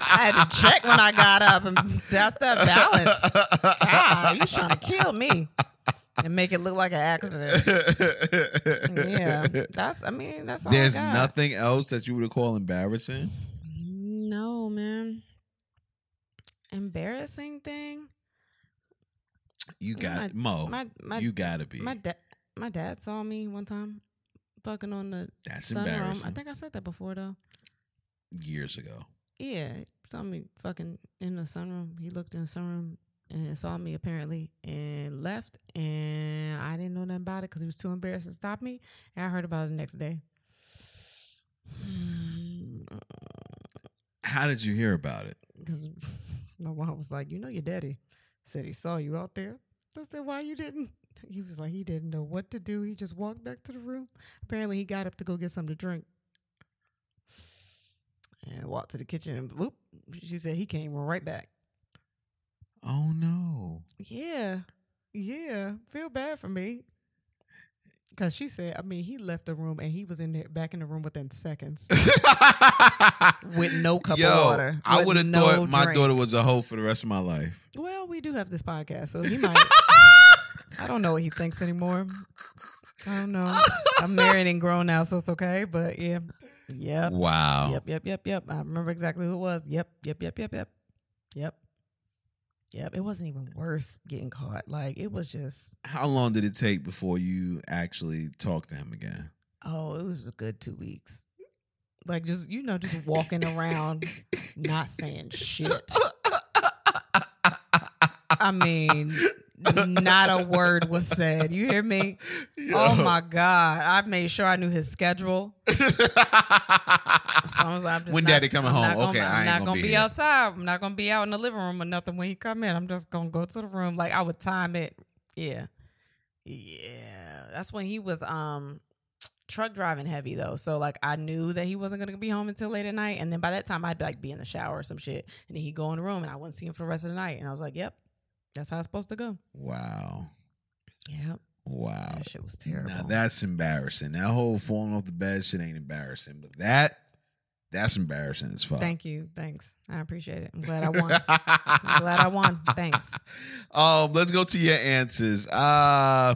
[SPEAKER 1] I
[SPEAKER 2] had to check when I got up, and that's that balance. God, you trying to kill me and make it look like an accident. Yeah, that's, I mean, that's all I
[SPEAKER 1] There's
[SPEAKER 2] got.
[SPEAKER 1] nothing else that you would call embarrassing.
[SPEAKER 2] No, man. Embarrassing thing?
[SPEAKER 1] You got Mo.
[SPEAKER 2] My, my,
[SPEAKER 1] Oh, you gotta be.
[SPEAKER 2] My dad, my dad saw me one time, fucking on the
[SPEAKER 1] That's
[SPEAKER 2] sunroom. um, I
[SPEAKER 1] embarrassing.
[SPEAKER 2] think I said that before though.
[SPEAKER 1] Years ago.
[SPEAKER 2] Yeah, he saw me fucking in the sunroom. He looked in the sunroom and saw me apparently and left. And I didn't know nothing about it because he was too embarrassed to stop me. And I heard about it the next day.
[SPEAKER 1] How did you hear about it?
[SPEAKER 2] Because my mom was like, "You know, your daddy said he saw you out there." I said, "Why you didn't?" He was like, "He didn't know what to do. He just walked back to the room. Apparently, he got up to go get something to drink." And walked to the kitchen and whoop. She said he came right back.
[SPEAKER 1] Oh no.
[SPEAKER 2] Yeah. Yeah. Feel bad for me. Cause she said, I mean, he left the room and he was in there back in the room within seconds. With no cup of water.
[SPEAKER 1] I
[SPEAKER 2] With
[SPEAKER 1] would have
[SPEAKER 2] no
[SPEAKER 1] thought my
[SPEAKER 2] drink.
[SPEAKER 1] daughter was a hoe for the rest of my life.
[SPEAKER 2] Well, we do have this podcast, so he might I don't know what he thinks anymore. I don't know. I'm married and grown now, so it's okay. But yeah. Yep.
[SPEAKER 1] Wow.
[SPEAKER 2] Yep, yep, yep, yep. I remember exactly who it was. Yep, yep, yep, yep, yep. Yep. Yep. It wasn't even worth getting caught. Like it was just
[SPEAKER 1] How long did it take before you actually talked to him again?
[SPEAKER 2] Oh, it was a good two weeks. Like just you know, just walking around not saying shit. I mean, not a word was said. You hear me? Oh my god! I made sure I knew his schedule. So I was like, I'm just
[SPEAKER 1] When
[SPEAKER 2] not-
[SPEAKER 1] daddy coming
[SPEAKER 2] I'm
[SPEAKER 1] home?
[SPEAKER 2] not gonna-
[SPEAKER 1] Okay, I
[SPEAKER 2] I'm
[SPEAKER 1] ain't
[SPEAKER 2] not
[SPEAKER 1] gonna
[SPEAKER 2] gonna,
[SPEAKER 1] be
[SPEAKER 2] be,
[SPEAKER 1] here.
[SPEAKER 2] outside. I'm not gonna be out in the living room or nothing when he come in. I'm just gonna go to the room. Like I would time it. Yeah, yeah. That's when he was um truck driving heavy though. So like I knew that he wasn't gonna be home until late at night. And then by that time I'd like be in the shower or some shit. And then he'd go in the room and I wouldn't see him for the rest of the night. And I was like, Yep, that's how it's supposed to go.
[SPEAKER 1] Wow.
[SPEAKER 2] Yep.
[SPEAKER 1] Wow.
[SPEAKER 2] That shit was terrible.
[SPEAKER 1] Now that's embarrassing. That whole falling off the bed shit ain't embarrassing, but that that's embarrassing as fuck.
[SPEAKER 2] Thank you. Thanks. I appreciate it. I'm glad I won. I'm glad I won. Thanks.
[SPEAKER 1] Um, let's go to your answers. Uh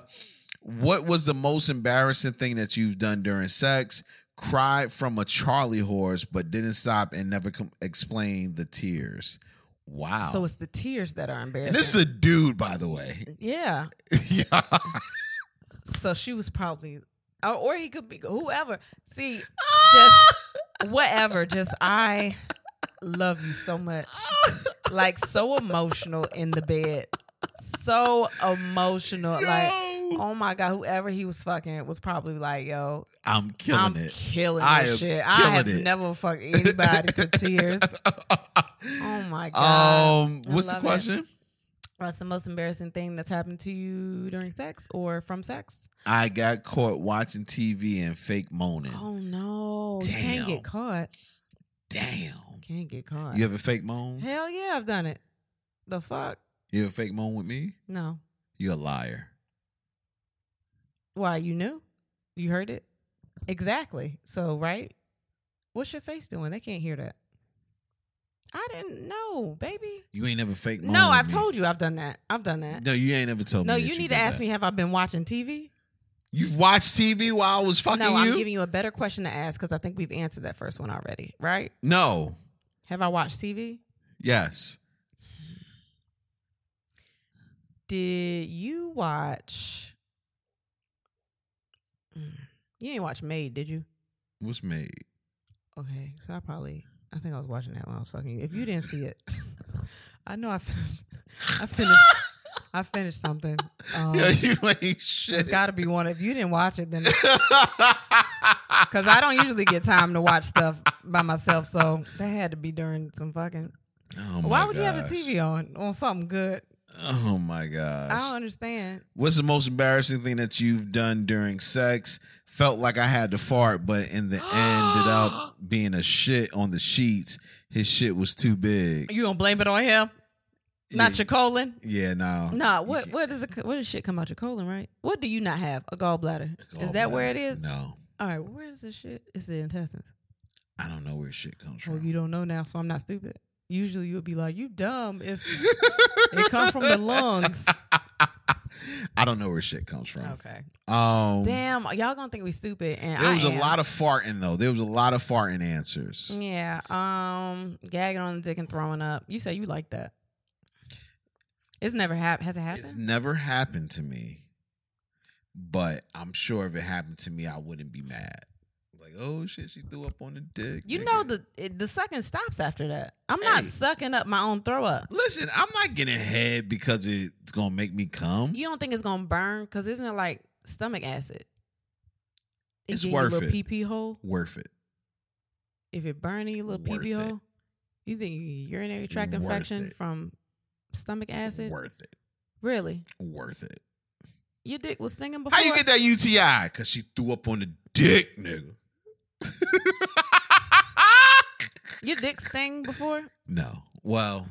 [SPEAKER 1] what was the most embarrassing thing that you've done during sex? Cried from a Charlie horse, but didn't stop and never com- explained the tears. Wow.
[SPEAKER 2] So it's the tears that are embarrassing.
[SPEAKER 1] and this is a dude, by the way.
[SPEAKER 2] yeah.
[SPEAKER 1] yeah.
[SPEAKER 2] So she was probably, or, or he could be whoever. See, just whatever. Just I love you so much. Like so emotional in the bed. So emotional. Like
[SPEAKER 1] Yo.
[SPEAKER 2] oh my god, whoever he was fucking was probably like, yo,
[SPEAKER 1] I'm killing
[SPEAKER 2] I'm
[SPEAKER 1] it.
[SPEAKER 2] killing
[SPEAKER 1] I am
[SPEAKER 2] this shit. I have
[SPEAKER 1] killing it.
[SPEAKER 2] never fucked anybody to tears. Oh my god.
[SPEAKER 1] Um,
[SPEAKER 2] I
[SPEAKER 1] what's the
[SPEAKER 2] love it.
[SPEAKER 1] question?
[SPEAKER 2] What's the most embarrassing thing that's happened to you during sex or from sex?
[SPEAKER 1] I got caught watching TV and fake moaning.
[SPEAKER 2] Oh no. You Can't
[SPEAKER 1] Damn.
[SPEAKER 2] get caught.
[SPEAKER 1] Damn.
[SPEAKER 2] Can't get caught.
[SPEAKER 1] You ever fake moan?
[SPEAKER 2] Hell yeah, I've done it. The fuck?
[SPEAKER 1] You ever fake moan with me?
[SPEAKER 2] No.
[SPEAKER 1] You a liar.
[SPEAKER 2] Why you knew? You heard it? Exactly. So, right? What's your face doing? They can't hear that. I didn't know, baby.
[SPEAKER 1] You ain't ever fake moan.
[SPEAKER 2] No, I've told you I've done that. I've done that.
[SPEAKER 1] No, you ain't ever told
[SPEAKER 2] No,
[SPEAKER 1] me. that
[SPEAKER 2] you need to
[SPEAKER 1] did
[SPEAKER 2] ask
[SPEAKER 1] that.
[SPEAKER 2] me have I been watching TV?
[SPEAKER 1] You've watched TV while I was fucking
[SPEAKER 2] No,
[SPEAKER 1] you?
[SPEAKER 2] I'm giving you a better question to ask because I think we've answered that first one already, right?
[SPEAKER 1] no.
[SPEAKER 2] Have I watched TV?
[SPEAKER 1] Yes.
[SPEAKER 2] Did you watch? Mm. You ain't watch Made, did you?
[SPEAKER 1] What's made?
[SPEAKER 2] Okay, so I probably I think I was watching that when I was fucking you. If you didn't see it, I know I finished. I finished. I finished something. Um,
[SPEAKER 1] yeah, you ain't shit.
[SPEAKER 2] it's got to be one. If you didn't watch it, then because I don't usually get time to watch stuff by myself, so that had to be during some fucking.
[SPEAKER 1] oh my
[SPEAKER 2] Why would you have
[SPEAKER 1] gosh.
[SPEAKER 2] the TV on on something good?
[SPEAKER 1] Oh my
[SPEAKER 2] I
[SPEAKER 1] gosh.
[SPEAKER 2] don't understand.
[SPEAKER 1] What's the most embarrassing thing that you've done during sex? Felt like I had to fart, but in the end, ended up being a shit on the sheets. His shit was too big.
[SPEAKER 2] You gonna blame it on him, not your colon?
[SPEAKER 1] Yeah, no.
[SPEAKER 2] Nah,
[SPEAKER 1] You
[SPEAKER 2] what
[SPEAKER 1] can't-
[SPEAKER 2] what does it, what does shit come out your colon, right? What do you not have? A gallbladder. Is that where it is?
[SPEAKER 1] No,
[SPEAKER 2] All right, where is this shit? It's the intestines.
[SPEAKER 1] I don't know where shit comes
[SPEAKER 2] Well,
[SPEAKER 1] from.
[SPEAKER 2] you don't know now, so I'm not stupid. Usually you would be like, You dumb. It's it comes from the lungs.
[SPEAKER 1] I don't know where shit comes from.
[SPEAKER 2] Okay.
[SPEAKER 1] Um,
[SPEAKER 2] Damn, y'all gonna think we stupid and
[SPEAKER 1] there
[SPEAKER 2] I
[SPEAKER 1] was
[SPEAKER 2] am.
[SPEAKER 1] a lot of farting though. There was a lot of farting answers.
[SPEAKER 2] Yeah. Um gagging on the dick and throwing up. You say you like that. It's never happened. Has it happened?
[SPEAKER 1] It's never happened to me, but I'm sure if it happened to me, I wouldn't be mad. Like, oh shit, she threw up on the dick.
[SPEAKER 2] you
[SPEAKER 1] nigga.
[SPEAKER 2] know the it, the sucking stops after that. I'm not
[SPEAKER 1] Hey.
[SPEAKER 2] sucking up my own throw up.
[SPEAKER 1] Listen, I'm not getting head because it's gonna make me come.
[SPEAKER 2] You don't think it's gonna burn? Cause isn't it like stomach acid? It
[SPEAKER 1] It's
[SPEAKER 2] give
[SPEAKER 1] worth
[SPEAKER 2] you a little
[SPEAKER 1] it.
[SPEAKER 2] pee pee hole.
[SPEAKER 1] Worth it.
[SPEAKER 2] If it burn in your little pee
[SPEAKER 1] Worth
[SPEAKER 2] pee
[SPEAKER 1] it. Mm,
[SPEAKER 2] hole, you think you urinary tract
[SPEAKER 1] Worth
[SPEAKER 2] infection
[SPEAKER 1] it. Mm,
[SPEAKER 2] from stomach acid?
[SPEAKER 1] Worth it.
[SPEAKER 2] Really?
[SPEAKER 1] Worth it.
[SPEAKER 2] Your dick was stinging before.
[SPEAKER 1] How you get that UTI? Cause she threw up on the dick, nigga.
[SPEAKER 2] Your dick sting before?
[SPEAKER 1] no. Well,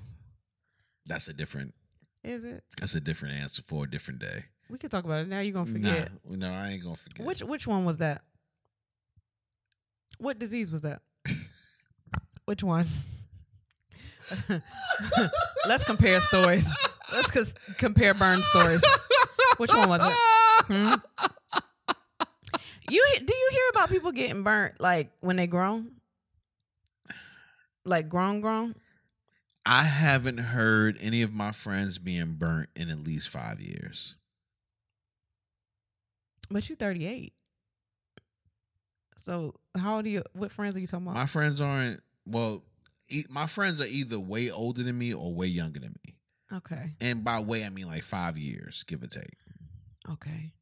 [SPEAKER 1] that's a different
[SPEAKER 2] Is it?
[SPEAKER 1] that's a different answer for a different day.
[SPEAKER 2] We could talk about it now. You're gonna forget.
[SPEAKER 1] Nah, no, I ain't gonna forget.
[SPEAKER 2] Which which one was that? What disease was that? which one? Let's compare stories. Let's cause compare burn stories. Which one was it? Hmm? You do you hear about people getting burnt like when they grown? Like grown grown?
[SPEAKER 1] I haven't heard any of my friends being burnt in at least five years.
[SPEAKER 2] But you 38. So how old are you what friends are you talking about?
[SPEAKER 1] My friends aren't well. E- my friends are either way older than me or way younger than me,
[SPEAKER 2] okay.
[SPEAKER 1] and by way I mean like five years, give or take.
[SPEAKER 2] Okay.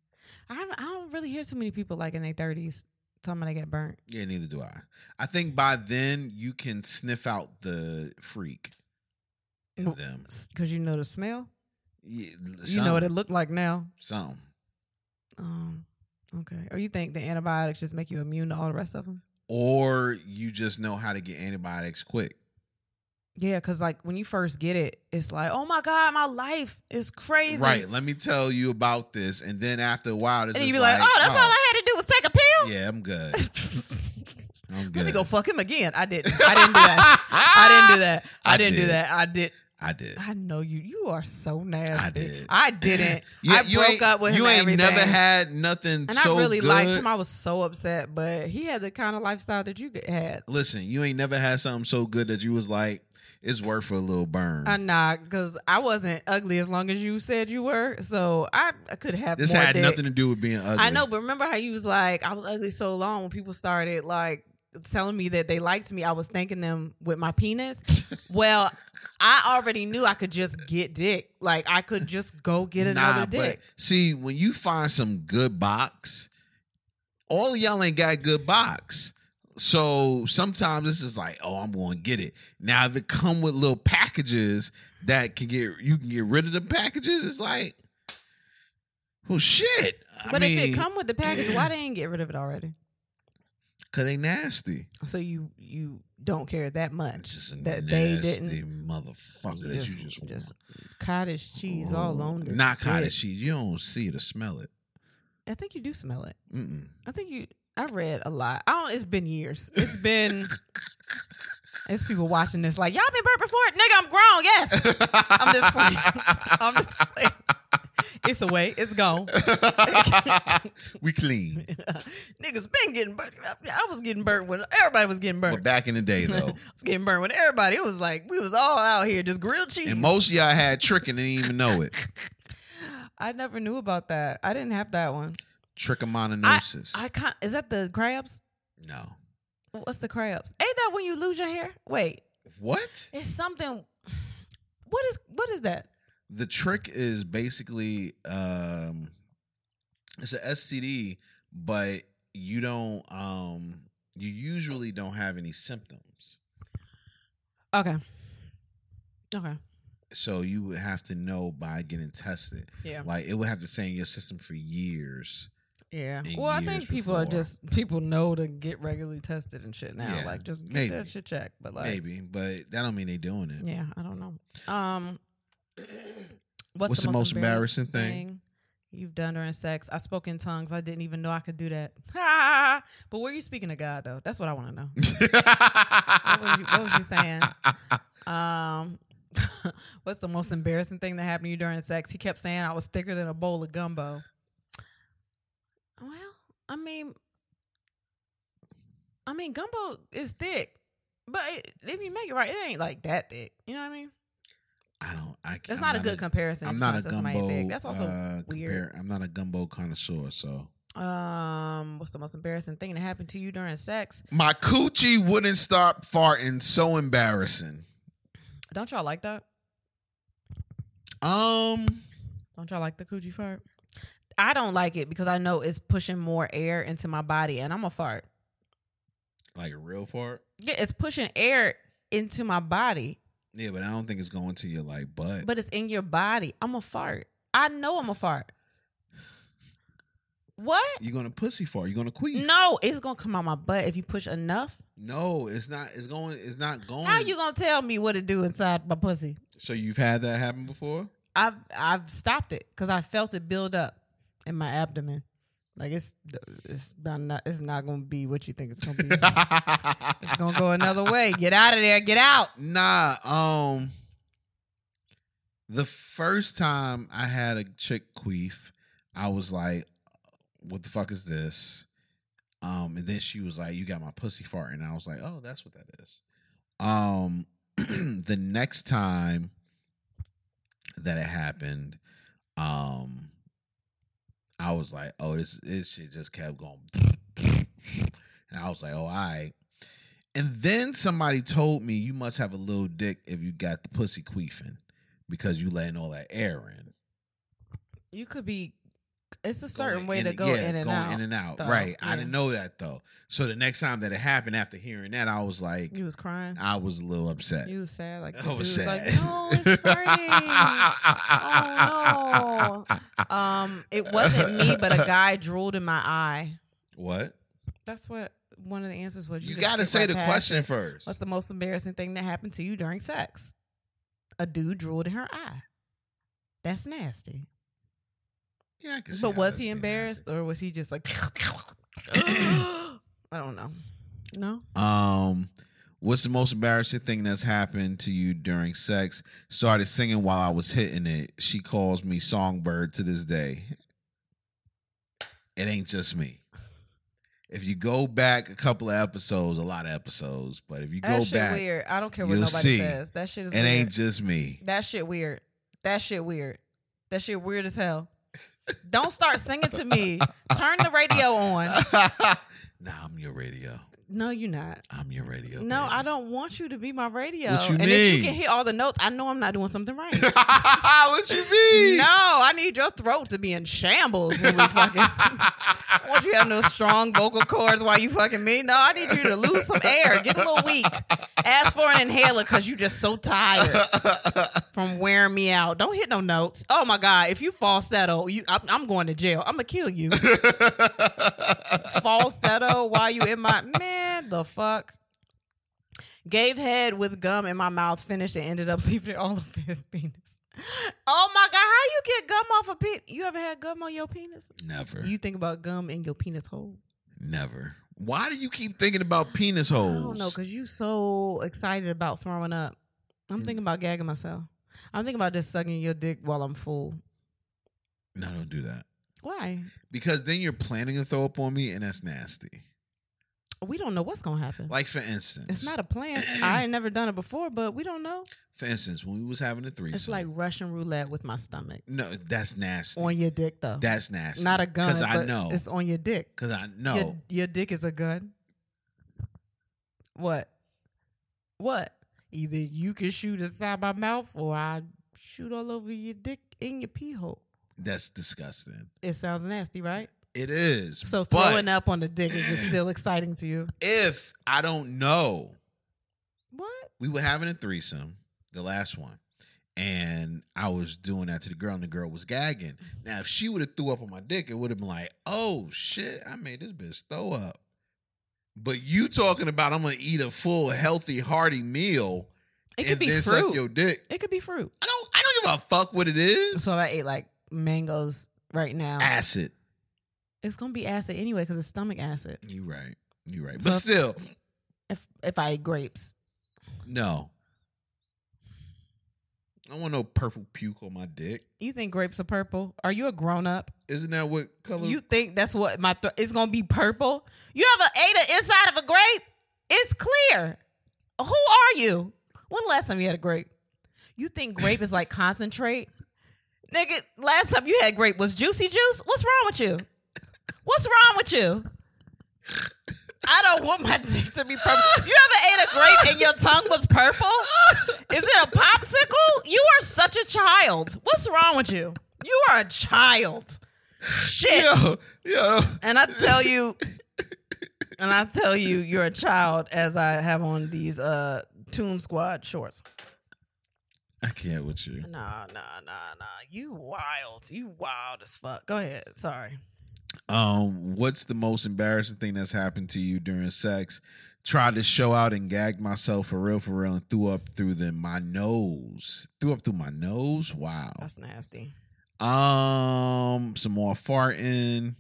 [SPEAKER 2] I don't I don't really hear too many people like in their thirties talking about they get burnt.
[SPEAKER 1] Yeah, neither do I. I think by then you can sniff out the freak in
[SPEAKER 2] Well,
[SPEAKER 1] them.
[SPEAKER 2] Cause you know the smell.
[SPEAKER 1] Yeah,
[SPEAKER 2] You know what it looked like now.
[SPEAKER 1] Some.
[SPEAKER 2] Um Okay. Or you think the antibiotics just make you immune to all the rest of them?
[SPEAKER 1] or you just know how to get antibiotics quick.
[SPEAKER 2] Yeah, because like when you first get it, it's like, oh my god, my life is crazy.
[SPEAKER 1] Right. Let me tell you about this, and then after a while, it's
[SPEAKER 2] And
[SPEAKER 1] just
[SPEAKER 2] you be like, oh, that's all I had to do was take a pill.
[SPEAKER 1] Yeah, I'm good. I'm good.
[SPEAKER 2] Let me go fuck him again. I didn't. I didn't do that. I didn't do that. I,
[SPEAKER 1] Ah! I
[SPEAKER 2] didn't do
[SPEAKER 1] did.
[SPEAKER 2] that. I did.
[SPEAKER 1] I did.
[SPEAKER 2] I know you. You are so nasty.
[SPEAKER 1] did.
[SPEAKER 2] I didn't.
[SPEAKER 1] You-
[SPEAKER 2] I
[SPEAKER 1] you
[SPEAKER 2] broke
[SPEAKER 1] ain't-
[SPEAKER 2] up with him.
[SPEAKER 1] You
[SPEAKER 2] and
[SPEAKER 1] ain't
[SPEAKER 2] everything.
[SPEAKER 1] never had nothing
[SPEAKER 2] And
[SPEAKER 1] so
[SPEAKER 2] I really
[SPEAKER 1] good.
[SPEAKER 2] liked him. I was so upset, but he had the kind of lifestyle that you had.
[SPEAKER 1] Listen, you ain't never had something so good that you was like, it's worth a little burn.
[SPEAKER 2] I Uh, nah, because I wasn't ugly as long as you said you were. So I, I could have.
[SPEAKER 1] this
[SPEAKER 2] more
[SPEAKER 1] had
[SPEAKER 2] dick.
[SPEAKER 1] nothing to do with being ugly.
[SPEAKER 2] I know, but remember how you was like, I was ugly so long when people started like telling me that they liked me, I was thanking them with my penis. well, I already knew I could just get dick. Like I could just go get another
[SPEAKER 1] nah,
[SPEAKER 2] dick.
[SPEAKER 1] But see, when you find some good box, all of y'all ain't got good box. So sometimes it's just like, oh, I'm going to get it. Now, if it come with little packages that can get you can get rid of the packages, it's like, well, shit. I
[SPEAKER 2] But,
[SPEAKER 1] mean,
[SPEAKER 2] if it come with the package, why they ain't get rid of it already?
[SPEAKER 1] cause they nasty.
[SPEAKER 2] So you you don't care that
[SPEAKER 1] It's
[SPEAKER 2] much
[SPEAKER 1] just a
[SPEAKER 2] that they
[SPEAKER 1] nasty
[SPEAKER 2] didn't.
[SPEAKER 1] motherfucker that you just, want.
[SPEAKER 2] cottage cheese all on the
[SPEAKER 1] Not
[SPEAKER 2] dick.
[SPEAKER 1] cottage cheese. You don't see it or smell it.
[SPEAKER 2] I think you do smell it.
[SPEAKER 1] Mm-mm.
[SPEAKER 2] I think you. I read a lot. I don't. It's been years. It's been. it's people watching this like y'all been burnt before, nigga. I'm grown. Yes, I'm just playing. I'm just playing. It's away. It's gone.
[SPEAKER 1] we clean.
[SPEAKER 2] Niggas been getting burnt. I was getting burnt when everybody was getting
[SPEAKER 1] But
[SPEAKER 2] burnt.
[SPEAKER 1] back in the day,
[SPEAKER 2] I
[SPEAKER 1] though,
[SPEAKER 2] was getting burnt when everybody. It was like we was all out here just grilled cheese.
[SPEAKER 1] and most of y'all had trick and didn't even know it.
[SPEAKER 2] I never knew about that. I didn't have that one.
[SPEAKER 1] Trichomoniasis.
[SPEAKER 2] I can't. Is that the crabs?
[SPEAKER 1] no.
[SPEAKER 2] What's the crabs? Ain't that when you lose your hair? Wait,
[SPEAKER 1] What?
[SPEAKER 2] it's something. What is what is that?
[SPEAKER 1] The trick is basically um, it's an STD, but you don't. Um, you usually don't have any symptoms,
[SPEAKER 2] Okay. Okay.
[SPEAKER 1] so you would have to know by getting tested.
[SPEAKER 2] Yeah.
[SPEAKER 1] Like it would have to stay in your system for years.
[SPEAKER 2] Yeah.
[SPEAKER 1] In
[SPEAKER 2] Well, I
[SPEAKER 1] years
[SPEAKER 2] think people are
[SPEAKER 1] before.
[SPEAKER 2] just people know to get regularly tested and shit now.
[SPEAKER 1] Yeah,
[SPEAKER 2] like just get
[SPEAKER 1] maybe.
[SPEAKER 2] that shit checked. But like
[SPEAKER 1] Maybe, but that don't mean they doing it.
[SPEAKER 2] Yeah, I don't know. Um what's,
[SPEAKER 1] What's the most embarrassing thing?
[SPEAKER 2] you've done during sex? I spoke in tongues. I didn't even know I could do that. but were you speaking to God though? That's what I want to know. was you- what was you saying? Um, what's the most embarrassing thing that happened to you during sex? He kept saying I was thicker than a bowl of gumbo. Well, I mean, I mean, gumbo is thick, but it, if you make it right, it ain't like that thick. You know what I mean?
[SPEAKER 1] I don't. I,
[SPEAKER 2] That's
[SPEAKER 1] I'm
[SPEAKER 2] not, a good comparison.
[SPEAKER 1] I'm
[SPEAKER 2] to
[SPEAKER 1] not a
[SPEAKER 2] concept somebody
[SPEAKER 1] gumbo.
[SPEAKER 2] thick. That's also
[SPEAKER 1] uh,
[SPEAKER 2] weird.
[SPEAKER 1] compare- I'm not a gumbo connoisseur, so
[SPEAKER 2] um, what's the most embarrassing thing that happened to you during sex?
[SPEAKER 1] my coochie wouldn't stop farting. So embarrassing.
[SPEAKER 2] Don't y'all like that?
[SPEAKER 1] Um,
[SPEAKER 2] Don't y'all like the coochie fart? I don't like it because I know it's pushing more air into my body, and I'm a fart.
[SPEAKER 1] like a real fart.
[SPEAKER 2] Yeah, it's pushing air into my body,
[SPEAKER 1] Yeah, but I don't think it's going to your like butt.
[SPEAKER 2] but it's in your body. I'm a fart. I know I'm a fart. What?
[SPEAKER 1] you're gonna pussy fart. You're gonna queef.
[SPEAKER 2] No, it's gonna come out my butt if you push enough.
[SPEAKER 1] No, it's not. It's going. It's not going.
[SPEAKER 2] How you gonna tell me what to do inside my pussy?
[SPEAKER 1] so you've had that happen before?
[SPEAKER 2] I've I've stopped it because I felt it build up in my abdomen. Like it's it's not it's not gonna be what you think it's gonna be. it's gonna go another way. Get out of there. Get out.
[SPEAKER 1] Nah, um the first time I had a chick queef, I was like, what the fuck is this? Um, and then she was like, You got my pussy fart, and I was like, Oh, that's what that is. Um the next time that it happened, um I was like, Oh, this this shit just kept going. And I was like, Oh, all right. And then somebody told me you must have a little dick if you got the pussy queefing because you letting all that air in.
[SPEAKER 2] You could be it's a certain way
[SPEAKER 1] in
[SPEAKER 2] to
[SPEAKER 1] and-
[SPEAKER 2] go
[SPEAKER 1] yeah,
[SPEAKER 2] in and
[SPEAKER 1] going
[SPEAKER 2] out.
[SPEAKER 1] in and out.
[SPEAKER 2] though.
[SPEAKER 1] Right. I
[SPEAKER 2] Yeah.
[SPEAKER 1] didn't know that though. So the next time that it happened, after hearing that, I was like,
[SPEAKER 2] you was crying.
[SPEAKER 1] I was a little upset.
[SPEAKER 2] You was sad. Like the
[SPEAKER 1] I was
[SPEAKER 2] dude was
[SPEAKER 1] sad.
[SPEAKER 2] like, no, it's free. Oh, um, it wasn't me, but a guy drooled in my eye.
[SPEAKER 1] What?
[SPEAKER 2] That's what one of the answers was.
[SPEAKER 1] You,
[SPEAKER 2] just
[SPEAKER 1] got to
[SPEAKER 2] skip
[SPEAKER 1] say
[SPEAKER 2] right
[SPEAKER 1] the
[SPEAKER 2] past
[SPEAKER 1] question
[SPEAKER 2] it.
[SPEAKER 1] first.
[SPEAKER 2] What's the most embarrassing thing that happened to you during sex? A dude drooled in her eye. That's nasty.
[SPEAKER 1] yeah, I can see
[SPEAKER 2] But
[SPEAKER 1] how
[SPEAKER 2] was
[SPEAKER 1] that's
[SPEAKER 2] he
[SPEAKER 1] being
[SPEAKER 2] embarrassed or was he just like? I don't know. No.
[SPEAKER 1] nasty. Um, what's the most embarrassing thing that's happened to you during sex? Started singing while I was hitting it. She calls me songbird to this day. It ain't just me. If you go back a couple of episodes, a lot of episodes, but if you go
[SPEAKER 2] That shit
[SPEAKER 1] back,
[SPEAKER 2] weird. I don't care what
[SPEAKER 1] you'll
[SPEAKER 2] nobody
[SPEAKER 1] see.
[SPEAKER 2] says. That shit is.
[SPEAKER 1] it
[SPEAKER 2] weird.
[SPEAKER 1] ain't just me.
[SPEAKER 2] That shit weird. That shit weird. That shit weird as hell. Don't start singing to me. Turn the radio on.
[SPEAKER 1] nah, I'm your radio.
[SPEAKER 2] No, you're not.
[SPEAKER 1] I'm your radio.
[SPEAKER 2] No,
[SPEAKER 1] baby.
[SPEAKER 2] I don't want you to be my radio.
[SPEAKER 1] What you
[SPEAKER 2] and if
[SPEAKER 1] mean?
[SPEAKER 2] you can hit all the notes, I know I'm not doing something right. no,
[SPEAKER 1] what you mean?
[SPEAKER 2] I need your throat to be in shambles when we fucking. I want you to have no strong vocal cords while you fucking me. No, I need you to lose some air, get a little weak. Ask for an inhaler because you just so tired. from wearing me out. Don't hit no notes. Oh my god, if you falsetto, you I'm, I'm going to jail. I'm gonna kill you. falsetto while you in my man the fuck. Gave head with gum in my mouth, finished and ended up leaving it all over his penis. Oh my god, how you get gum off a penis? You ever had gum on your penis?
[SPEAKER 1] never,
[SPEAKER 2] You think about gum in your penis hole?
[SPEAKER 1] never. Why do you keep thinking about penis
[SPEAKER 2] I
[SPEAKER 1] holes?
[SPEAKER 2] don't know, cause you so excited about throwing up. I'm
[SPEAKER 1] Mm.
[SPEAKER 2] thinking about gagging myself. I'm thinking about just sucking your dick while I'm full.
[SPEAKER 1] no, don't do that
[SPEAKER 2] Why?
[SPEAKER 1] because then you're planning to throw up on me, and that's nasty.
[SPEAKER 2] we don't know what's gonna happen.
[SPEAKER 1] Like for instance,
[SPEAKER 2] it's not a plan. I ain't never done it before, but we don't know.
[SPEAKER 1] for instance when we was having a threesome.
[SPEAKER 2] It's like Russian roulette with my stomach
[SPEAKER 1] no, that's nasty.
[SPEAKER 2] on your dick, though.
[SPEAKER 1] that's nasty.
[SPEAKER 2] Not a gun,
[SPEAKER 1] Because I
[SPEAKER 2] but
[SPEAKER 1] know.
[SPEAKER 2] it's on your dick.
[SPEAKER 1] Because I know.
[SPEAKER 2] Your, your dick is a gun. What? What? Either you can shoot inside my mouth, or I shoot all over your dick in your pee hole.
[SPEAKER 1] That's disgusting.
[SPEAKER 2] It sounds nasty, right?
[SPEAKER 1] It is.
[SPEAKER 2] So
[SPEAKER 1] but
[SPEAKER 2] throwing up on the dick is just still exciting to you.
[SPEAKER 1] if I don't know
[SPEAKER 2] What?
[SPEAKER 1] we were having a threesome, the last one, and I was doing that to the girl, and the girl was gagging.
[SPEAKER 2] Mm-hmm.
[SPEAKER 1] Now, if she would have threw up on my dick, it would have been like, "Oh shit, I made this bitch throw up." But you talking about I'm gonna eat a full, healthy, hearty meal
[SPEAKER 2] It could
[SPEAKER 1] and
[SPEAKER 2] be
[SPEAKER 1] then
[SPEAKER 2] fruit.
[SPEAKER 1] suck your dick?
[SPEAKER 2] it could be fruit.
[SPEAKER 1] I don't. I don't give a fuck what it is.
[SPEAKER 2] So if I ate like mangoes right now.
[SPEAKER 1] Acid.
[SPEAKER 2] It's gonna be acid anyway because it's stomach acid.
[SPEAKER 1] You right. You right.
[SPEAKER 2] So
[SPEAKER 1] but
[SPEAKER 2] if-
[SPEAKER 1] still,
[SPEAKER 2] If if I ate grapes,
[SPEAKER 1] no. I don't want no purple puke on my dick.
[SPEAKER 2] you think grapes are purple? Are you a grown up?
[SPEAKER 1] Isn't that what color?
[SPEAKER 2] You think that's what my thro it's gonna be purple? You ever ate an inside of a grape? It's clear. Who are you? When the last time you had a grape? You think grape is like concentrate? Nigga, last time you had grape was juicy juice. What's wrong with you? What's wrong with you? I don't want my dick to be purple. You ever ate a grape and your tongue was purple? Is it a popsicle? You are such a child. What's wrong with you? You are a child. Shit.
[SPEAKER 1] Yo, yo.
[SPEAKER 2] And I tell you, and I tell you, you're a child as I have on these uh Tomb Squad shorts.
[SPEAKER 1] I can't with you.
[SPEAKER 2] Nah, nah, nah, nah. You wild. You wild as fuck. Go ahead. Sorry.
[SPEAKER 1] Um, what's the most embarrassing thing that's happened to you during sex? Tried to show out and gagged myself for real, for real, and threw up through the my nose. Threw up through my nose. Wow.
[SPEAKER 2] That's nasty.
[SPEAKER 1] Um, some more farting.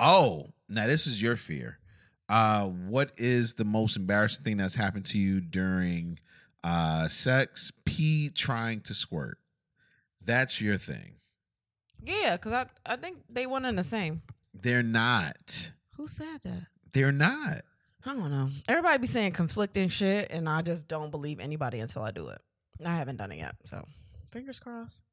[SPEAKER 1] Oh, now this is your fear. Uh, what is the most embarrassing thing that's happened to you during uh sex? P trying to squirt. That's your thing.
[SPEAKER 2] Yeah, because I, I think they one and the same.
[SPEAKER 1] They're not.
[SPEAKER 2] Who said that?
[SPEAKER 1] They're not.
[SPEAKER 2] I don't know. Everybody be saying conflicting shit, and I just don't believe anybody until I do it. I haven't done it yet, so fingers crossed.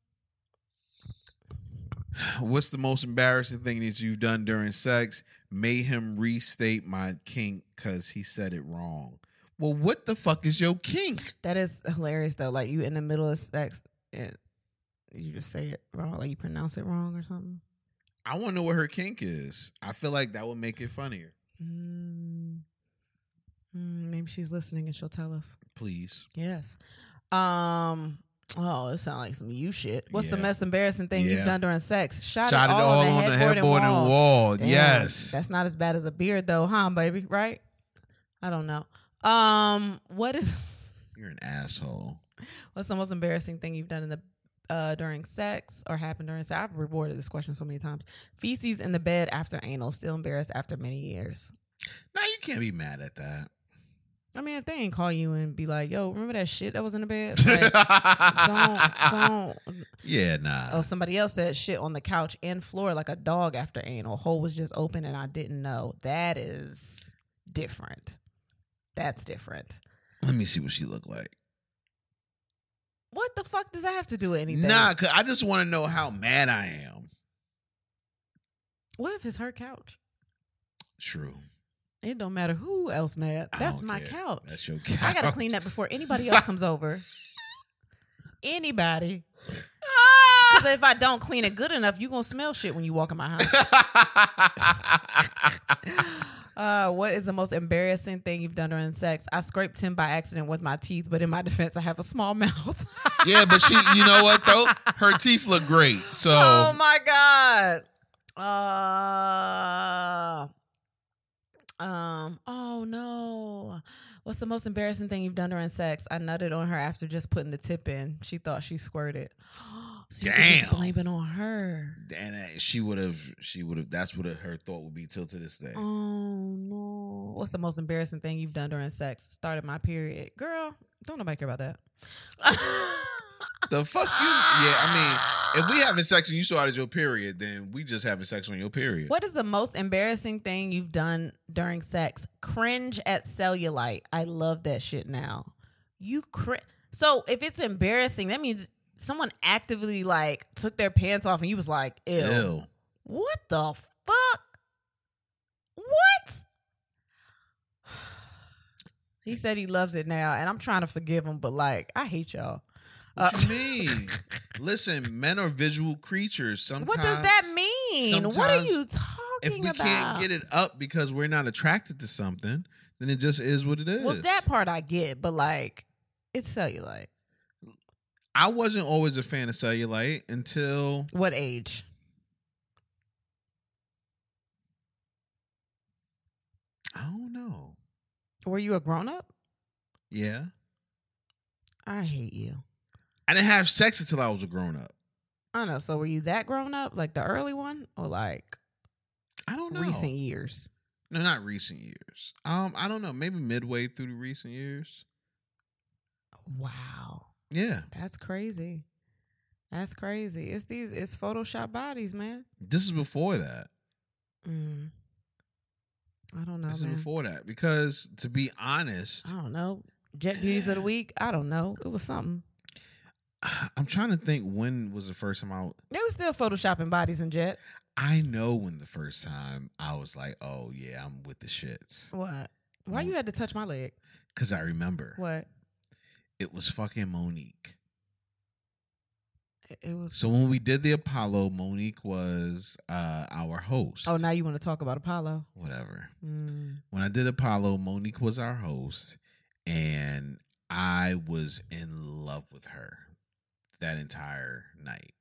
[SPEAKER 1] What's the most embarrassing thing that you've done during sex? Made him restate my kink because he said it wrong. Well, what the fuck is your kink?
[SPEAKER 2] That is hilarious though. Like you in the middle of sex and you just say it wrong, like you pronounce it wrong or something.
[SPEAKER 1] I want to know what her kink is. I feel like that would make it funnier.
[SPEAKER 2] Mm, Mm, maybe she's listening and she'll tell us.
[SPEAKER 1] Please.
[SPEAKER 2] Yes. Um. Oh, it sounds like some you shit. What's the
[SPEAKER 1] Yeah.
[SPEAKER 2] most embarrassing thing
[SPEAKER 1] Yeah.
[SPEAKER 2] you've done during sex? Shot, it, all on the headboard, and wall. Damn,
[SPEAKER 1] yes.
[SPEAKER 2] That's not as bad as a beard though, huh, baby? Right? I don't know. Um. What is
[SPEAKER 1] You're an asshole.
[SPEAKER 2] what's the most embarrassing thing you've done in the uh, during sex or happened during sex? I've rewarded this question so many times. Feces in the bed after anal. Still embarrassed after many years.
[SPEAKER 1] Now you can't be mad at that.
[SPEAKER 2] I mean, if they ain't call you and be like, "Yo, remember that shit that was in the bed?" Like, don't don't
[SPEAKER 1] Yeah, nah.
[SPEAKER 2] Oh, somebody else said shit on the couch and floor like a dog after anal. Hole was just open and I didn't know. That is different. That's different.
[SPEAKER 1] Let me see what she look like.
[SPEAKER 2] What the fuck does that have to do with anything?
[SPEAKER 1] Nah, cause I just want to know how mad I am.
[SPEAKER 2] What if it's her couch?
[SPEAKER 1] True.
[SPEAKER 2] It don't matter who else mad.
[SPEAKER 1] I
[SPEAKER 2] That's
[SPEAKER 1] don't
[SPEAKER 2] my
[SPEAKER 1] care.
[SPEAKER 2] couch.
[SPEAKER 1] That's your couch.
[SPEAKER 2] I gotta clean that before anybody else comes over. Anybody. 'Cause if I don't clean it good enough, you gonna smell shit when you walk in my house. Uh, what is the most embarrassing thing you've done during sex? I scraped him by accident with my teeth, but in my defense, I have a small mouth.
[SPEAKER 3] yeah, but she, you know what though? Her teeth look great. So
[SPEAKER 2] oh my god. Uh, um. Oh no. What's the most embarrassing thing you've done during sex? I nutted on her after just putting the tip in. She thought she squirted. so you could just
[SPEAKER 1] Damn.
[SPEAKER 2] blame it on her.
[SPEAKER 1] and uh, she would have. She would have. That's what her thought would be till to this day.
[SPEAKER 2] Oh no. What's the most embarrassing thing you've done during sex? Started my period. Girl, don't nobody care about that.
[SPEAKER 1] The fuck you? Yeah, I mean, if we having sex and you saw it as your period, then we just having sex on your period.
[SPEAKER 2] What is the most embarrassing thing you've done during sex? Cringe at cellulite. I love that shit now. You cr- So if it's embarrassing, that means someone actively like took their pants off and you was like, ew.
[SPEAKER 1] Ew.
[SPEAKER 2] What the fuck? What? He said he loves it now, and I'm trying to forgive him, but like, I hate y'all.
[SPEAKER 1] What
[SPEAKER 2] Uh,
[SPEAKER 1] you mean? Listen, men are visual creatures. Sometimes
[SPEAKER 2] what does that mean? What are
[SPEAKER 1] sometimes
[SPEAKER 2] you
[SPEAKER 1] if
[SPEAKER 2] talking
[SPEAKER 1] we
[SPEAKER 2] about?
[SPEAKER 1] can't get it up because we're not attracted to something, then it just is what it is.
[SPEAKER 2] Well, that part I get, but like, it's cellulite.
[SPEAKER 1] I wasn't always a fan of cellulite until
[SPEAKER 2] What age?
[SPEAKER 1] I don't know.
[SPEAKER 2] Were you a grown up?
[SPEAKER 1] Yeah,
[SPEAKER 2] I hate you.
[SPEAKER 1] I didn't have sex until I was a grown up.
[SPEAKER 2] I don't know. So were you that grown up, like the early one, or like
[SPEAKER 1] I don't know.
[SPEAKER 2] recent years?
[SPEAKER 1] No, not recent years. Um, I don't know. Maybe midway through the recent years.
[SPEAKER 2] Wow.
[SPEAKER 1] Yeah,
[SPEAKER 2] That's crazy. That's crazy. It's these it's Photoshop bodies, man.
[SPEAKER 1] this is before that.
[SPEAKER 2] Mm. I don't know,
[SPEAKER 1] this
[SPEAKER 2] man.
[SPEAKER 1] is before that because, to be
[SPEAKER 2] I
[SPEAKER 1] honest,
[SPEAKER 2] don't know. Jet beauties of the week. I don't know. It was something.
[SPEAKER 1] I'm trying to think when was the first time I.
[SPEAKER 2] They were still photoshopping bodies in Jet.
[SPEAKER 1] I know when the first time I was like, "Oh yeah, I'm with the shits,"
[SPEAKER 2] What? Why you had to touch my leg?
[SPEAKER 1] because I remember
[SPEAKER 2] What?
[SPEAKER 1] it was fucking Monique.
[SPEAKER 2] It- It was.
[SPEAKER 1] So when we did the Apollo, Monique was uh, our host.
[SPEAKER 2] Oh, now you want to talk about Apollo?
[SPEAKER 1] whatever.
[SPEAKER 2] Mm.
[SPEAKER 1] When I did Apollo, Monique was our host, and I was in love with her that entire night.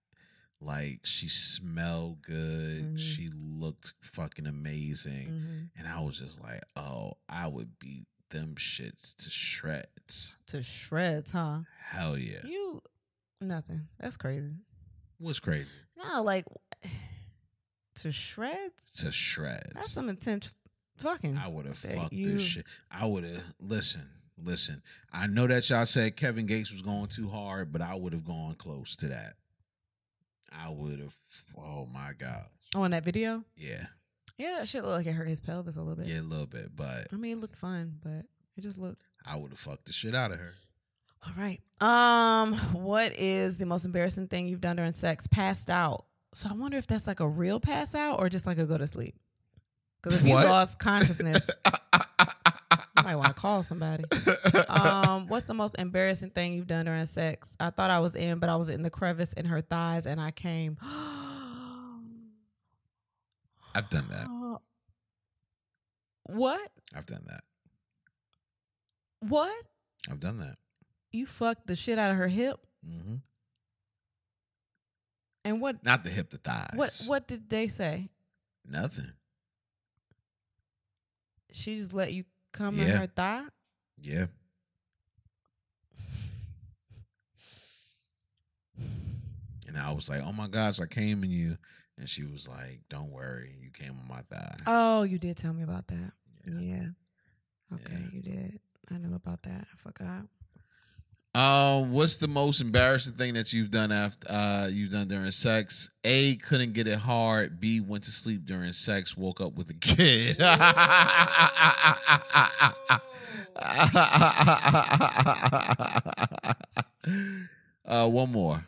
[SPEAKER 1] Like she smelled good,
[SPEAKER 2] Mhm.
[SPEAKER 1] she looked fucking amazing,
[SPEAKER 2] hmm
[SPEAKER 1] and I was just like, "Oh, I would beat them shits to shreds."
[SPEAKER 2] To shreds, huh?
[SPEAKER 1] Hell yeah,
[SPEAKER 2] You nothing. That's crazy.
[SPEAKER 1] was crazy
[SPEAKER 2] No, like to shreds.
[SPEAKER 1] to shreds.
[SPEAKER 2] That's some intense fucking.
[SPEAKER 1] I would have
[SPEAKER 2] that
[SPEAKER 1] fucked
[SPEAKER 2] you-
[SPEAKER 1] this shit. I would have listen, listen. I know that y'all said Kevin Gates was going too hard, but I would have gone close to that. I would have. Oh my god.
[SPEAKER 2] Oh, in that video.
[SPEAKER 1] Yeah,
[SPEAKER 2] Yeah, that shit looked like it hurt his pelvis a little bit.
[SPEAKER 1] yeah, a little bit, but
[SPEAKER 2] I mean, it looked fun, but it just looked
[SPEAKER 1] I would have fucked the shit out of her.
[SPEAKER 2] all right. Um, what is the most embarrassing thing you've done during sex? Passed out. So I wonder if that's like a real pass out or just like a go to sleep. Because if you
[SPEAKER 3] What?
[SPEAKER 2] lost consciousness, you might want to call somebody. Um, what's the most embarrassing thing you've done during sex? I thought I was in, but I was in the crevice in her thighs, and I came.
[SPEAKER 1] I've done that.
[SPEAKER 2] Uh, what?
[SPEAKER 1] I've done that.
[SPEAKER 2] What?
[SPEAKER 1] I've done that.
[SPEAKER 2] You fucked the shit out of her hip?
[SPEAKER 1] hmm
[SPEAKER 2] And what?
[SPEAKER 1] Not the hip, the thighs.
[SPEAKER 2] What? What did they say?
[SPEAKER 1] Nothing.
[SPEAKER 2] She just let you come in
[SPEAKER 1] Yeah.
[SPEAKER 2] her thigh?
[SPEAKER 1] Yeah. And I was like, oh my gosh, I came in you. And she was like, don't worry, you came on my thigh.
[SPEAKER 2] Oh, you did tell me about that.
[SPEAKER 1] Yeah.
[SPEAKER 2] Yeah. Okay,
[SPEAKER 1] Yeah.
[SPEAKER 2] you did. I knew about that. I forgot.
[SPEAKER 1] Um, what's the most embarrassing thing that you've done after uh you've done during sex? A couldn't get it hard. B went to sleep during sex, woke up with a kid. uh, one more.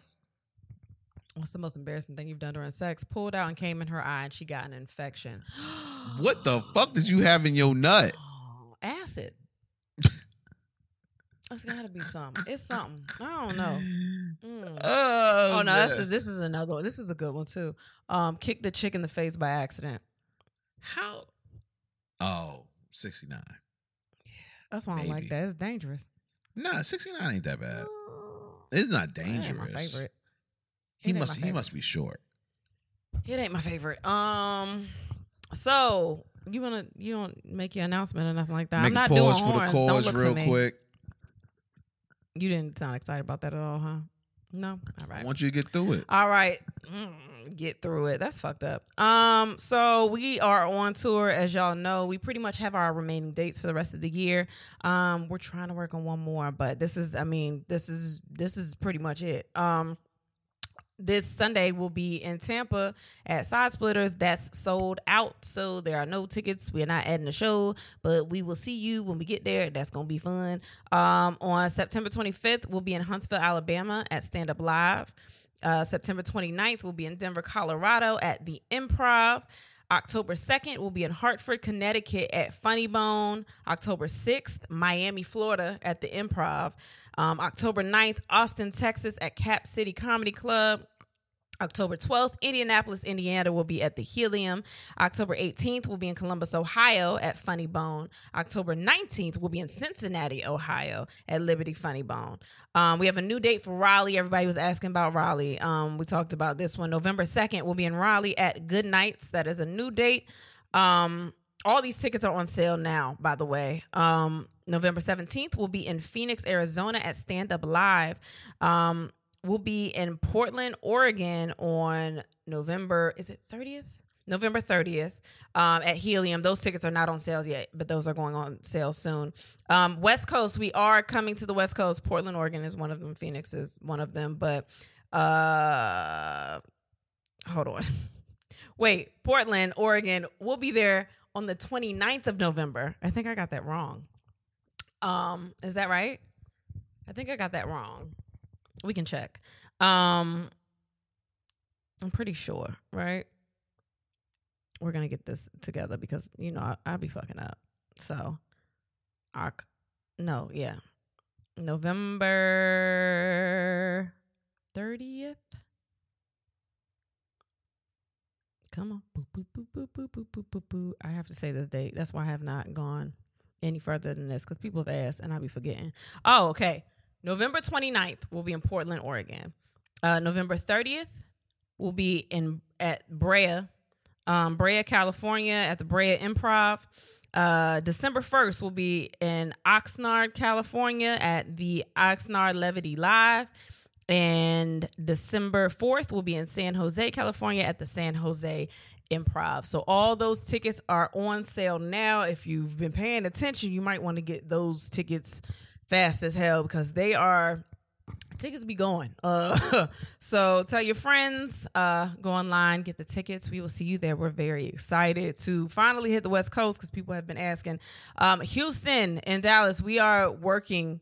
[SPEAKER 2] What's the most embarrassing thing you've done during sex? Pulled out and came in her eye, and she got an infection.
[SPEAKER 1] What the fuck did you have in your nut?
[SPEAKER 2] Oh, acid. That's gotta be something. It's something. I don't know. Mm.
[SPEAKER 1] Oh,
[SPEAKER 2] Oh no, that's
[SPEAKER 1] man.
[SPEAKER 2] this is another one. This is a good one too. Um, kick the chick in the face by accident.
[SPEAKER 1] how? Oh, 69.
[SPEAKER 2] That's why I don't
[SPEAKER 1] Maybe.
[SPEAKER 2] like that. It's dangerous.
[SPEAKER 1] Nah, 69 ain't that bad.
[SPEAKER 2] Oh,
[SPEAKER 1] It's not
[SPEAKER 2] that ain't
[SPEAKER 1] dangerous.
[SPEAKER 2] my favorite.
[SPEAKER 1] He
[SPEAKER 2] It ain't my
[SPEAKER 1] must he
[SPEAKER 2] favorite.
[SPEAKER 1] must be short.
[SPEAKER 2] It ain't my favorite. Um, so you wanna you don't make your announcement or nothing like that. I'm
[SPEAKER 1] Make
[SPEAKER 2] not
[SPEAKER 1] a pause
[SPEAKER 2] doing
[SPEAKER 1] for the
[SPEAKER 2] horns. don't
[SPEAKER 1] chorus
[SPEAKER 2] look for
[SPEAKER 1] real
[SPEAKER 2] me.
[SPEAKER 1] quick.
[SPEAKER 2] You didn't sound excited about that at all, huh? No. All
[SPEAKER 1] I
[SPEAKER 2] right. Uh,
[SPEAKER 1] want you to get through it.
[SPEAKER 2] All right. Mm, get through it. That's fucked up. Um, so we are on tour, as y'all know. We pretty much have our remaining dates for the rest of the year. Um, we're trying to work on one more, but this is I mean, this is this is pretty much it. Um this Sunday will be in Tampa at Side Splitters. That's sold out. So there are no tickets. We're not adding a show, but we will see you when we get there. That's going to be fun. Um, on September 25th, we'll be in Huntsville, Alabama at Stand Up Live. Uh, September 29th, we'll be in Denver, Colorado at the Improv. October 2nd, we'll be in Hartford, Connecticut at Funny Bone. October 6th, Miami, Florida at the Improv. Um, October 9th, Austin, Texas at Cap City Comedy Club. October 12th, Indianapolis, Indiana will be at the Helium. October 18th will be in Columbus, Ohio at Funny Bone. October 19th will be in Cincinnati, Ohio at Liberty Funny Bone. Um, we have a new date for Raleigh. Everybody was asking about Raleigh. Um, we talked about this one. November 2nd will be in Raleigh at Good Nights. That is a new date. Um, all these tickets are on sale now, by the way. Um, November 17th will be in Phoenix, Arizona at Stand Up Live. Um, will be in Portland, Oregon on November, is it 30th? November 30th um, at Helium. Those tickets are not on sales yet, but those are going on sale soon. Um, West Coast, we are coming to the West Coast. Portland, Oregon is one of them. Phoenix is one of them. But uh, hold on. Wait, Portland, Oregon, we'll be there on the 29th of November. I think I got that wrong. Um, is that right? I think I got that wrong. We can check. Um I'm pretty sure, right? We're gonna get this together because you know I, I'll be fucking up. So, Oc- no, yeah, November thirtieth. Come on, boop, boop, boop, boop, boop, boop, boop, boop, boop. I have to say this date. That's why I have not gone any further than this because people have asked and I'll be forgetting. Oh, okay. November 29th will be in Portland, Oregon. Uh, November 30th will be in at Brea, um, Brea, California, at the Brea Improv. Uh, December 1st will be in Oxnard, California, at the Oxnard Levity Live. And December 4th will be in San Jose, California, at the San Jose Improv. So all those tickets are on sale now. If you've been paying attention, you might want to get those tickets fast as hell because they are tickets be going. Uh, so tell your friends, uh, go online, get the tickets. We will see you there. We're very excited to finally hit the West Coast because people have been asking. Um, Houston and Dallas, we are working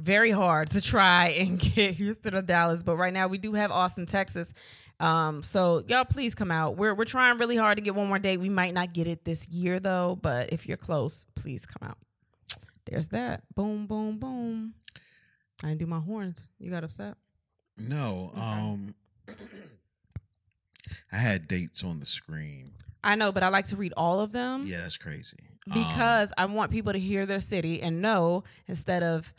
[SPEAKER 2] very hard to try and get Houston or Dallas, but right now we do have Austin, Texas. Um, so y'all please come out. We're we're trying really hard to get one more date. We might not get it this year though, but if you're close, please come out. There's that. Boom, boom, boom. I didn't do my horns. You got upset.
[SPEAKER 1] No,
[SPEAKER 2] Okay.
[SPEAKER 1] um I had dates on the screen
[SPEAKER 2] I know, but I like to read all of them
[SPEAKER 1] Yeah, that's crazy. Um,
[SPEAKER 2] because I want people to hear their city and know instead of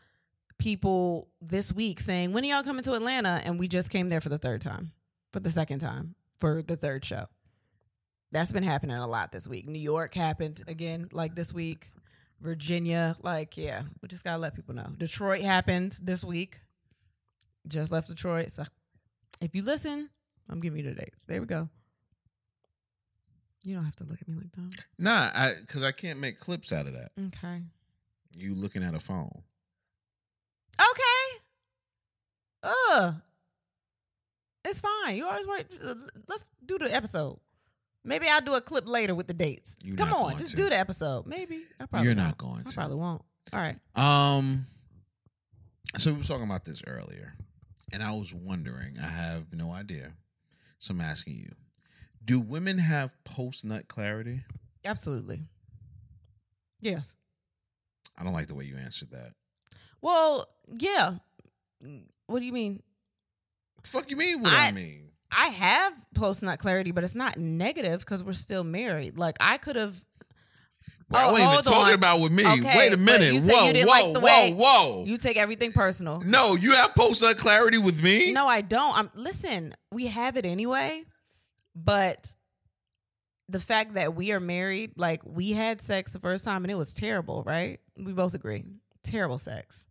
[SPEAKER 2] people this week saying, "When are y'all coming to Atlanta?" and we just came there for the third time, for the second time, for the third show. That's been happening a lot this week. New York happened again, like this week. Virginia, like yeah, we just gotta let people know. Detroit happened this week. Just left Detroit, so if you listen, I'm giving you the dates. There we go. You don't have to look at me like that.
[SPEAKER 1] nah, I because I can't make clips out of that.
[SPEAKER 2] Okay.
[SPEAKER 1] You looking at a phone.
[SPEAKER 2] Okay. Ugh. It's fine. You always work. uh, Let's do the episode. Maybe I'll do a clip later with the dates.
[SPEAKER 1] You're
[SPEAKER 2] Come
[SPEAKER 1] not
[SPEAKER 2] on,
[SPEAKER 1] going
[SPEAKER 2] just
[SPEAKER 1] to.
[SPEAKER 2] do the episode. Maybe I probably
[SPEAKER 1] You're
[SPEAKER 2] won't.
[SPEAKER 1] not going
[SPEAKER 2] I
[SPEAKER 1] to.
[SPEAKER 2] probably won't. All right.
[SPEAKER 1] Um, so we were talking about this earlier, and I was wondering. I have no idea, so I'm asking you: Do women have post nut clarity?
[SPEAKER 2] Absolutely. Yes.
[SPEAKER 1] I don't like the way you answered that.
[SPEAKER 2] Well, yeah. What do you mean?
[SPEAKER 1] The fuck you mean? What I,
[SPEAKER 2] I-
[SPEAKER 1] mean?
[SPEAKER 2] I have post nut clarity, but it's not negative because we're still married. Like I could have.
[SPEAKER 1] Well, I
[SPEAKER 2] Oh,
[SPEAKER 1] ain't even
[SPEAKER 2] hold
[SPEAKER 1] talking
[SPEAKER 2] on.
[SPEAKER 1] about with me.
[SPEAKER 2] Okay,
[SPEAKER 1] Wait a
[SPEAKER 2] but
[SPEAKER 1] minute.
[SPEAKER 2] you said
[SPEAKER 1] whoa,
[SPEAKER 2] you didn't
[SPEAKER 1] whoa,
[SPEAKER 2] like the
[SPEAKER 1] whoa,
[SPEAKER 2] way
[SPEAKER 1] whoa.
[SPEAKER 2] You take everything personal.
[SPEAKER 1] no, you have post nut clarity with me.
[SPEAKER 2] No, I don't. I'm listen, we have it anyway, but the fact that we are married, like we had sex the first time and it was terrible, right? We both agree. Terrible sex.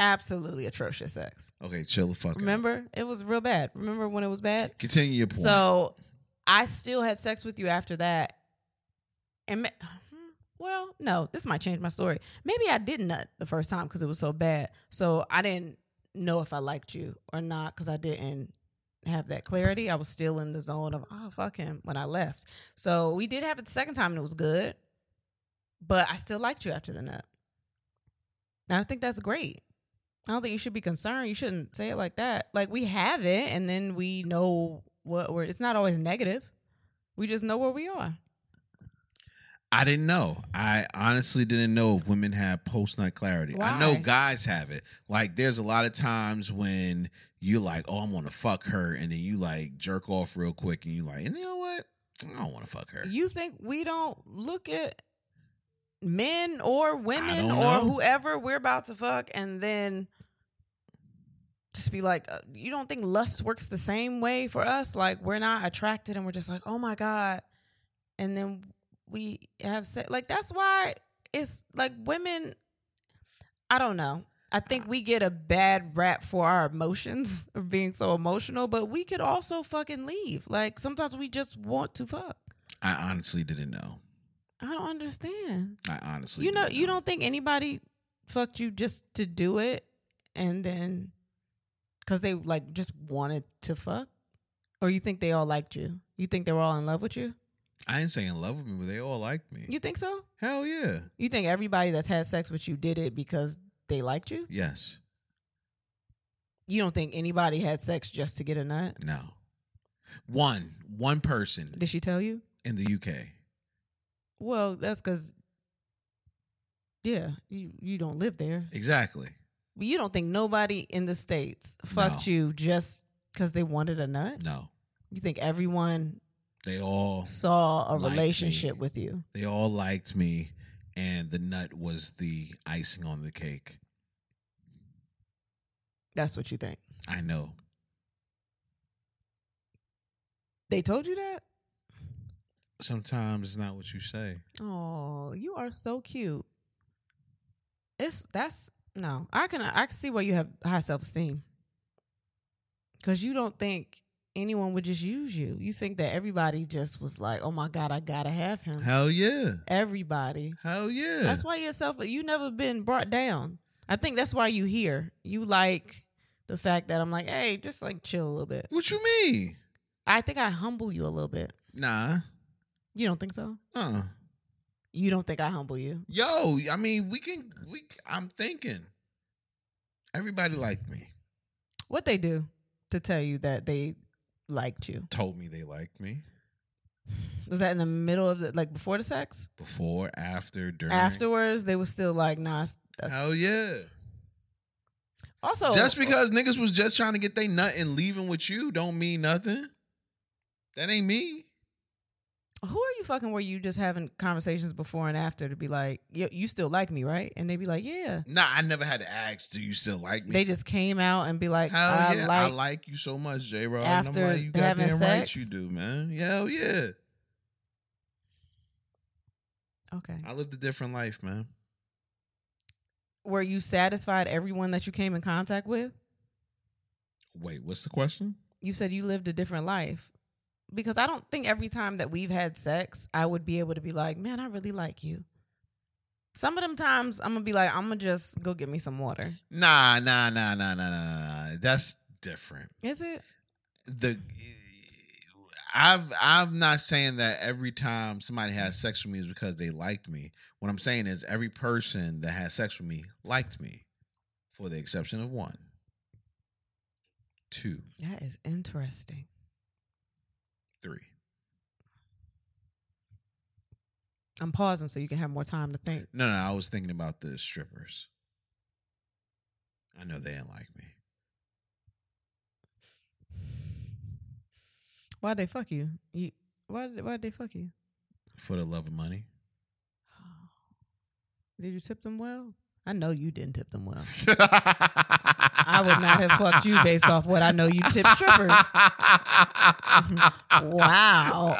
[SPEAKER 2] Absolutely atrocious sex.
[SPEAKER 1] Okay, chill the fuck. out.
[SPEAKER 2] Remember? It was real bad. Remember when it was bad?
[SPEAKER 1] Continue your point.
[SPEAKER 2] So I still had sex with you after that. And ma- well, no, this might change my story. Maybe I did nut the first time because it was so bad. So I didn't know if I liked you or not because I didn't have that clarity. I was still in the zone of, oh, fuck him when I left. So we did have it the second time and it was good. But I still liked you after the nut. And I think that's great. I don't think you should be concerned. You shouldn't say it like that. Like we have it, and then we know what we're. It's not always negative. We just know where we are.
[SPEAKER 1] I didn't know. I honestly didn't know if women have post nut clarity. I know
[SPEAKER 2] Why?
[SPEAKER 1] guys have it. Like, there's a lot of times when you're like, "Oh, I'm gonna fuck her," and then you like jerk off real quick, and you like, "And you know what? I don't want to fuck her."
[SPEAKER 2] You think we don't look at men or women
[SPEAKER 1] don't
[SPEAKER 2] or
[SPEAKER 1] know.
[SPEAKER 2] whoever we're about to fuck, and then just be like, uh, you don't think lust works the same way for us? Like we're not attracted, and we're just like, oh my god, and then we have sex. Like that's why it's like women. I don't know. I think we get a bad rap for our emotions of being so emotional, but we could also fucking leave. Like sometimes we just want to fuck.
[SPEAKER 1] I honestly didn't know.
[SPEAKER 2] I don't understand.
[SPEAKER 1] I honestly,
[SPEAKER 2] You know,
[SPEAKER 1] didn't
[SPEAKER 2] you don't think anybody fucked you just to do it and then because they like just wanted to fuck? Or you think they all liked you? You think they were all in love with you?
[SPEAKER 1] I didn't say in love with me, but they all liked me.
[SPEAKER 2] You think so?
[SPEAKER 1] Hell yeah,
[SPEAKER 2] You think everybody that's had sex with you did it because they liked you?
[SPEAKER 1] yes,
[SPEAKER 2] You don't think anybody had sex just to get a nut?
[SPEAKER 1] no. One, one person
[SPEAKER 2] Did she tell you?
[SPEAKER 1] in the UK.
[SPEAKER 2] Well, that's because, yeah, you, you don't live there.
[SPEAKER 1] Exactly.
[SPEAKER 2] But you don't think nobody in the States fucked
[SPEAKER 1] No.
[SPEAKER 2] you just because they wanted a nut?
[SPEAKER 1] No,
[SPEAKER 2] You think everyone
[SPEAKER 1] they all
[SPEAKER 2] saw a
[SPEAKER 1] Like
[SPEAKER 2] relationship
[SPEAKER 1] me.
[SPEAKER 2] with you?
[SPEAKER 1] They all liked me, and the nut was the icing on the cake.
[SPEAKER 2] That's what you think.
[SPEAKER 1] I know.
[SPEAKER 2] They told you that?
[SPEAKER 1] Sometimes it's not what you say.
[SPEAKER 2] Oh, you are so cute. It's that's no. I can I can see why you have high self esteem. Cause you don't think anyone would just use you. You think that everybody just was like, "Oh my god, I gotta have him."
[SPEAKER 1] Hell yeah.
[SPEAKER 2] Everybody.
[SPEAKER 1] Hell yeah.
[SPEAKER 2] Mm-hmm. That's why yourself. You never been brought down. I think that's why you here. You like the fact that I'm like, hey, just like chill a little bit.
[SPEAKER 1] what you mean?
[SPEAKER 2] I think I humble you a little bit.
[SPEAKER 1] Nah.
[SPEAKER 2] You don't think so?
[SPEAKER 1] Uh.
[SPEAKER 2] You don't think I humble you?
[SPEAKER 1] Yo, I mean, we can. We. I'm thinking. Everybody liked me.
[SPEAKER 2] What they do to tell you that they liked you?
[SPEAKER 1] Told me they liked me
[SPEAKER 2] Was that in the middle of the like before the sex?
[SPEAKER 1] before, after, during.
[SPEAKER 2] Afterwards, they were still like, nah. it's- That's,
[SPEAKER 1] Hell yeah.
[SPEAKER 2] also,
[SPEAKER 1] just because niggas was just trying to get they nut and leaving with you don't mean nothing. That ain't me.
[SPEAKER 2] who are you fucking where you just having conversations before and after to be like, "Yo, you still like me, right? And they be like, yeah.
[SPEAKER 1] Nah, I never had to ask, do you still like me?
[SPEAKER 2] They just came out and be like,
[SPEAKER 1] Hell
[SPEAKER 2] I
[SPEAKER 1] yeah, I
[SPEAKER 2] like,
[SPEAKER 1] like you so much, J Rod.
[SPEAKER 2] After
[SPEAKER 1] I'm like, you
[SPEAKER 2] having
[SPEAKER 1] goddamn right
[SPEAKER 2] sex?
[SPEAKER 1] you do, man. Hell yeah.
[SPEAKER 2] okay.
[SPEAKER 1] I lived a different life, man.
[SPEAKER 2] Were you satisfied everyone that you came in contact with?
[SPEAKER 1] Wait, what's the question?
[SPEAKER 2] You said you lived a different life. Because I don't think every time that we've had sex, I would be able to be like, man, I really like you. Some of them times I'm gonna be like, I'm gonna just go get me some water.
[SPEAKER 1] Nah, nah, nah, nah, nah, nah, nah, nah. That's different.
[SPEAKER 2] Is it?
[SPEAKER 1] The I've I'm not saying that every time somebody has sex with me is because they liked me. What I'm saying is every person that had sex with me liked me, for the exception of one. Two,
[SPEAKER 2] That is interesting.
[SPEAKER 1] three.
[SPEAKER 2] I'm pausing so you can have more time to think.
[SPEAKER 1] No, no, I was thinking about the strippers. I know they didn't like me.
[SPEAKER 2] Why'd they fuck you? You why did why'd they fuck you?
[SPEAKER 1] For the love of money.
[SPEAKER 2] Did you tip them well? I know you didn't tip them well.
[SPEAKER 1] I
[SPEAKER 2] I would not have fucked you based off what I know you tip strippers. Mm-hmm. wow.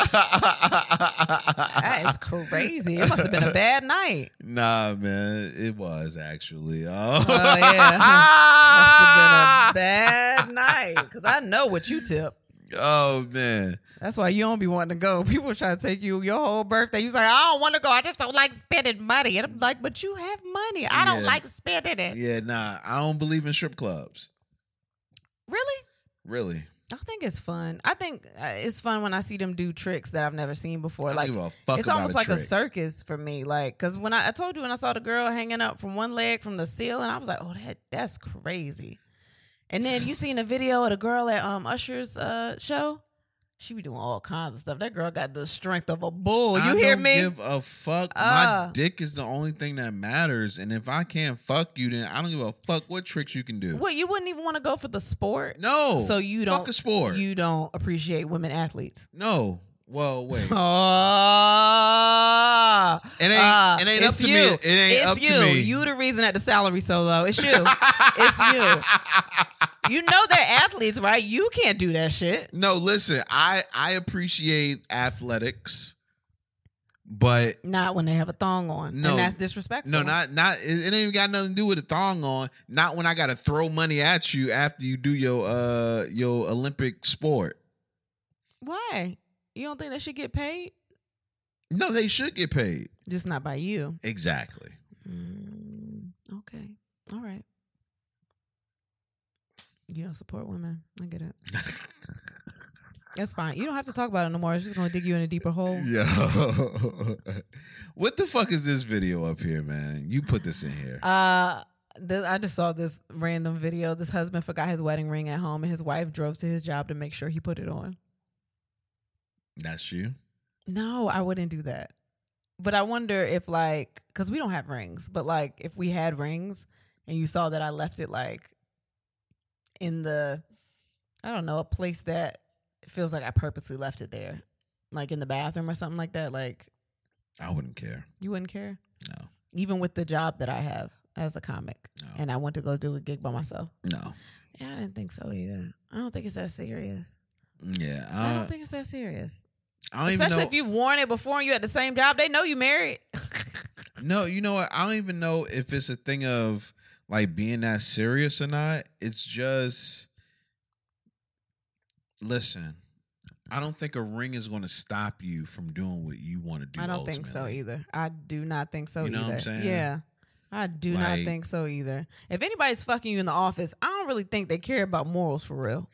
[SPEAKER 2] That is crazy. It must have been a bad night.
[SPEAKER 1] Nah, man, it was actually. Oh,
[SPEAKER 2] Oh, Must have been a bad night. Because I know what you tip.
[SPEAKER 1] Oh man,
[SPEAKER 2] That's why you don't be wanting to go. People try to take you your whole birthday. You say, I don't want to go. I just don't like spending money. And I'm like, but you have money. I don't
[SPEAKER 1] Yeah.
[SPEAKER 2] like spending it.
[SPEAKER 1] yeah, nah, I don't believe in strip clubs.
[SPEAKER 2] Really?
[SPEAKER 1] Really,
[SPEAKER 2] I think it's fun. I think uh, it's fun when I see them do tricks that I've never seen before.
[SPEAKER 1] I
[SPEAKER 2] Like
[SPEAKER 1] don't give a fuck
[SPEAKER 2] it's
[SPEAKER 1] about
[SPEAKER 2] almost like a
[SPEAKER 1] trick.
[SPEAKER 2] circus for me. Like, cause when I, I told you when I saw the girl hanging up from one leg from the ceiling, I was like, oh, that that's crazy. And then you seen a video of the girl at um Usher's uh show. She be doing all kinds of stuff. That girl got the strength of a bull. You
[SPEAKER 1] I
[SPEAKER 2] hear
[SPEAKER 1] don't
[SPEAKER 2] me?
[SPEAKER 1] Give a fuck. My
[SPEAKER 2] Ah.
[SPEAKER 1] dick is the only thing that matters, and if I can't fuck you, then I don't give a fuck what tricks you can do.
[SPEAKER 2] What you wouldn't even want to go for the sport.
[SPEAKER 1] No,
[SPEAKER 2] so you
[SPEAKER 1] fuck
[SPEAKER 2] don't
[SPEAKER 1] a sport.
[SPEAKER 2] you don't appreciate women athletes.
[SPEAKER 1] no. Well, wait.
[SPEAKER 2] Oh,
[SPEAKER 1] It ain't- it ain't up to me. It ain't
[SPEAKER 2] it's
[SPEAKER 1] up to
[SPEAKER 2] you.
[SPEAKER 1] me.
[SPEAKER 2] You the reason that the salary so low. It's you. it's you. You know they're athletes, right? You can't do that shit.
[SPEAKER 1] No, listen. I I appreciate athletics, but
[SPEAKER 2] Not when they have a thong on.
[SPEAKER 1] No.
[SPEAKER 2] and that's disrespectful.
[SPEAKER 1] No, not not. It, it ain't even got nothing to do with a thong on. Not when I gotta throw money at you after you do your uh your Olympic sport.
[SPEAKER 2] Why? You don't think they should get paid?
[SPEAKER 1] No, they should get paid.
[SPEAKER 2] Just not by you.
[SPEAKER 1] Exactly.
[SPEAKER 2] Mm, okay. All right. You don't support women. I get it. That's fine. You don't have to talk about it no more. It's just gonna dig you in a deeper hole.
[SPEAKER 1] Yo, what the fuck is this video up here, man? You put this in here.
[SPEAKER 2] Uh, th- I just saw this random video. This husband forgot his wedding ring at home, and his wife drove to his job to make sure he put it on.
[SPEAKER 1] That's you.
[SPEAKER 2] No, I wouldn't do that. But I wonder if, like, because we don't have rings, but like, if we had rings and you saw that I left it, like, in the, I don't know, a place that feels like I purposely left it there, like in the bathroom or something like that, like,
[SPEAKER 1] I wouldn't care.
[SPEAKER 2] you wouldn't care?
[SPEAKER 1] No.
[SPEAKER 2] Even with the job that I have as a comic,
[SPEAKER 1] No.
[SPEAKER 2] and I went to go do a gig by myself.
[SPEAKER 1] no.
[SPEAKER 2] Yeah, I didn't think so either. I don't think it's that serious.
[SPEAKER 1] Yeah.
[SPEAKER 2] I
[SPEAKER 1] I,
[SPEAKER 2] don't think it's that serious.
[SPEAKER 1] Uh, I don't even
[SPEAKER 2] Especially
[SPEAKER 1] know.
[SPEAKER 2] if you've worn it before and you at the same job, they know you married.
[SPEAKER 1] No, you know what? I don't even know if it's a thing of like being that serious or not. It's just listen. I don't think a ring is going to stop you from doing what you want to do.
[SPEAKER 2] I don't think so
[SPEAKER 1] ultimately.
[SPEAKER 2] either. I do not think so
[SPEAKER 1] You know
[SPEAKER 2] either.
[SPEAKER 1] what I'm saying?
[SPEAKER 2] Yeah. I do not
[SPEAKER 1] Like-
[SPEAKER 2] think so either. If anybody's fucking you in the office, I don't really think they care about morals for real.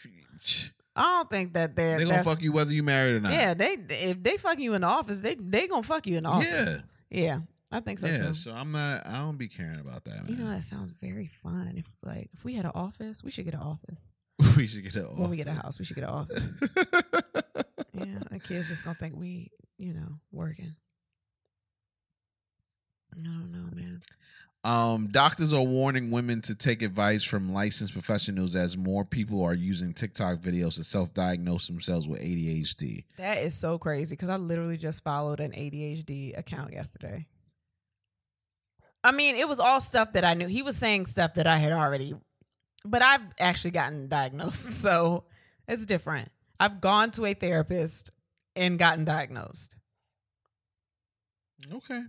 [SPEAKER 2] I don't think that they're,
[SPEAKER 1] They're gonna
[SPEAKER 2] that's-
[SPEAKER 1] fuck you whether you married or not.
[SPEAKER 2] Yeah, they if they fucking you in the office, they they gonna fuck you in the office.
[SPEAKER 1] yeah,
[SPEAKER 2] Yeah, I think so
[SPEAKER 1] yeah.
[SPEAKER 2] too.
[SPEAKER 1] So I'm not. I don't be caring about that. Man.
[SPEAKER 2] you know that sounds very fun. If like if we had an office, we should get an office.
[SPEAKER 1] we should get it off.
[SPEAKER 2] When we get a house, we should get an office. Yeah, the kids just gonna think we, you know, working. I don't know, man.
[SPEAKER 1] Um, doctors are warning women to take advice from licensed professionals as more people are using TikTok videos to self diagnose themselves with ADHD.
[SPEAKER 2] That is so crazy because I literally just followed an ADHD account yesterday. I mean, it was all stuff that I knew. He was saying stuff that I had already, but I've actually gotten diagnosed. So it's different. I've gone to a therapist and gotten diagnosed.
[SPEAKER 1] Okay.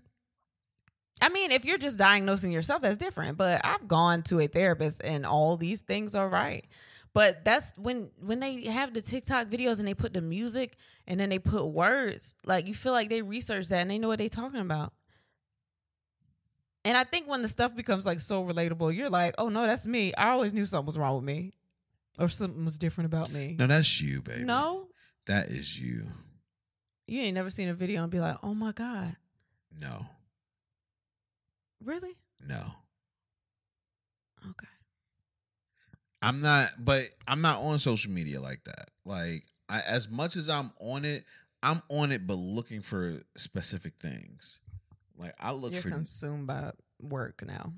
[SPEAKER 2] I mean, if you're just diagnosing yourself, that's different. But I've gone to a therapist and all these things are right. But that's when when they have the TikTok videos and they put the music and then they put words, like you feel like they researched that and they know what they're talking about. And I think when the stuff becomes like so relatable, you're like, oh no, that's me. I always knew something was wrong with me. Or something was different about me.
[SPEAKER 1] No, that's you, baby.
[SPEAKER 2] no?
[SPEAKER 1] That is you.
[SPEAKER 2] You ain't never seen a video and be like, oh my God.
[SPEAKER 1] No.
[SPEAKER 2] Really?
[SPEAKER 1] No.
[SPEAKER 2] Okay.
[SPEAKER 1] I'm not, but I'm not on social media like that. Like, I, as much as I'm on it, I'm on it, but looking for specific things. Like, I look
[SPEAKER 2] You're
[SPEAKER 1] for
[SPEAKER 2] consumed by work now.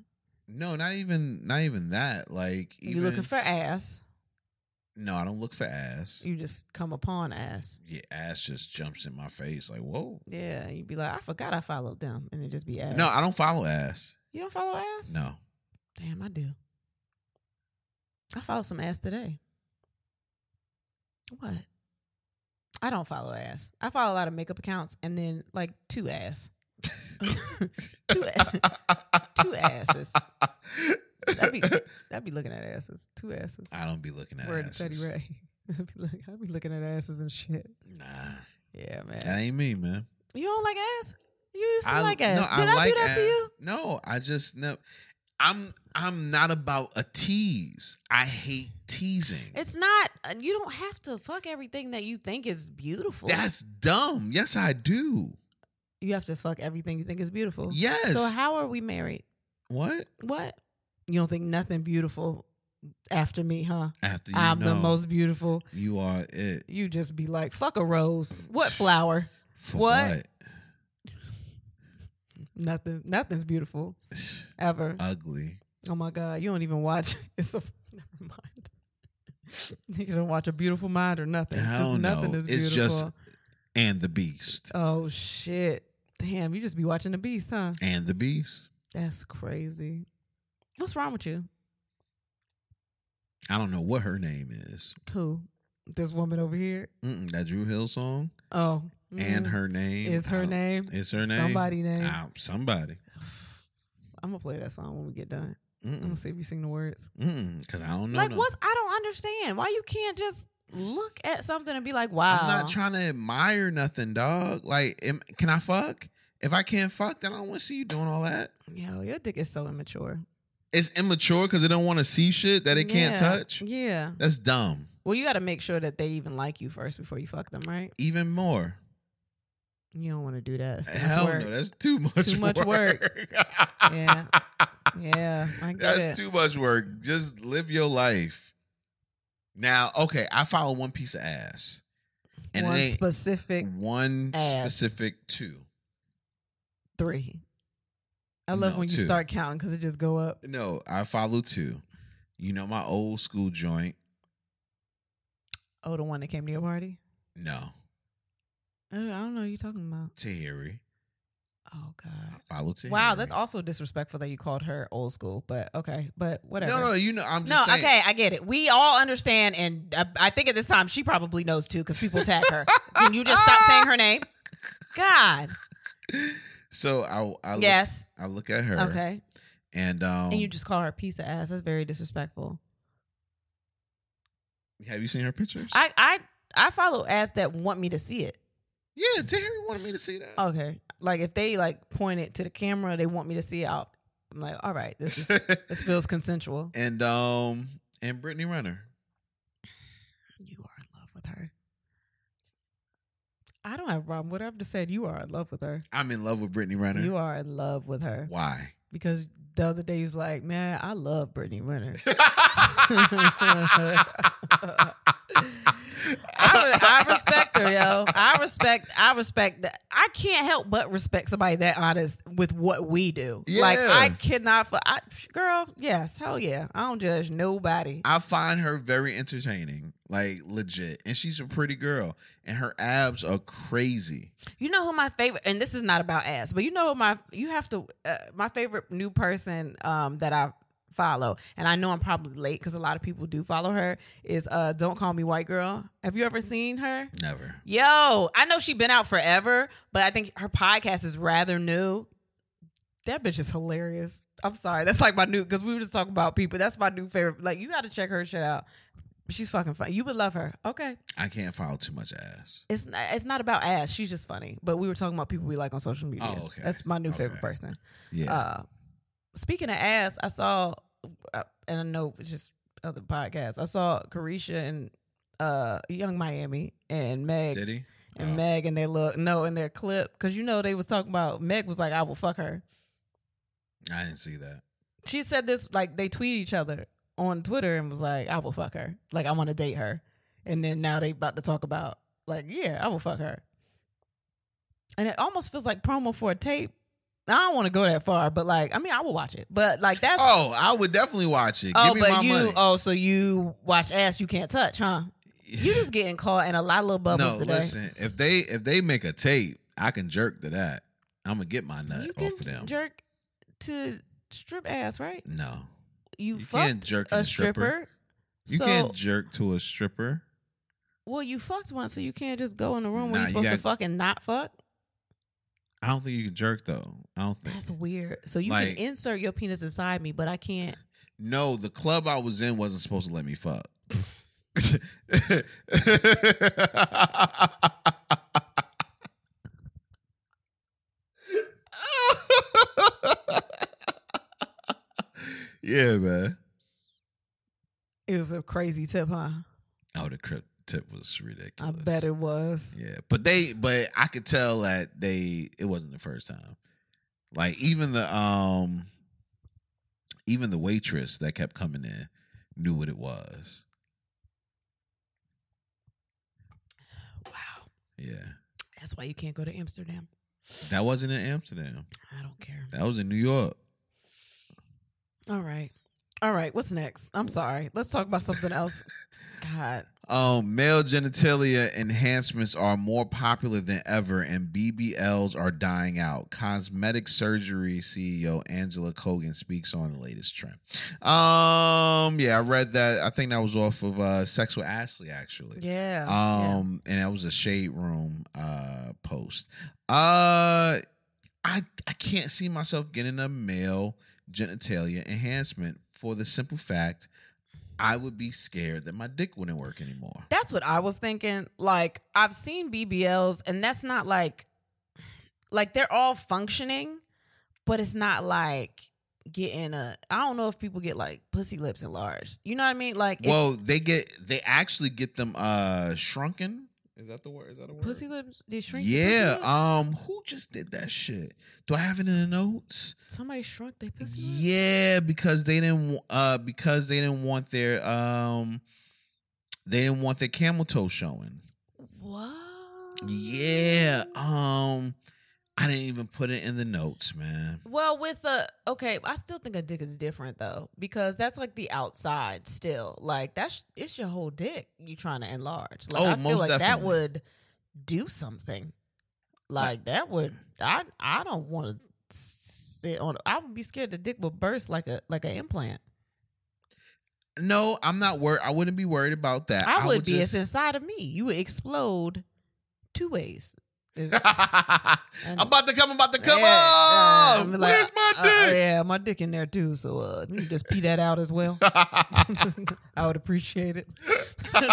[SPEAKER 1] no, not even, not even that. Like, even
[SPEAKER 2] you looking for ass.
[SPEAKER 1] no, I don't look for ass.
[SPEAKER 2] You just come upon ass.
[SPEAKER 1] Yeah, ass just jumps in my face. Like, whoa.
[SPEAKER 2] Yeah, you'd be like, I forgot I followed them, and it just be ass.
[SPEAKER 1] No, I don't follow ass.
[SPEAKER 2] You don't follow ass?
[SPEAKER 1] No,
[SPEAKER 2] Damn, I do. I followed some ass today. What? I don't follow ass. I follow a lot of makeup accounts, and then like two ass, two, a- two asses. That'd be that'd be looking at asses. Two asses.
[SPEAKER 1] I don't be looking at
[SPEAKER 2] Word
[SPEAKER 1] asses.
[SPEAKER 2] to Teddy Ray. I'd be, look, I'd be looking at asses and shit.
[SPEAKER 1] Nah,
[SPEAKER 2] Yeah, man.
[SPEAKER 1] that ain't me, man.
[SPEAKER 2] You don't like ass? You used to
[SPEAKER 1] I-
[SPEAKER 2] like
[SPEAKER 1] no,
[SPEAKER 2] ass.
[SPEAKER 1] I
[SPEAKER 2] Did I,
[SPEAKER 1] like
[SPEAKER 2] do that to
[SPEAKER 1] ass.
[SPEAKER 2] you?
[SPEAKER 1] No, I just never. I'm I'm not about a tease. I hate teasing.
[SPEAKER 2] It's not. uh, You don't have to fuck everything that you think is beautiful.
[SPEAKER 1] That's dumb. Yes, I do.
[SPEAKER 2] you have to fuck everything you think is beautiful.
[SPEAKER 1] Yes.
[SPEAKER 2] So how are we married?
[SPEAKER 1] what?
[SPEAKER 2] What? You don't think nothing beautiful after me, huh?
[SPEAKER 1] After you
[SPEAKER 2] I'm the
[SPEAKER 1] know
[SPEAKER 2] most beautiful.
[SPEAKER 1] you are it.
[SPEAKER 2] You just be like, fuck a rose. What flower?
[SPEAKER 1] For
[SPEAKER 2] What?
[SPEAKER 1] what?
[SPEAKER 2] Nothing. Nothing's beautiful ever.
[SPEAKER 1] Uh, Ugly.
[SPEAKER 2] oh my god, you don't even watch. It's a never mind. you don't watch a beautiful mind or nothing.
[SPEAKER 1] I
[SPEAKER 2] Just
[SPEAKER 1] don't
[SPEAKER 2] nothing
[SPEAKER 1] know.
[SPEAKER 2] is
[SPEAKER 1] It's
[SPEAKER 2] beautiful.
[SPEAKER 1] just- And the beast.
[SPEAKER 2] Oh shit. Damn, you just be watching the beast, huh?
[SPEAKER 1] And the beast.
[SPEAKER 2] That's crazy. What's wrong with you?
[SPEAKER 1] I don't know what her name is.
[SPEAKER 2] Who? This woman over here?
[SPEAKER 1] Mm-mm, that Drew Hill song
[SPEAKER 2] Oh.
[SPEAKER 1] and
[SPEAKER 2] mm,
[SPEAKER 1] her name
[SPEAKER 2] is her
[SPEAKER 1] I don't-
[SPEAKER 2] name.
[SPEAKER 1] Is her name
[SPEAKER 2] Somebody name.
[SPEAKER 1] Ah, somebody.
[SPEAKER 2] I'm gonna play that song when we get done. I'm gonna
[SPEAKER 1] Mm-mm,
[SPEAKER 2] see if you sing the words.
[SPEAKER 1] mm-mm, Mm, Cause I don't know.
[SPEAKER 2] like
[SPEAKER 1] no.
[SPEAKER 2] what's I don't understand. Why you can't just look at something and be like, wow.
[SPEAKER 1] I'm not trying to admire nothing, dog. Like, am, can I fuck? If I can't fuck, then I don't want to see you doing all that.
[SPEAKER 2] Yo, your dick is so immature.
[SPEAKER 1] It's immature because they don't want to see shit that it can't
[SPEAKER 2] Yeah.
[SPEAKER 1] touch.
[SPEAKER 2] Yeah.
[SPEAKER 1] That's dumb.
[SPEAKER 2] Well, you gotta make sure that they even like you first before you fuck them, right?
[SPEAKER 1] Even more.
[SPEAKER 2] You don't wanna do that. It's too much
[SPEAKER 1] Hell
[SPEAKER 2] work.
[SPEAKER 1] no, that's too much.
[SPEAKER 2] Too much Yeah. yeah. I get
[SPEAKER 1] that's
[SPEAKER 2] it.
[SPEAKER 1] too much work. Just live your life. Now, okay, I follow one piece of ass, and
[SPEAKER 2] one
[SPEAKER 1] it
[SPEAKER 2] specific
[SPEAKER 1] ain't one
[SPEAKER 2] ass.
[SPEAKER 1] specific two.
[SPEAKER 2] three. I love
[SPEAKER 1] No,
[SPEAKER 2] when you
[SPEAKER 1] two.
[SPEAKER 2] start counting because it just go up.
[SPEAKER 1] No, I follow two. You know my old school joint.
[SPEAKER 2] Oh, the one that came to your party.
[SPEAKER 1] No,
[SPEAKER 2] Oh, I don't know what you're talking about.
[SPEAKER 1] Tahiri.
[SPEAKER 2] Oh
[SPEAKER 1] I
[SPEAKER 2] God.
[SPEAKER 1] follow Tahiri.
[SPEAKER 2] Wow, that's also disrespectful that you called her old school. But okay, but whatever.
[SPEAKER 1] No, no, you know I'm
[SPEAKER 2] No,
[SPEAKER 1] just saying.
[SPEAKER 2] okay, I get it. We all understand, and I, I think at this time she probably knows too because people tag her. Can you just stop saying her name? God,
[SPEAKER 1] So I, I look,
[SPEAKER 2] yes,
[SPEAKER 1] I look at her.
[SPEAKER 2] okay,
[SPEAKER 1] And um,
[SPEAKER 2] and you just call her a piece of ass. That's very disrespectful.
[SPEAKER 1] have you seen her pictures?
[SPEAKER 2] I I I follow ass that want me to see it.
[SPEAKER 1] yeah, Tahiri wanted me to see that.
[SPEAKER 2] Okay. Like if they like point it to the camera, they want me to see out. I'm like, all right, this is this feels consensual.
[SPEAKER 1] and um and Brittany Renner.
[SPEAKER 2] You are in love with her. I don't have a problem. What I've just said, you are in love with her.
[SPEAKER 1] I'm in love with Brittany Renner.
[SPEAKER 2] You are in love with her.
[SPEAKER 1] Why?
[SPEAKER 2] Because the other day he was like, Man, I love Brittany Renner. Uh, I, re- I respect her, yo. I respect. I respect that. I can't help but respect somebody that honest with what we do. Like
[SPEAKER 1] Yeah.
[SPEAKER 2] I cannot. For I, girl, yes, hell yeah. I don't judge nobody.
[SPEAKER 1] I find her very entertaining, like legit, and she's a pretty girl, and her abs are crazy.
[SPEAKER 2] You know who my favorite, and this is not about ass, but you know who my you have to uh, my favorite new person um, that I follow, and I know I'm probably late because a lot of people do follow her. Is uh, don't call me white girl. Have you ever seen her?
[SPEAKER 1] Never.
[SPEAKER 2] Yo, I know she been out forever, but I think her podcast is rather new. That bitch is hilarious. I'm sorry, that's like my new because we were just talking about people. That's my new favorite. Like you got to check her shit out. She's fucking fun. You would love her. Okay
[SPEAKER 1] I can't follow too much ass.
[SPEAKER 2] it's not, it's not about ass. She's just funny. But we were talking about people we like on social media.
[SPEAKER 1] Oh, okay.
[SPEAKER 2] That's my new
[SPEAKER 1] Okay.
[SPEAKER 2] favorite person.
[SPEAKER 1] Yeah.
[SPEAKER 2] Uh, speaking of ass, I saw, uh, and I know it's just other podcasts. I saw Carisha and uh, Young Miami and Meg
[SPEAKER 1] Did he?
[SPEAKER 2] Uh, and
[SPEAKER 1] Oh.
[SPEAKER 2] Meg and their look no in their clip because you know they was talking about Meg was like I will fuck her.
[SPEAKER 1] I didn't see that.
[SPEAKER 2] She said this like they tweet each other on Twitter and was like I will fuck her. Like I want to date her. And then now they about to talk about like yeah I will fuck her. And it almost feels like promo for a tape. I don't want to go that far, but like I mean I will watch it. But like that's
[SPEAKER 1] Oh, I would definitely watch it.
[SPEAKER 2] Oh,
[SPEAKER 1] Give me
[SPEAKER 2] but
[SPEAKER 1] my
[SPEAKER 2] you
[SPEAKER 1] money.
[SPEAKER 2] oh, so you watch ass you can't touch, huh? You just getting caught in a lot of little bubbles
[SPEAKER 1] no,
[SPEAKER 2] today.
[SPEAKER 1] listen. If they if they make a tape, I can jerk to that. I'm gonna get my nut
[SPEAKER 2] you can
[SPEAKER 1] off of them.
[SPEAKER 2] jerk to strip ass, right?
[SPEAKER 1] no, you
[SPEAKER 2] You,
[SPEAKER 1] can't
[SPEAKER 2] fucked
[SPEAKER 1] jerk to
[SPEAKER 2] a stripper.
[SPEAKER 1] You
[SPEAKER 2] so,
[SPEAKER 1] can't jerk to a stripper.
[SPEAKER 2] well, you fucked once, so you can't just go in the room where
[SPEAKER 1] Nah, you
[SPEAKER 2] you're supposed to
[SPEAKER 1] got-
[SPEAKER 2] fuck and not fuck.
[SPEAKER 1] I don't think you can jerk though. I don't think.
[SPEAKER 2] That's weird. So you
[SPEAKER 1] Like-
[SPEAKER 2] can insert your penis inside me, but I can't.
[SPEAKER 1] No, the club I was in wasn't supposed to let me fuck. yeah, man.
[SPEAKER 2] It was a crazy tip, huh?
[SPEAKER 1] Oh, the crip tip was
[SPEAKER 2] I
[SPEAKER 1] ridiculous.
[SPEAKER 2] bet it was.
[SPEAKER 1] Yeah, but they, but I could tell that they, it wasn't the first time. Like even the, um, even the waitress that kept coming in knew what it was.
[SPEAKER 2] Wow.
[SPEAKER 1] Yeah,
[SPEAKER 2] That's why you can't go to Amsterdam.
[SPEAKER 1] that wasn't in Amsterdam.
[SPEAKER 2] I don't care.
[SPEAKER 1] That was in New York.
[SPEAKER 2] All right. All right. What's next? I'm sorry. Let's talk about something else. God.
[SPEAKER 1] Um, male genitalia enhancements are more popular than ever, and BBLs are dying out. Cosmetic surgery CEO Angela Kogan speaks on the latest trend. Um, yeah, I read that. I think that was off of uh, Sex with Ashley, actually.
[SPEAKER 2] Yeah. yeah.
[SPEAKER 1] Um, and that was a shade room uh post. Uh, I I can't see myself getting a male genitalia enhancement for the simple fact I would be scared that my dick wouldn't work anymore.
[SPEAKER 2] That's what I was thinking. Like I've seen BBLs, and that's not like, like they're all functioning, but it's not like getting a. I don't know if people get like pussy lips enlarged. You know what I mean? Like it-
[SPEAKER 1] Well, they get they actually get them uh shrunken. Is that the word? Is that a word?
[SPEAKER 2] pussy lips. They shrink. the pussy
[SPEAKER 1] Yeah.
[SPEAKER 2] lips?
[SPEAKER 1] Um, who just did that shit? Do I have it in the notes?
[SPEAKER 2] somebody shrunk their pussy. lips?
[SPEAKER 1] Yeah, because they didn't wa- uh because they didn't want their um they didn't want their camel toe showing.
[SPEAKER 2] What?
[SPEAKER 1] Yeah.
[SPEAKER 2] Oh.
[SPEAKER 1] Um I didn't even put it in the notes, man.
[SPEAKER 2] Well, with a okay, I still think a dick is different though because that's like the outside still. Like that's it's your whole dick you trying to enlarge. Like
[SPEAKER 1] Oh,
[SPEAKER 2] I feel
[SPEAKER 1] most
[SPEAKER 2] like that
[SPEAKER 1] definitely.
[SPEAKER 2] would do something. Like that would I I don't want to sit on. I would be scared the dick would burst like a like an implant.
[SPEAKER 1] No, I'm not worried. I wouldn't be worried about that.
[SPEAKER 2] I, would, be.
[SPEAKER 1] just-
[SPEAKER 2] it's inside of me. You would explode two ways. Is-
[SPEAKER 1] I'm about to come, I'm about to come
[SPEAKER 2] Yeah, uh,
[SPEAKER 1] up.
[SPEAKER 2] I'm like,
[SPEAKER 1] Where's my
[SPEAKER 2] uh, uh,
[SPEAKER 1] dick?
[SPEAKER 2] yeah, my dick in there too. So uh, you can just pee that out as well. I would appreciate it. Paid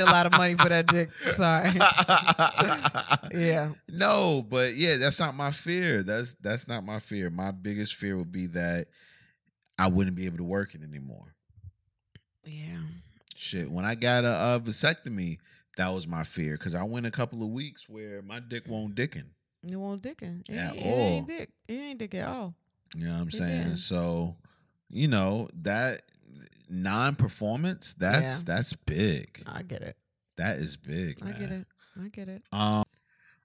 [SPEAKER 2] uh, a lot of money for that dick. Sorry. Yeah.
[SPEAKER 1] No, but yeah, that's not my fear. That's that's not my fear. My biggest fear would be that I wouldn't be able to work it anymore.
[SPEAKER 2] Yeah.
[SPEAKER 1] Shit, when I got a, uh vasectomy, that was my fear because I went a couple of weeks where my dick won't dickin.
[SPEAKER 2] You won't dicking. It,
[SPEAKER 1] At
[SPEAKER 2] ain't- it
[SPEAKER 1] all.
[SPEAKER 2] ain't dick. It ain't dick at all.
[SPEAKER 1] You know what I'm saying?
[SPEAKER 2] Yeah.
[SPEAKER 1] So, you know that non-performance that's that's big.
[SPEAKER 2] I get it.
[SPEAKER 1] That is big.
[SPEAKER 2] Uh, I
[SPEAKER 1] Man.
[SPEAKER 2] get it. I get it.
[SPEAKER 1] Um,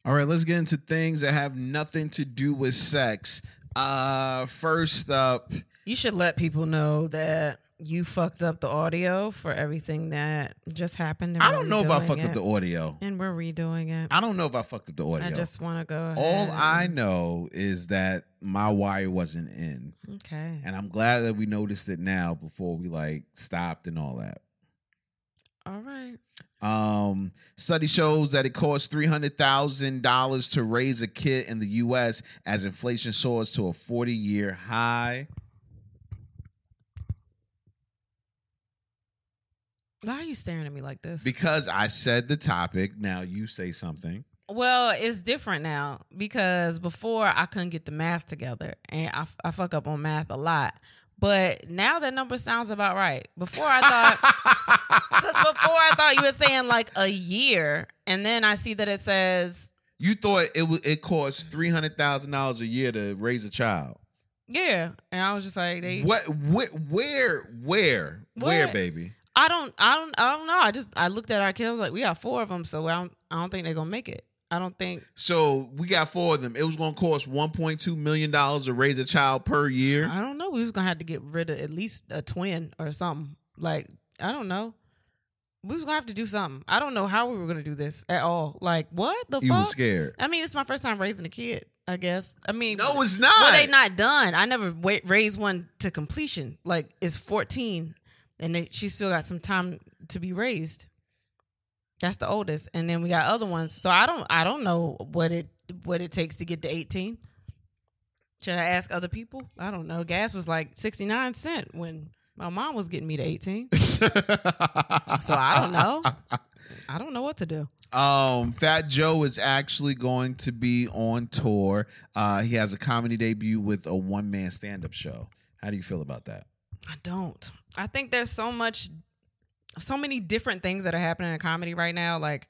[SPEAKER 1] all right, let's get into things that have nothing to do with sex. Uh, first up,
[SPEAKER 2] You should let people know that you fucked up the audio for everything that just happened. and
[SPEAKER 1] I
[SPEAKER 2] we're
[SPEAKER 1] don't know if I
[SPEAKER 2] redoing
[SPEAKER 1] fucked
[SPEAKER 2] it.
[SPEAKER 1] up the audio.
[SPEAKER 2] And we're redoing it.
[SPEAKER 1] I don't know if I fucked up the audio.
[SPEAKER 2] I just want to go. Ahead
[SPEAKER 1] All I
[SPEAKER 2] and-
[SPEAKER 1] know is that my wire wasn't in,
[SPEAKER 2] okay.
[SPEAKER 1] and I'm glad that we noticed it now before we like stopped and all that.
[SPEAKER 2] All right.
[SPEAKER 1] Um, study shows that it costs three hundred thousand dollars to raise a kid in the U.S. as inflation soars to a forty-year high.
[SPEAKER 2] Why are you staring at me like this?
[SPEAKER 1] Because I said the topic, now you say something.
[SPEAKER 2] Well, it's different now because before I couldn't get the math together and I, f- I fuck up on math a lot. But now that number sounds about right. Before I thought, because before I thought you were saying like a year, and then I see that it says,
[SPEAKER 1] you thought it was it costs three hundred thousand dollars a year to raise a child.
[SPEAKER 2] yeah. And I was just like, they,
[SPEAKER 1] What? Wh- where? Where? Where,
[SPEAKER 2] What?
[SPEAKER 1] baby?
[SPEAKER 2] I don't, I don't, I don't know. I just, I looked at our kids, I was like, we got four of them, so I don't, I don't think they're gonna make it. I don't think,
[SPEAKER 1] So we got four of them. It was going to cost one point two million dollars to raise a child per year.
[SPEAKER 2] I don't know. We was gonna have to get rid of at least a twin or something. Like I don't know. We was gonna have to do something. I don't know how we were gonna do this at all. Like what the
[SPEAKER 1] You
[SPEAKER 2] fuck?
[SPEAKER 1] was scared.
[SPEAKER 2] I mean, it's my first time raising a kid. I guess. I mean,
[SPEAKER 1] No, it's not.
[SPEAKER 2] well, Oh, they not done. I never wa- raised one to completion. Like it's fourteen, and they, she still got some time to be raised. That's the oldest, and then we got other ones. So I don't, I don't know what it what it takes to get to eighteen. Should I ask other people? I don't know. Gas was like sixty nine cent when my mom was getting me to eighteen. So I don't know. I don't know what to do.
[SPEAKER 1] Um, Fat Joe is actually going to be on tour. Uh, he has a comedy debut with a one man stand up show. How do you feel about that?
[SPEAKER 2] I don't. I think there's so much, so many different things that are happening in comedy right now. Like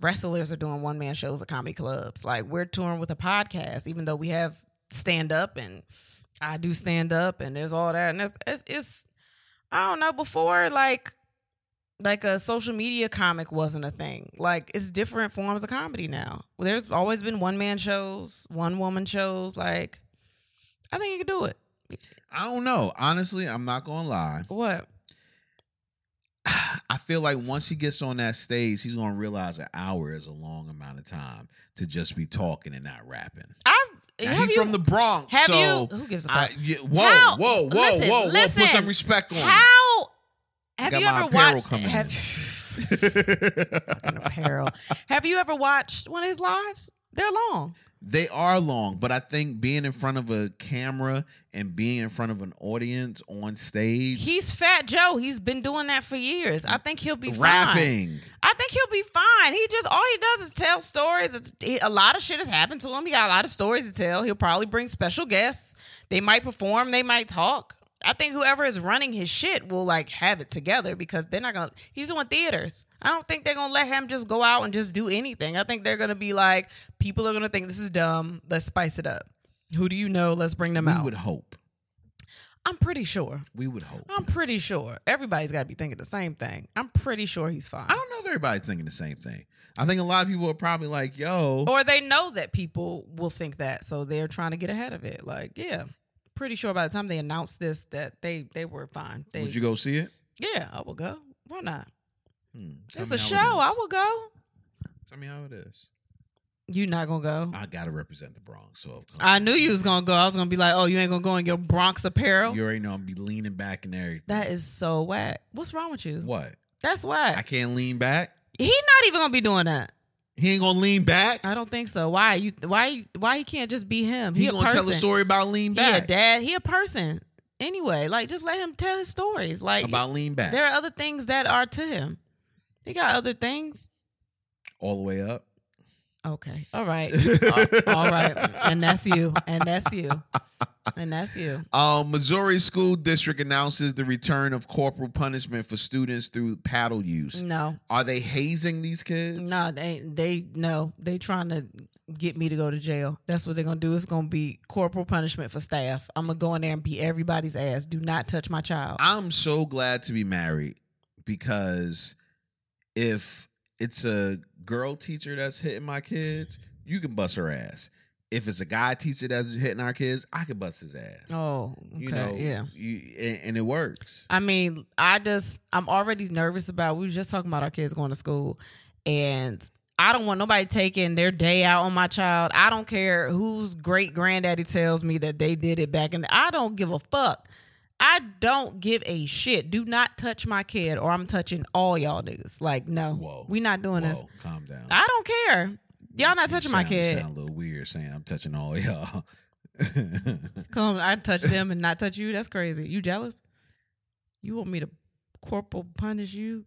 [SPEAKER 2] wrestlers are doing one man shows at comedy clubs. Like we're touring with a podcast, even though we have stand up and I do stand up and there's all that. And it's, it's, it's I don't know, before like, like a social media comic wasn't a thing. Like it's different forms of comedy now. There's always been one man shows, one woman shows. Like I think you can do it.
[SPEAKER 1] I don't know. Honestly, I'm not gonna lie.
[SPEAKER 2] What?
[SPEAKER 1] I feel like once he gets on that stage, he's gonna realize an hour is a long amount of time to just be talking and not rapping.
[SPEAKER 2] I've
[SPEAKER 1] Now,
[SPEAKER 2] have
[SPEAKER 1] he
[SPEAKER 2] you,
[SPEAKER 1] from the Bronx,
[SPEAKER 2] Have
[SPEAKER 1] so
[SPEAKER 2] you? Who gives a
[SPEAKER 1] I,
[SPEAKER 2] fuck?
[SPEAKER 1] yeah, whoa,
[SPEAKER 2] How-
[SPEAKER 1] whoa, whoa,
[SPEAKER 2] listen,
[SPEAKER 1] whoa, whoa,
[SPEAKER 2] listen.
[SPEAKER 1] Put some respect on. it.
[SPEAKER 2] How have
[SPEAKER 1] Got
[SPEAKER 2] you
[SPEAKER 1] my
[SPEAKER 2] ever
[SPEAKER 1] apparel
[SPEAKER 2] watched?
[SPEAKER 1] coming
[SPEAKER 2] Have,
[SPEAKER 1] in.
[SPEAKER 2] fucking apparel. Have you ever watched one of his lives? They're long.
[SPEAKER 1] they are long, but I think being in front of a camera and being in front of an audience on stage,
[SPEAKER 2] He's Fat Joe. He's been doing that for years. I think he'll be Fine.
[SPEAKER 1] rapping.
[SPEAKER 2] I think he'll be fine. He just all he does is tell stories. It's he, a lot of shit has happened to him. He got a lot of stories to tell. He'll probably bring special guests. They might perform. They might talk. I think whoever is running his shit will like have it together because they're not gonna. He's doing theaters. I don't think they're gonna let him just go out and just do anything. I think they're gonna be like, people are gonna think this is dumb. Let's spice it up. Who do you know? Let's bring them
[SPEAKER 1] we
[SPEAKER 2] out.
[SPEAKER 1] would hope.
[SPEAKER 2] I'm pretty sure.
[SPEAKER 1] We would hope.
[SPEAKER 2] I'm pretty sure. Everybody's got to be thinking the same thing. I'm pretty sure he's fine.
[SPEAKER 1] I don't know if everybody's thinking the same thing. I think a lot of people are probably like, "Yo,
[SPEAKER 2] or they know that people will think that so they're trying to get ahead of it like yeah pretty sure by the time they announced this that they they were fine they,
[SPEAKER 1] would you go see it?"
[SPEAKER 2] yeah i will go why not
[SPEAKER 1] Hmm. Tell
[SPEAKER 2] it's
[SPEAKER 1] me
[SPEAKER 2] a
[SPEAKER 1] how it
[SPEAKER 2] show
[SPEAKER 1] is.
[SPEAKER 2] i will go
[SPEAKER 1] Tell me how it is.
[SPEAKER 2] you not gonna go
[SPEAKER 1] I gotta represent the Bronx, so
[SPEAKER 2] i knew you was gonna go i was gonna be like oh you ain't gonna go in your bronx apparel
[SPEAKER 1] You already know I'm be leaning back and everything.
[SPEAKER 2] that is so whack what's wrong with you
[SPEAKER 1] what
[SPEAKER 2] that's
[SPEAKER 1] I
[SPEAKER 2] whack
[SPEAKER 1] can't lean back.
[SPEAKER 2] he not even gonna be doing that
[SPEAKER 1] He ain't gonna lean back.
[SPEAKER 2] i don't think so why you why why he can't just be him
[SPEAKER 1] He,
[SPEAKER 2] he, a
[SPEAKER 1] gonna
[SPEAKER 2] person.
[SPEAKER 1] tell a story about lean
[SPEAKER 2] he a
[SPEAKER 1] back.
[SPEAKER 2] dad he a person anyway like just let him tell his stories like
[SPEAKER 1] about lean back
[SPEAKER 2] There are other things that are to him. He got other things.
[SPEAKER 1] all the way up.
[SPEAKER 2] Okay. All right. all, Uh, all right. And that's you. And that's you. And that's you.
[SPEAKER 1] Uh, Missouri school district announces the return of corporal punishment for students through paddle use.
[SPEAKER 2] No.
[SPEAKER 1] Are they hazing these kids?
[SPEAKER 2] Mm. No, they they no. They trying to get me to go to jail. That's what they're gonna do. It's gonna be corporal punishment for staff. I'm gonna go in there and beat everybody's ass. Do not touch my child.
[SPEAKER 1] I'm so glad to be married because if it's a girl teacher that's hitting my kids, you can bust her ass. If it's a guy teacher that's hitting our kids, I can bust his ass.
[SPEAKER 2] Oh, okay.
[SPEAKER 1] you know,
[SPEAKER 2] yeah.
[SPEAKER 1] you, and, and it works.
[SPEAKER 2] I mean, I just I'm already nervous about. We were just talking about our kids going to school, and I don't want nobody taking their day out on my child. I don't care whose great granddaddy tells me that they did it back, and I don't give a fuck. I don't give a shit. Do not touch my kid, or I'm touching all y'all niggas. Like, no,
[SPEAKER 1] Whoa.
[SPEAKER 2] we not doing this.
[SPEAKER 1] Whoa, calm down.
[SPEAKER 2] I don't care. Y'all not
[SPEAKER 1] You
[SPEAKER 2] touching my
[SPEAKER 1] sound-
[SPEAKER 2] kid.
[SPEAKER 1] Sound a little weird saying I'm touching all y'all.
[SPEAKER 2] Come, I touch them and not touch you. That's crazy. You jealous? You want me to corporal punish you?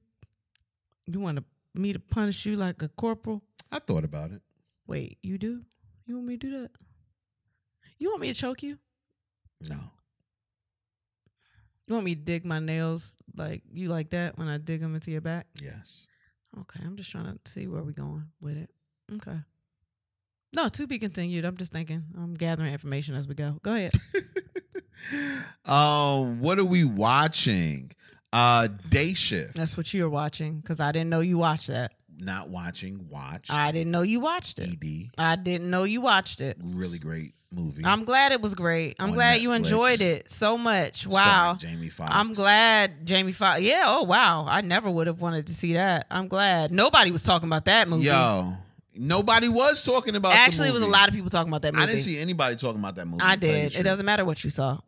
[SPEAKER 2] You want to, me to punish you like a corporal?
[SPEAKER 1] I thought about it.
[SPEAKER 2] Wait, you do? You want me to do that? You want me to choke you?
[SPEAKER 1] No,
[SPEAKER 2] You want me to dig my nails like you like that when I dig them into your back?
[SPEAKER 1] yes.
[SPEAKER 2] Okay, I'm just trying to see where we going with it. Okay. No, to be continued. I'm just thinking. I'm gathering information as we go. Go ahead.
[SPEAKER 1] um, what are we watching? Uh, day shift.
[SPEAKER 2] That's what you're watching because I didn't know you watched that.
[SPEAKER 1] Not watching. Watch. E
[SPEAKER 2] I didn't know you watched it.
[SPEAKER 1] Ed.
[SPEAKER 2] I didn't know you watched it.
[SPEAKER 1] Really great movie.
[SPEAKER 2] I'm glad it was great. I'm
[SPEAKER 1] Mm. On
[SPEAKER 2] glad you
[SPEAKER 1] Netflix.
[SPEAKER 2] enjoyed it so much.
[SPEAKER 1] Starring
[SPEAKER 2] Wow.
[SPEAKER 1] Jamie Foxx.
[SPEAKER 2] I'm glad Jamie Foxx. Yeah. Oh wow. I never would have wanted to see that. I'm glad nobody was talking about that movie.
[SPEAKER 1] Yo, nobody was talking about. the
[SPEAKER 2] Actually, it was a
[SPEAKER 1] movie.
[SPEAKER 2] lot of people talking about that movie.
[SPEAKER 1] I didn't see anybody talking about that movie.
[SPEAKER 2] I
[SPEAKER 1] to tell you the
[SPEAKER 2] did. It
[SPEAKER 1] truth.
[SPEAKER 2] doesn't matter what you saw.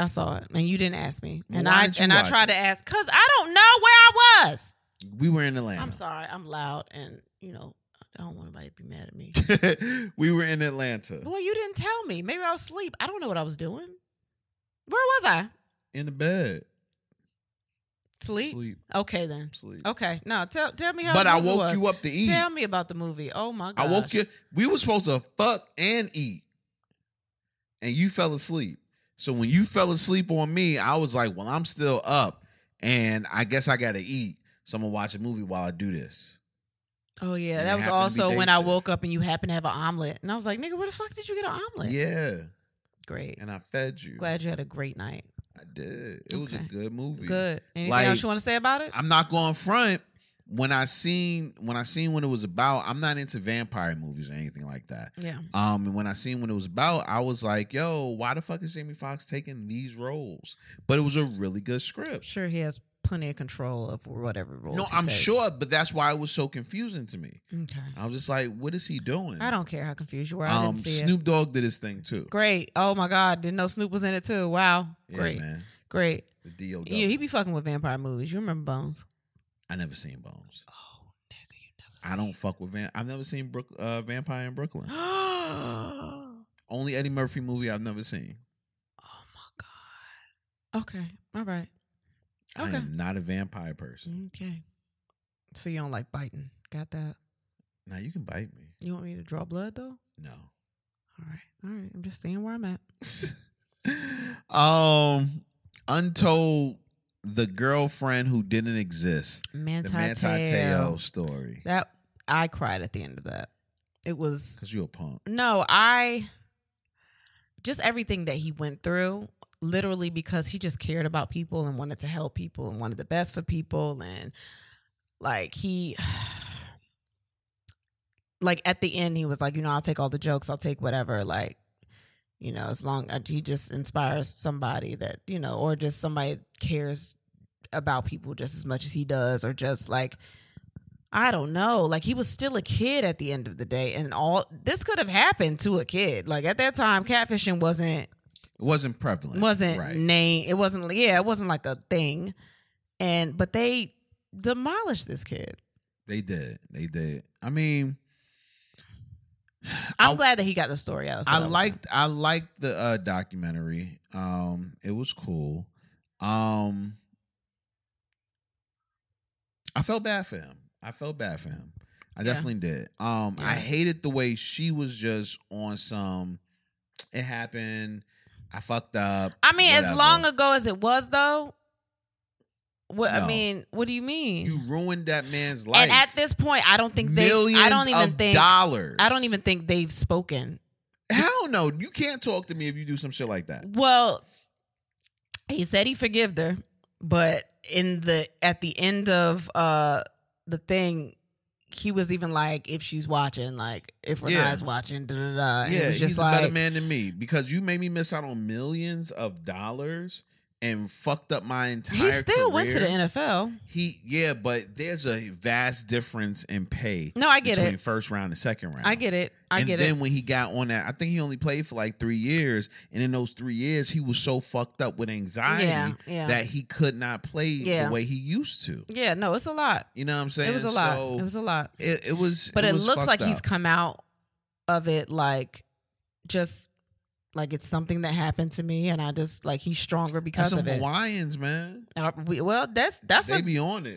[SPEAKER 2] I saw it, and you didn't ask me.
[SPEAKER 1] Well,
[SPEAKER 2] And
[SPEAKER 1] why
[SPEAKER 2] I
[SPEAKER 1] didn't you
[SPEAKER 2] and I
[SPEAKER 1] watch
[SPEAKER 2] tried
[SPEAKER 1] it?
[SPEAKER 2] to ask because I don't know where I was.
[SPEAKER 1] We were in Atlanta.
[SPEAKER 2] I'm sorry. I'm loud, and you know I don't want anybody to be mad at me.
[SPEAKER 1] sorry. we were in Atlanta
[SPEAKER 2] Boy, you didn't tell me. Maybe I was asleep. I don't know what I was doing. Where was I?
[SPEAKER 1] in the bed.
[SPEAKER 2] Sleep.
[SPEAKER 1] Sleep,
[SPEAKER 2] Okay then.
[SPEAKER 1] sleep.
[SPEAKER 2] Okay. No, tell tell me how.
[SPEAKER 1] But
[SPEAKER 2] the
[SPEAKER 1] I
[SPEAKER 2] movie
[SPEAKER 1] woke
[SPEAKER 2] was.
[SPEAKER 1] you up to eat.
[SPEAKER 2] Tell me about the movie. Oh my god.
[SPEAKER 1] I woke you. We were supposed to fuck and eat, and you fell asleep. So when you fell asleep on me, I was like, "Well, I'm still up, and I guess I gotta eat. So I'm gonna watch a movie while I do this."
[SPEAKER 2] Oh yeah,
[SPEAKER 1] And it
[SPEAKER 2] that
[SPEAKER 1] happened
[SPEAKER 2] was
[SPEAKER 1] to be
[SPEAKER 2] also
[SPEAKER 1] day
[SPEAKER 2] when I
[SPEAKER 1] shift.
[SPEAKER 2] woke up and you happened to have an omelet, and I was like, "Nigga, where the fuck did you get an omelet?"
[SPEAKER 1] Yeah,
[SPEAKER 2] Great.
[SPEAKER 1] and I fed you.
[SPEAKER 2] Glad you had a great night.
[SPEAKER 1] I did. It was a
[SPEAKER 2] Okay.
[SPEAKER 1] good movie.
[SPEAKER 2] Good. Anything
[SPEAKER 1] Like-
[SPEAKER 2] else you want to say about it?
[SPEAKER 1] I'm not going front. When I seen when I seen what it was about, I'm not into vampire movies or anything like that.
[SPEAKER 2] yeah.
[SPEAKER 1] Um, and when I seen what it was about, I was like, "Yo, why the fuck is Jamie Foxx taking these roles?" But it was a really good
[SPEAKER 2] I'm
[SPEAKER 1] script.
[SPEAKER 2] sure he has plenty of control of whatever rules.
[SPEAKER 1] No,
[SPEAKER 2] he
[SPEAKER 1] I'm
[SPEAKER 2] takes.
[SPEAKER 1] sure, but that's why it was so confusing to me.
[SPEAKER 2] Okay.
[SPEAKER 1] I was just like, "What is he doing?"
[SPEAKER 2] I don't care how confused you were. I
[SPEAKER 1] Um,
[SPEAKER 2] didn't see
[SPEAKER 1] Snoop Dogg did his thing too.
[SPEAKER 2] it. Great. Oh my god, didn't know Snoop was in it too. Wow. Great.
[SPEAKER 1] Yeah, man.
[SPEAKER 2] Great.
[SPEAKER 1] The D.O.
[SPEAKER 2] Yeah, he be fucking with vampire movies. You remember Bones?
[SPEAKER 1] I never seen Bones.
[SPEAKER 2] Oh, nigga, you never.
[SPEAKER 1] I don't fuck with Van. I've never seen Brook, uh, Vampire in Brooklyn.
[SPEAKER 2] oh
[SPEAKER 1] Only Eddie Murphy movie I've never seen.
[SPEAKER 2] my god. Okay. All right.
[SPEAKER 1] I
[SPEAKER 2] Okay.
[SPEAKER 1] am not a vampire person.
[SPEAKER 2] Okay. So you don't like biting? Got that?
[SPEAKER 1] Now you can bite me.
[SPEAKER 2] You want me to draw blood though?
[SPEAKER 1] No.
[SPEAKER 2] All right. All right. I'm just seeing where I'm at.
[SPEAKER 1] um, Untold, the girlfriend who didn't exist, the
[SPEAKER 2] Manti,
[SPEAKER 1] Manti
[SPEAKER 2] Teo.
[SPEAKER 1] Te'o story.
[SPEAKER 2] That I cried at the end of that. It was
[SPEAKER 1] Cause you a punk.
[SPEAKER 2] no, I just everything that he went through literally because he just cared about people and wanted to help people and wanted the best for people and like he like at the end he was like you know I'll take all the jokes I'll take whatever like you know as long uh, he just inspires somebody that you know or just somebody cares about people just as much as he does or just like I don't know. Like he was still a kid at the end of the day, and all this could have happened to a kid. Like at that time, catfishing wasn't
[SPEAKER 1] It wasn't prevalent.
[SPEAKER 2] wasn't
[SPEAKER 1] right.
[SPEAKER 2] name. It wasn't yeah, it wasn't like a thing. And but they demolished this kid.
[SPEAKER 1] they did. They did. I mean,
[SPEAKER 2] I'm
[SPEAKER 1] I-
[SPEAKER 2] glad that he got the story out. so that
[SPEAKER 1] I
[SPEAKER 2] was
[SPEAKER 1] liked I liked the uh, documentary. Um, it was cool. Um, I felt bad for him. I felt bad for him. I
[SPEAKER 2] Yeah.
[SPEAKER 1] definitely did. Um, I
[SPEAKER 2] Yeah.
[SPEAKER 1] hated the way she was just on some. It happened. I fucked up.
[SPEAKER 2] I mean, as
[SPEAKER 1] whatever."
[SPEAKER 2] long ago as it was though. What
[SPEAKER 1] No.
[SPEAKER 2] I mean, what do you mean?
[SPEAKER 1] you ruined that man's life,
[SPEAKER 2] and at this point, I don't think they.
[SPEAKER 1] millions
[SPEAKER 2] I don't even
[SPEAKER 1] of
[SPEAKER 2] think.
[SPEAKER 1] dollars.
[SPEAKER 2] I don't even think they've spoken
[SPEAKER 1] Hell no! You can't talk to me if you do some shit like that.
[SPEAKER 2] Well, he said he forgived her, but in the at the end of uh the thing. He was even like, if she's watching, like if Renai's
[SPEAKER 1] Yeah.
[SPEAKER 2] watching, da da da. And
[SPEAKER 1] yeah,
[SPEAKER 2] it was
[SPEAKER 1] he's
[SPEAKER 2] just
[SPEAKER 1] a
[SPEAKER 2] like,
[SPEAKER 1] better man than me because you made me miss out on millions of dollars and fucked up my entire.
[SPEAKER 2] he still went to the
[SPEAKER 1] career.
[SPEAKER 2] NFL.
[SPEAKER 1] He yeah, but there's a vast difference in pay
[SPEAKER 2] No, I get
[SPEAKER 1] between
[SPEAKER 2] it.
[SPEAKER 1] first round and second round.
[SPEAKER 2] I get it. I
[SPEAKER 1] and
[SPEAKER 2] get
[SPEAKER 1] then
[SPEAKER 2] it.
[SPEAKER 1] when he got on that, I think he only played for like three years, and in those three years, he was so fucked up with anxiety
[SPEAKER 2] Yeah, yeah.
[SPEAKER 1] that he could not play
[SPEAKER 2] Yeah.
[SPEAKER 1] the way he used to.
[SPEAKER 2] yeah, no, it's a lot.
[SPEAKER 1] You know what I'm saying?
[SPEAKER 2] It was a lot.
[SPEAKER 1] So
[SPEAKER 2] it was a lot.
[SPEAKER 1] it, it was,
[SPEAKER 2] But it,
[SPEAKER 1] was
[SPEAKER 2] looks
[SPEAKER 1] fucked
[SPEAKER 2] like he's
[SPEAKER 1] up.
[SPEAKER 2] come out of it like just like it's something that happened to me, and I just like he's stronger
[SPEAKER 1] That's
[SPEAKER 2] because
[SPEAKER 1] some
[SPEAKER 2] of it.
[SPEAKER 1] Hawaiians, man.
[SPEAKER 2] Uh, we- well, that's that's
[SPEAKER 1] They
[SPEAKER 2] a,
[SPEAKER 1] be on it.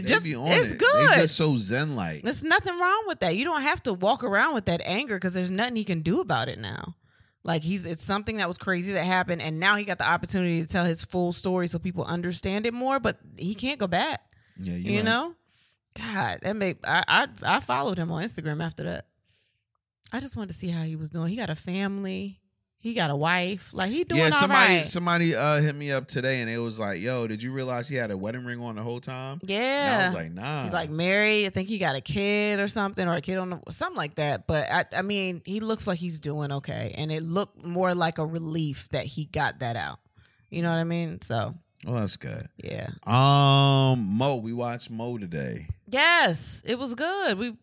[SPEAKER 1] They
[SPEAKER 2] Just
[SPEAKER 1] be on
[SPEAKER 2] it's
[SPEAKER 1] it.
[SPEAKER 2] good.
[SPEAKER 1] They just so zen like.
[SPEAKER 2] There's nothing wrong with that. You don't have to walk around with that anger because there's nothing he can do about it now. Like he's it's something that was crazy that happened, and now he got the opportunity to tell his full story so people understand it more. But he can't go back.
[SPEAKER 1] Yeah, you,
[SPEAKER 2] You,
[SPEAKER 1] right.
[SPEAKER 2] know, God, that made I, I I followed him on Instagram after that. I just wanted to see how he was doing. He got a family. He got a wife. Like he doing
[SPEAKER 1] yeah,
[SPEAKER 2] all
[SPEAKER 1] somebody
[SPEAKER 2] right.
[SPEAKER 1] somebody uh, hit me up today and it was like, "Yo, did you realize he had a wedding ring on the whole time?" And I
[SPEAKER 2] yeah.
[SPEAKER 1] was like, "Nah."
[SPEAKER 2] He's like married. I think he got a kid or something, or a kid on the, something like that. But I, I mean, he looks like he's doing okay, and it looked more like a relief that he got that out. You know what I mean? So
[SPEAKER 1] "Well, Oh, that's good."
[SPEAKER 2] yeah,
[SPEAKER 1] Um, Mo, we watched Mo today.
[SPEAKER 2] yes, it was good. We,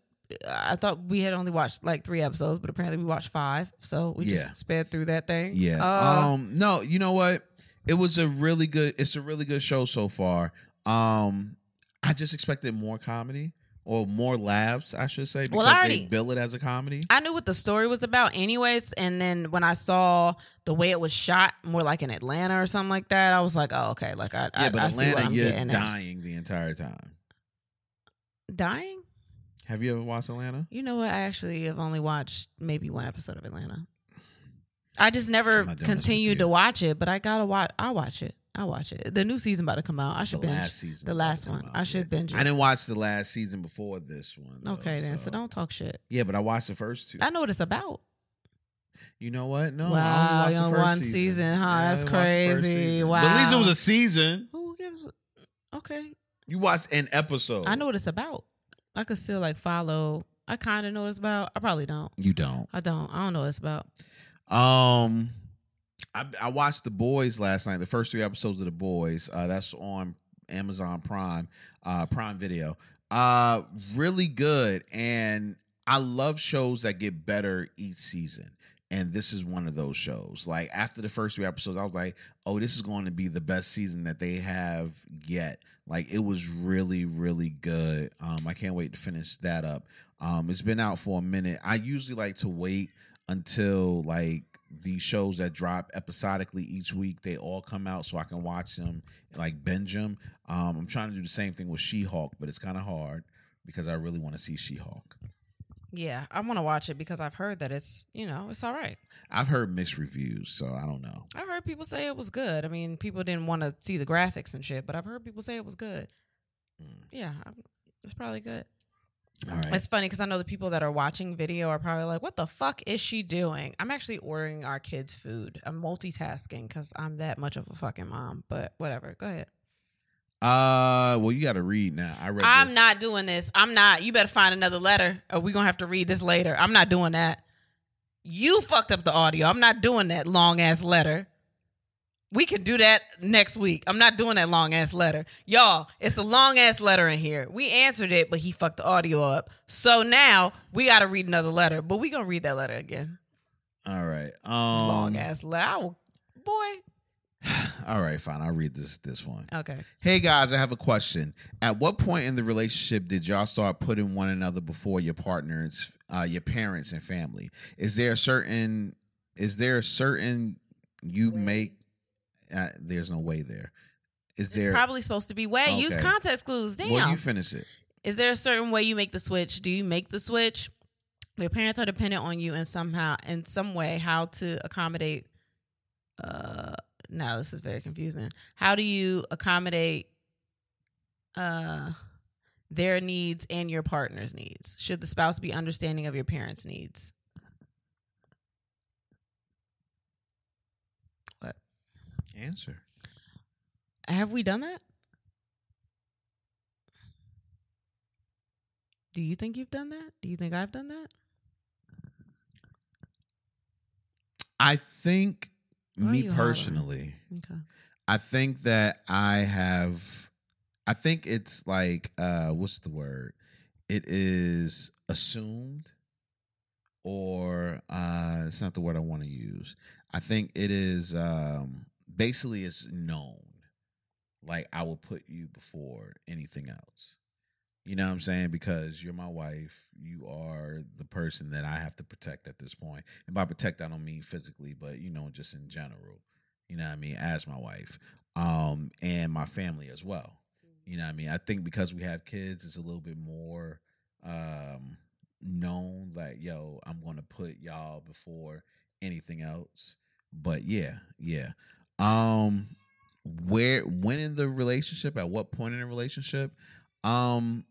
[SPEAKER 2] I thought we had only watched like three episodes, but apparently we watched five. So we
[SPEAKER 1] Yeah.
[SPEAKER 2] just sped through that thing.
[SPEAKER 1] Yeah.
[SPEAKER 2] Uh,
[SPEAKER 1] um, no, you know what? It was a really good. It's a really good show so far. Um, I just expected more comedy or more laughs, I should say, because
[SPEAKER 2] Well, I already-
[SPEAKER 1] they bill it as a comedy.
[SPEAKER 2] I knew what the story was about, anyways. And then when I saw the way it was shot, more like in Atlanta or something like that, I was like, oh, okay. Like I, I,
[SPEAKER 1] yeah, but
[SPEAKER 2] I see what
[SPEAKER 1] Atlanta,
[SPEAKER 2] I'm
[SPEAKER 1] you're
[SPEAKER 2] getting. at.
[SPEAKER 1] dying the entire time.
[SPEAKER 2] Dying.
[SPEAKER 1] Have you ever watched Atlanta?
[SPEAKER 2] You know what? I actually have only watched maybe one episode of Atlanta. I just never
[SPEAKER 1] I'm not doing this with
[SPEAKER 2] continued
[SPEAKER 1] you.
[SPEAKER 2] to watch it, but I gotta watch. I watch it. I watch it. The new season about to come out. I should
[SPEAKER 1] the
[SPEAKER 2] binge
[SPEAKER 1] last season.
[SPEAKER 2] the
[SPEAKER 1] about
[SPEAKER 2] last
[SPEAKER 1] to come
[SPEAKER 2] one.
[SPEAKER 1] out,
[SPEAKER 2] I should binge it.
[SPEAKER 1] I didn't watch the last season before this one. though,
[SPEAKER 2] okay, then. So. don't talk shit.
[SPEAKER 1] Yeah, but I watched the first two.
[SPEAKER 2] I know what it's about.
[SPEAKER 1] You know what? No,
[SPEAKER 2] Wow,
[SPEAKER 1] I only
[SPEAKER 2] you
[SPEAKER 1] watched
[SPEAKER 2] only
[SPEAKER 1] the first
[SPEAKER 2] one season, huh?
[SPEAKER 1] I
[SPEAKER 2] That's
[SPEAKER 1] only watched the first
[SPEAKER 2] crazy.
[SPEAKER 1] season.
[SPEAKER 2] Wow.
[SPEAKER 1] But at least it was a season.
[SPEAKER 2] Who gives? Okay,
[SPEAKER 1] You watched an episode.
[SPEAKER 2] I know what it's about. I could still like follow. I kind of know what it's about. I probably don't.
[SPEAKER 1] you don't.
[SPEAKER 2] I don't. I don't know what it's about.
[SPEAKER 1] Um, I, I watched The Boys last night. The first three episodes of The Boys. Uh, that's on Amazon Prime, uh, Prime Video. Uh, really good, and I love shows that get better each season. And this is one of those shows. Like after the first three episodes, I was like, "Oh, this is going to be the best season that they have yet." Like it was really, really good. Um, I can't wait to finish that up. Um, it's been out for a minute. I usually like to wait until like the shows that drop episodically each week they all come out so i can watch them like binge them um, i'm trying to do the same thing with she-hulk but it's kind of hard because i really want to see she-hulk
[SPEAKER 2] Yeah, I want to watch it because I've heard that it's you know it's all right.
[SPEAKER 1] i've heard mixed reviews so i don't know
[SPEAKER 2] I've heard people say it was good. I mean, people didn't want to see the graphics and shit, but I've heard people say it was good.
[SPEAKER 1] Mm.
[SPEAKER 2] Yeah, I'm, it's probably good.
[SPEAKER 1] all right
[SPEAKER 2] It's funny because I know the people that are watching video are probably like, "What the fuck is she doing?" I'm actually ordering our kids food. I'm multitasking because I'm that much of a fucking mom. But whatever. Go ahead.
[SPEAKER 1] uh well you gotta read now i read
[SPEAKER 2] I'm
[SPEAKER 1] this.
[SPEAKER 2] not doing this. I'm not. You better find another letter, or we gonna have to read this later. I'm not doing that. You fucked up the audio. I'm not doing that long ass letter. We can do that next week. I'm not doing that long ass letter. Y'all, it's a long ass letter in here. We answered it, but he fucked the audio up. So now we gotta read another letter. But we gonna read that letter again.
[SPEAKER 1] all right um
[SPEAKER 2] long ass letter. I will, boy.
[SPEAKER 1] all right fine i'll read this this one
[SPEAKER 2] Okay.
[SPEAKER 1] Hey guys, I have a question. At what point in the relationship did y'all start putting one another before your partners, uh, your parents, and family? Is there a certain? Is there a certain you make? Uh, there's no way there. Is there?
[SPEAKER 2] It's probably supposed to be way. Use
[SPEAKER 1] Okay.
[SPEAKER 2] context clues. Damn.
[SPEAKER 1] well, you finish it.
[SPEAKER 2] is there a certain way you make the switch? Do you make the switch? Your parents are dependent on you, and somehow, in some way, how to accommodate. Uh, now this is very confusing. How do you accommodate uh their needs and your partner's needs? Should the spouse be understanding of your parents' needs?
[SPEAKER 1] Answer.
[SPEAKER 2] Have we done that? Do you think you've done that? Do you think I've done that?
[SPEAKER 1] I think
[SPEAKER 2] Why
[SPEAKER 1] me
[SPEAKER 2] you hollering?
[SPEAKER 1] personally,
[SPEAKER 2] Okay.
[SPEAKER 1] I think that I have I think it's like uh what's the word? It is assumed or uh it's not the word I want to use. I think it is um basically it's known. Like I will put you before anything else. You know what I'm saying? Because you're my wife, you are the person that I have to protect at this point. And by protect I don't mean physically, but you know, just in general you know what I mean, as my wife, um, and my family as well. You know what I mean? I think because we have kids, it's a little bit more um known like, yo, I'm gonna put y'all before anything else. But yeah, yeah. Um where when in the relationship, at what point in the relationship? Um,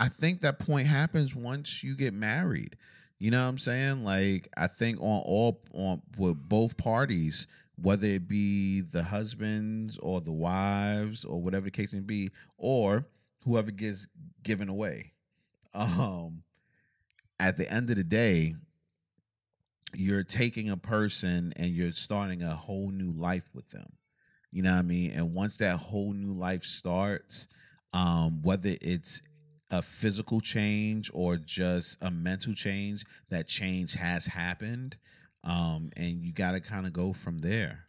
[SPEAKER 1] I think that point happens once you get married. You know what I'm saying? Like I think on all on with both parties, whether it be the husbands or the wives or whatever the case may be, or whoever gets given away. Um, at the end of the day, you're taking a person and you're starting a whole new life with them. You know what I mean? And once that whole new life starts, um, whether it's a physical change or just a mental change, that change has happened um, and you got to kind of go from there.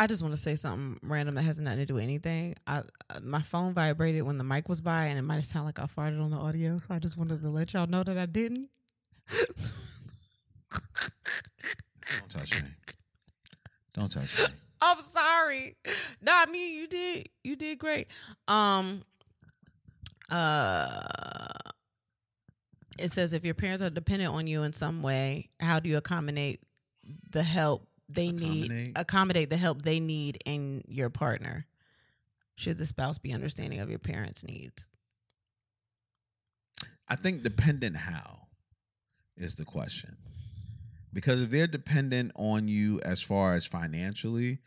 [SPEAKER 2] I just want to say something random that has nothing to do with anything. I, uh, my phone vibrated when the mic was by, and it might sound like I farted on the audio. So I just wanted to let y'all know that I didn't.
[SPEAKER 1] Don't touch me. Don't touch me.
[SPEAKER 2] I'm sorry. No, I mean you did. You did great. Um. Uh. It says if your parents are dependent on you in some way, how do you accommodate the help they need?
[SPEAKER 1] Accommodate?
[SPEAKER 2] Accommodate the help they need in your partner. Should the spouse be understanding of your parents' needs?
[SPEAKER 1] I think dependent how is the question. Because if they're dependent on you as far as financially,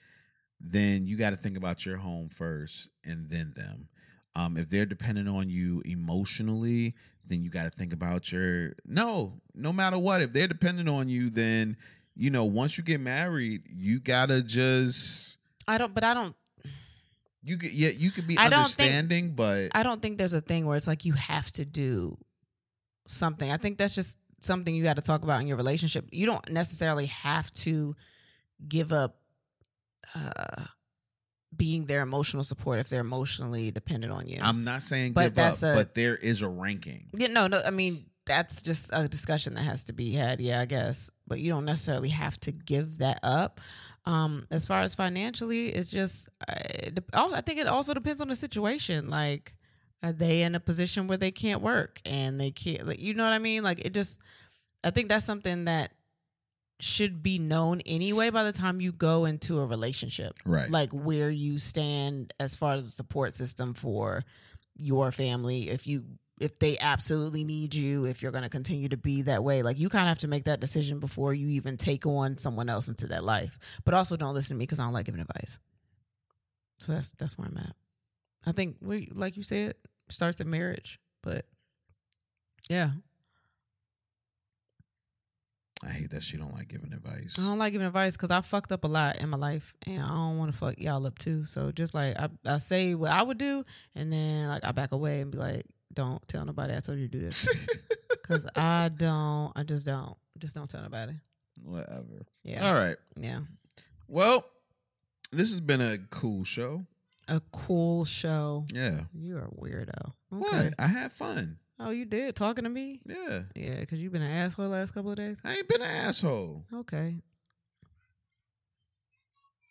[SPEAKER 1] then you got to think about your home first and then them. Um, if they're dependent on you emotionally, then you got to think about your no, no matter what. If they're dependent on you, then you know once you get married, you gotta just
[SPEAKER 2] I don't, but I don't.
[SPEAKER 1] You could yeah, you could be
[SPEAKER 2] I don't think-
[SPEAKER 1] understanding, but
[SPEAKER 2] I don't think there's a thing where it's like you have to do something. I think that's just something you got to talk about in your relationship. You don't necessarily have to give up uh, being their emotional support if they're emotionally dependent on you.
[SPEAKER 1] I'm not saying
[SPEAKER 2] But
[SPEAKER 1] give up.
[SPEAKER 2] that's a-
[SPEAKER 1] but there is a ranking.
[SPEAKER 2] yeah, no, no. I mean, that's just a discussion that has to be had. Yeah, I guess, but you don't necessarily have to give that up. Um, as far as financially, it's just uh, it dep- oh, I think it also depends on the situation. Like, are they in a position where they can't work and they can't? Like, you know what I mean? Like, it just. I think that's something that should be known anyway by the time you go into a relationship
[SPEAKER 1] Right.
[SPEAKER 2] like where you stand as far as the support system for your family if you if they absolutely need you if you're going to continue to be that way like you kind of have to make that decision before you even take on someone else into that life but also don't listen to me because i don't like giving advice so that's that's where i'm at i think we like you said starts at marriage but yeah
[SPEAKER 1] I hate that she don't like giving advice.
[SPEAKER 2] I don't like giving advice because I fucked up a lot in my life, and I don't want to fuck y'all up too. So just like I, I say what I would do, and then like I back away and be like, "Don't tell nobody I told you to do this," because I don't. I just don't. Just don't tell nobody.
[SPEAKER 1] Whatever.
[SPEAKER 2] Yeah.
[SPEAKER 1] All right.
[SPEAKER 2] Yeah.
[SPEAKER 1] Well, this has been a cool show.
[SPEAKER 2] A cool show.
[SPEAKER 1] Yeah.
[SPEAKER 2] You are a weirdo. Okay.
[SPEAKER 1] What? I had fun.
[SPEAKER 2] Oh, you did talking to me.
[SPEAKER 1] Yeah.
[SPEAKER 2] Yeah, because you've been an asshole last couple of days.
[SPEAKER 1] I ain't been an asshole.
[SPEAKER 2] Okay.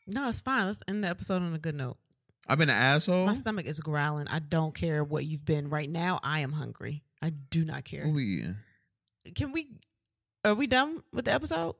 [SPEAKER 2] No, it's fine. Let's end the episode on a good note.
[SPEAKER 1] I've been an asshole.
[SPEAKER 2] My stomach is growling. I don't care what you've been right now. I am hungry. I do not care.
[SPEAKER 1] What we eating?
[SPEAKER 2] Can we? Are we done with the episode?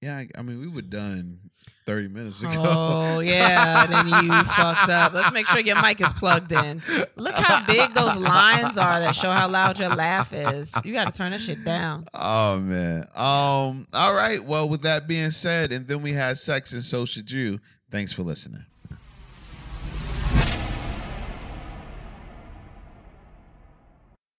[SPEAKER 1] Yeah, I, I mean we were done thirty minutes ago.
[SPEAKER 2] Oh yeah, then you fucked up. Let's make sure your mic is plugged in. Look how big those lines are that show how loud your laugh is. You got to turn that shit down.
[SPEAKER 1] Oh man. Um. All right. Well, with that being said, and then we had sex, and so should you. Thanks for listening.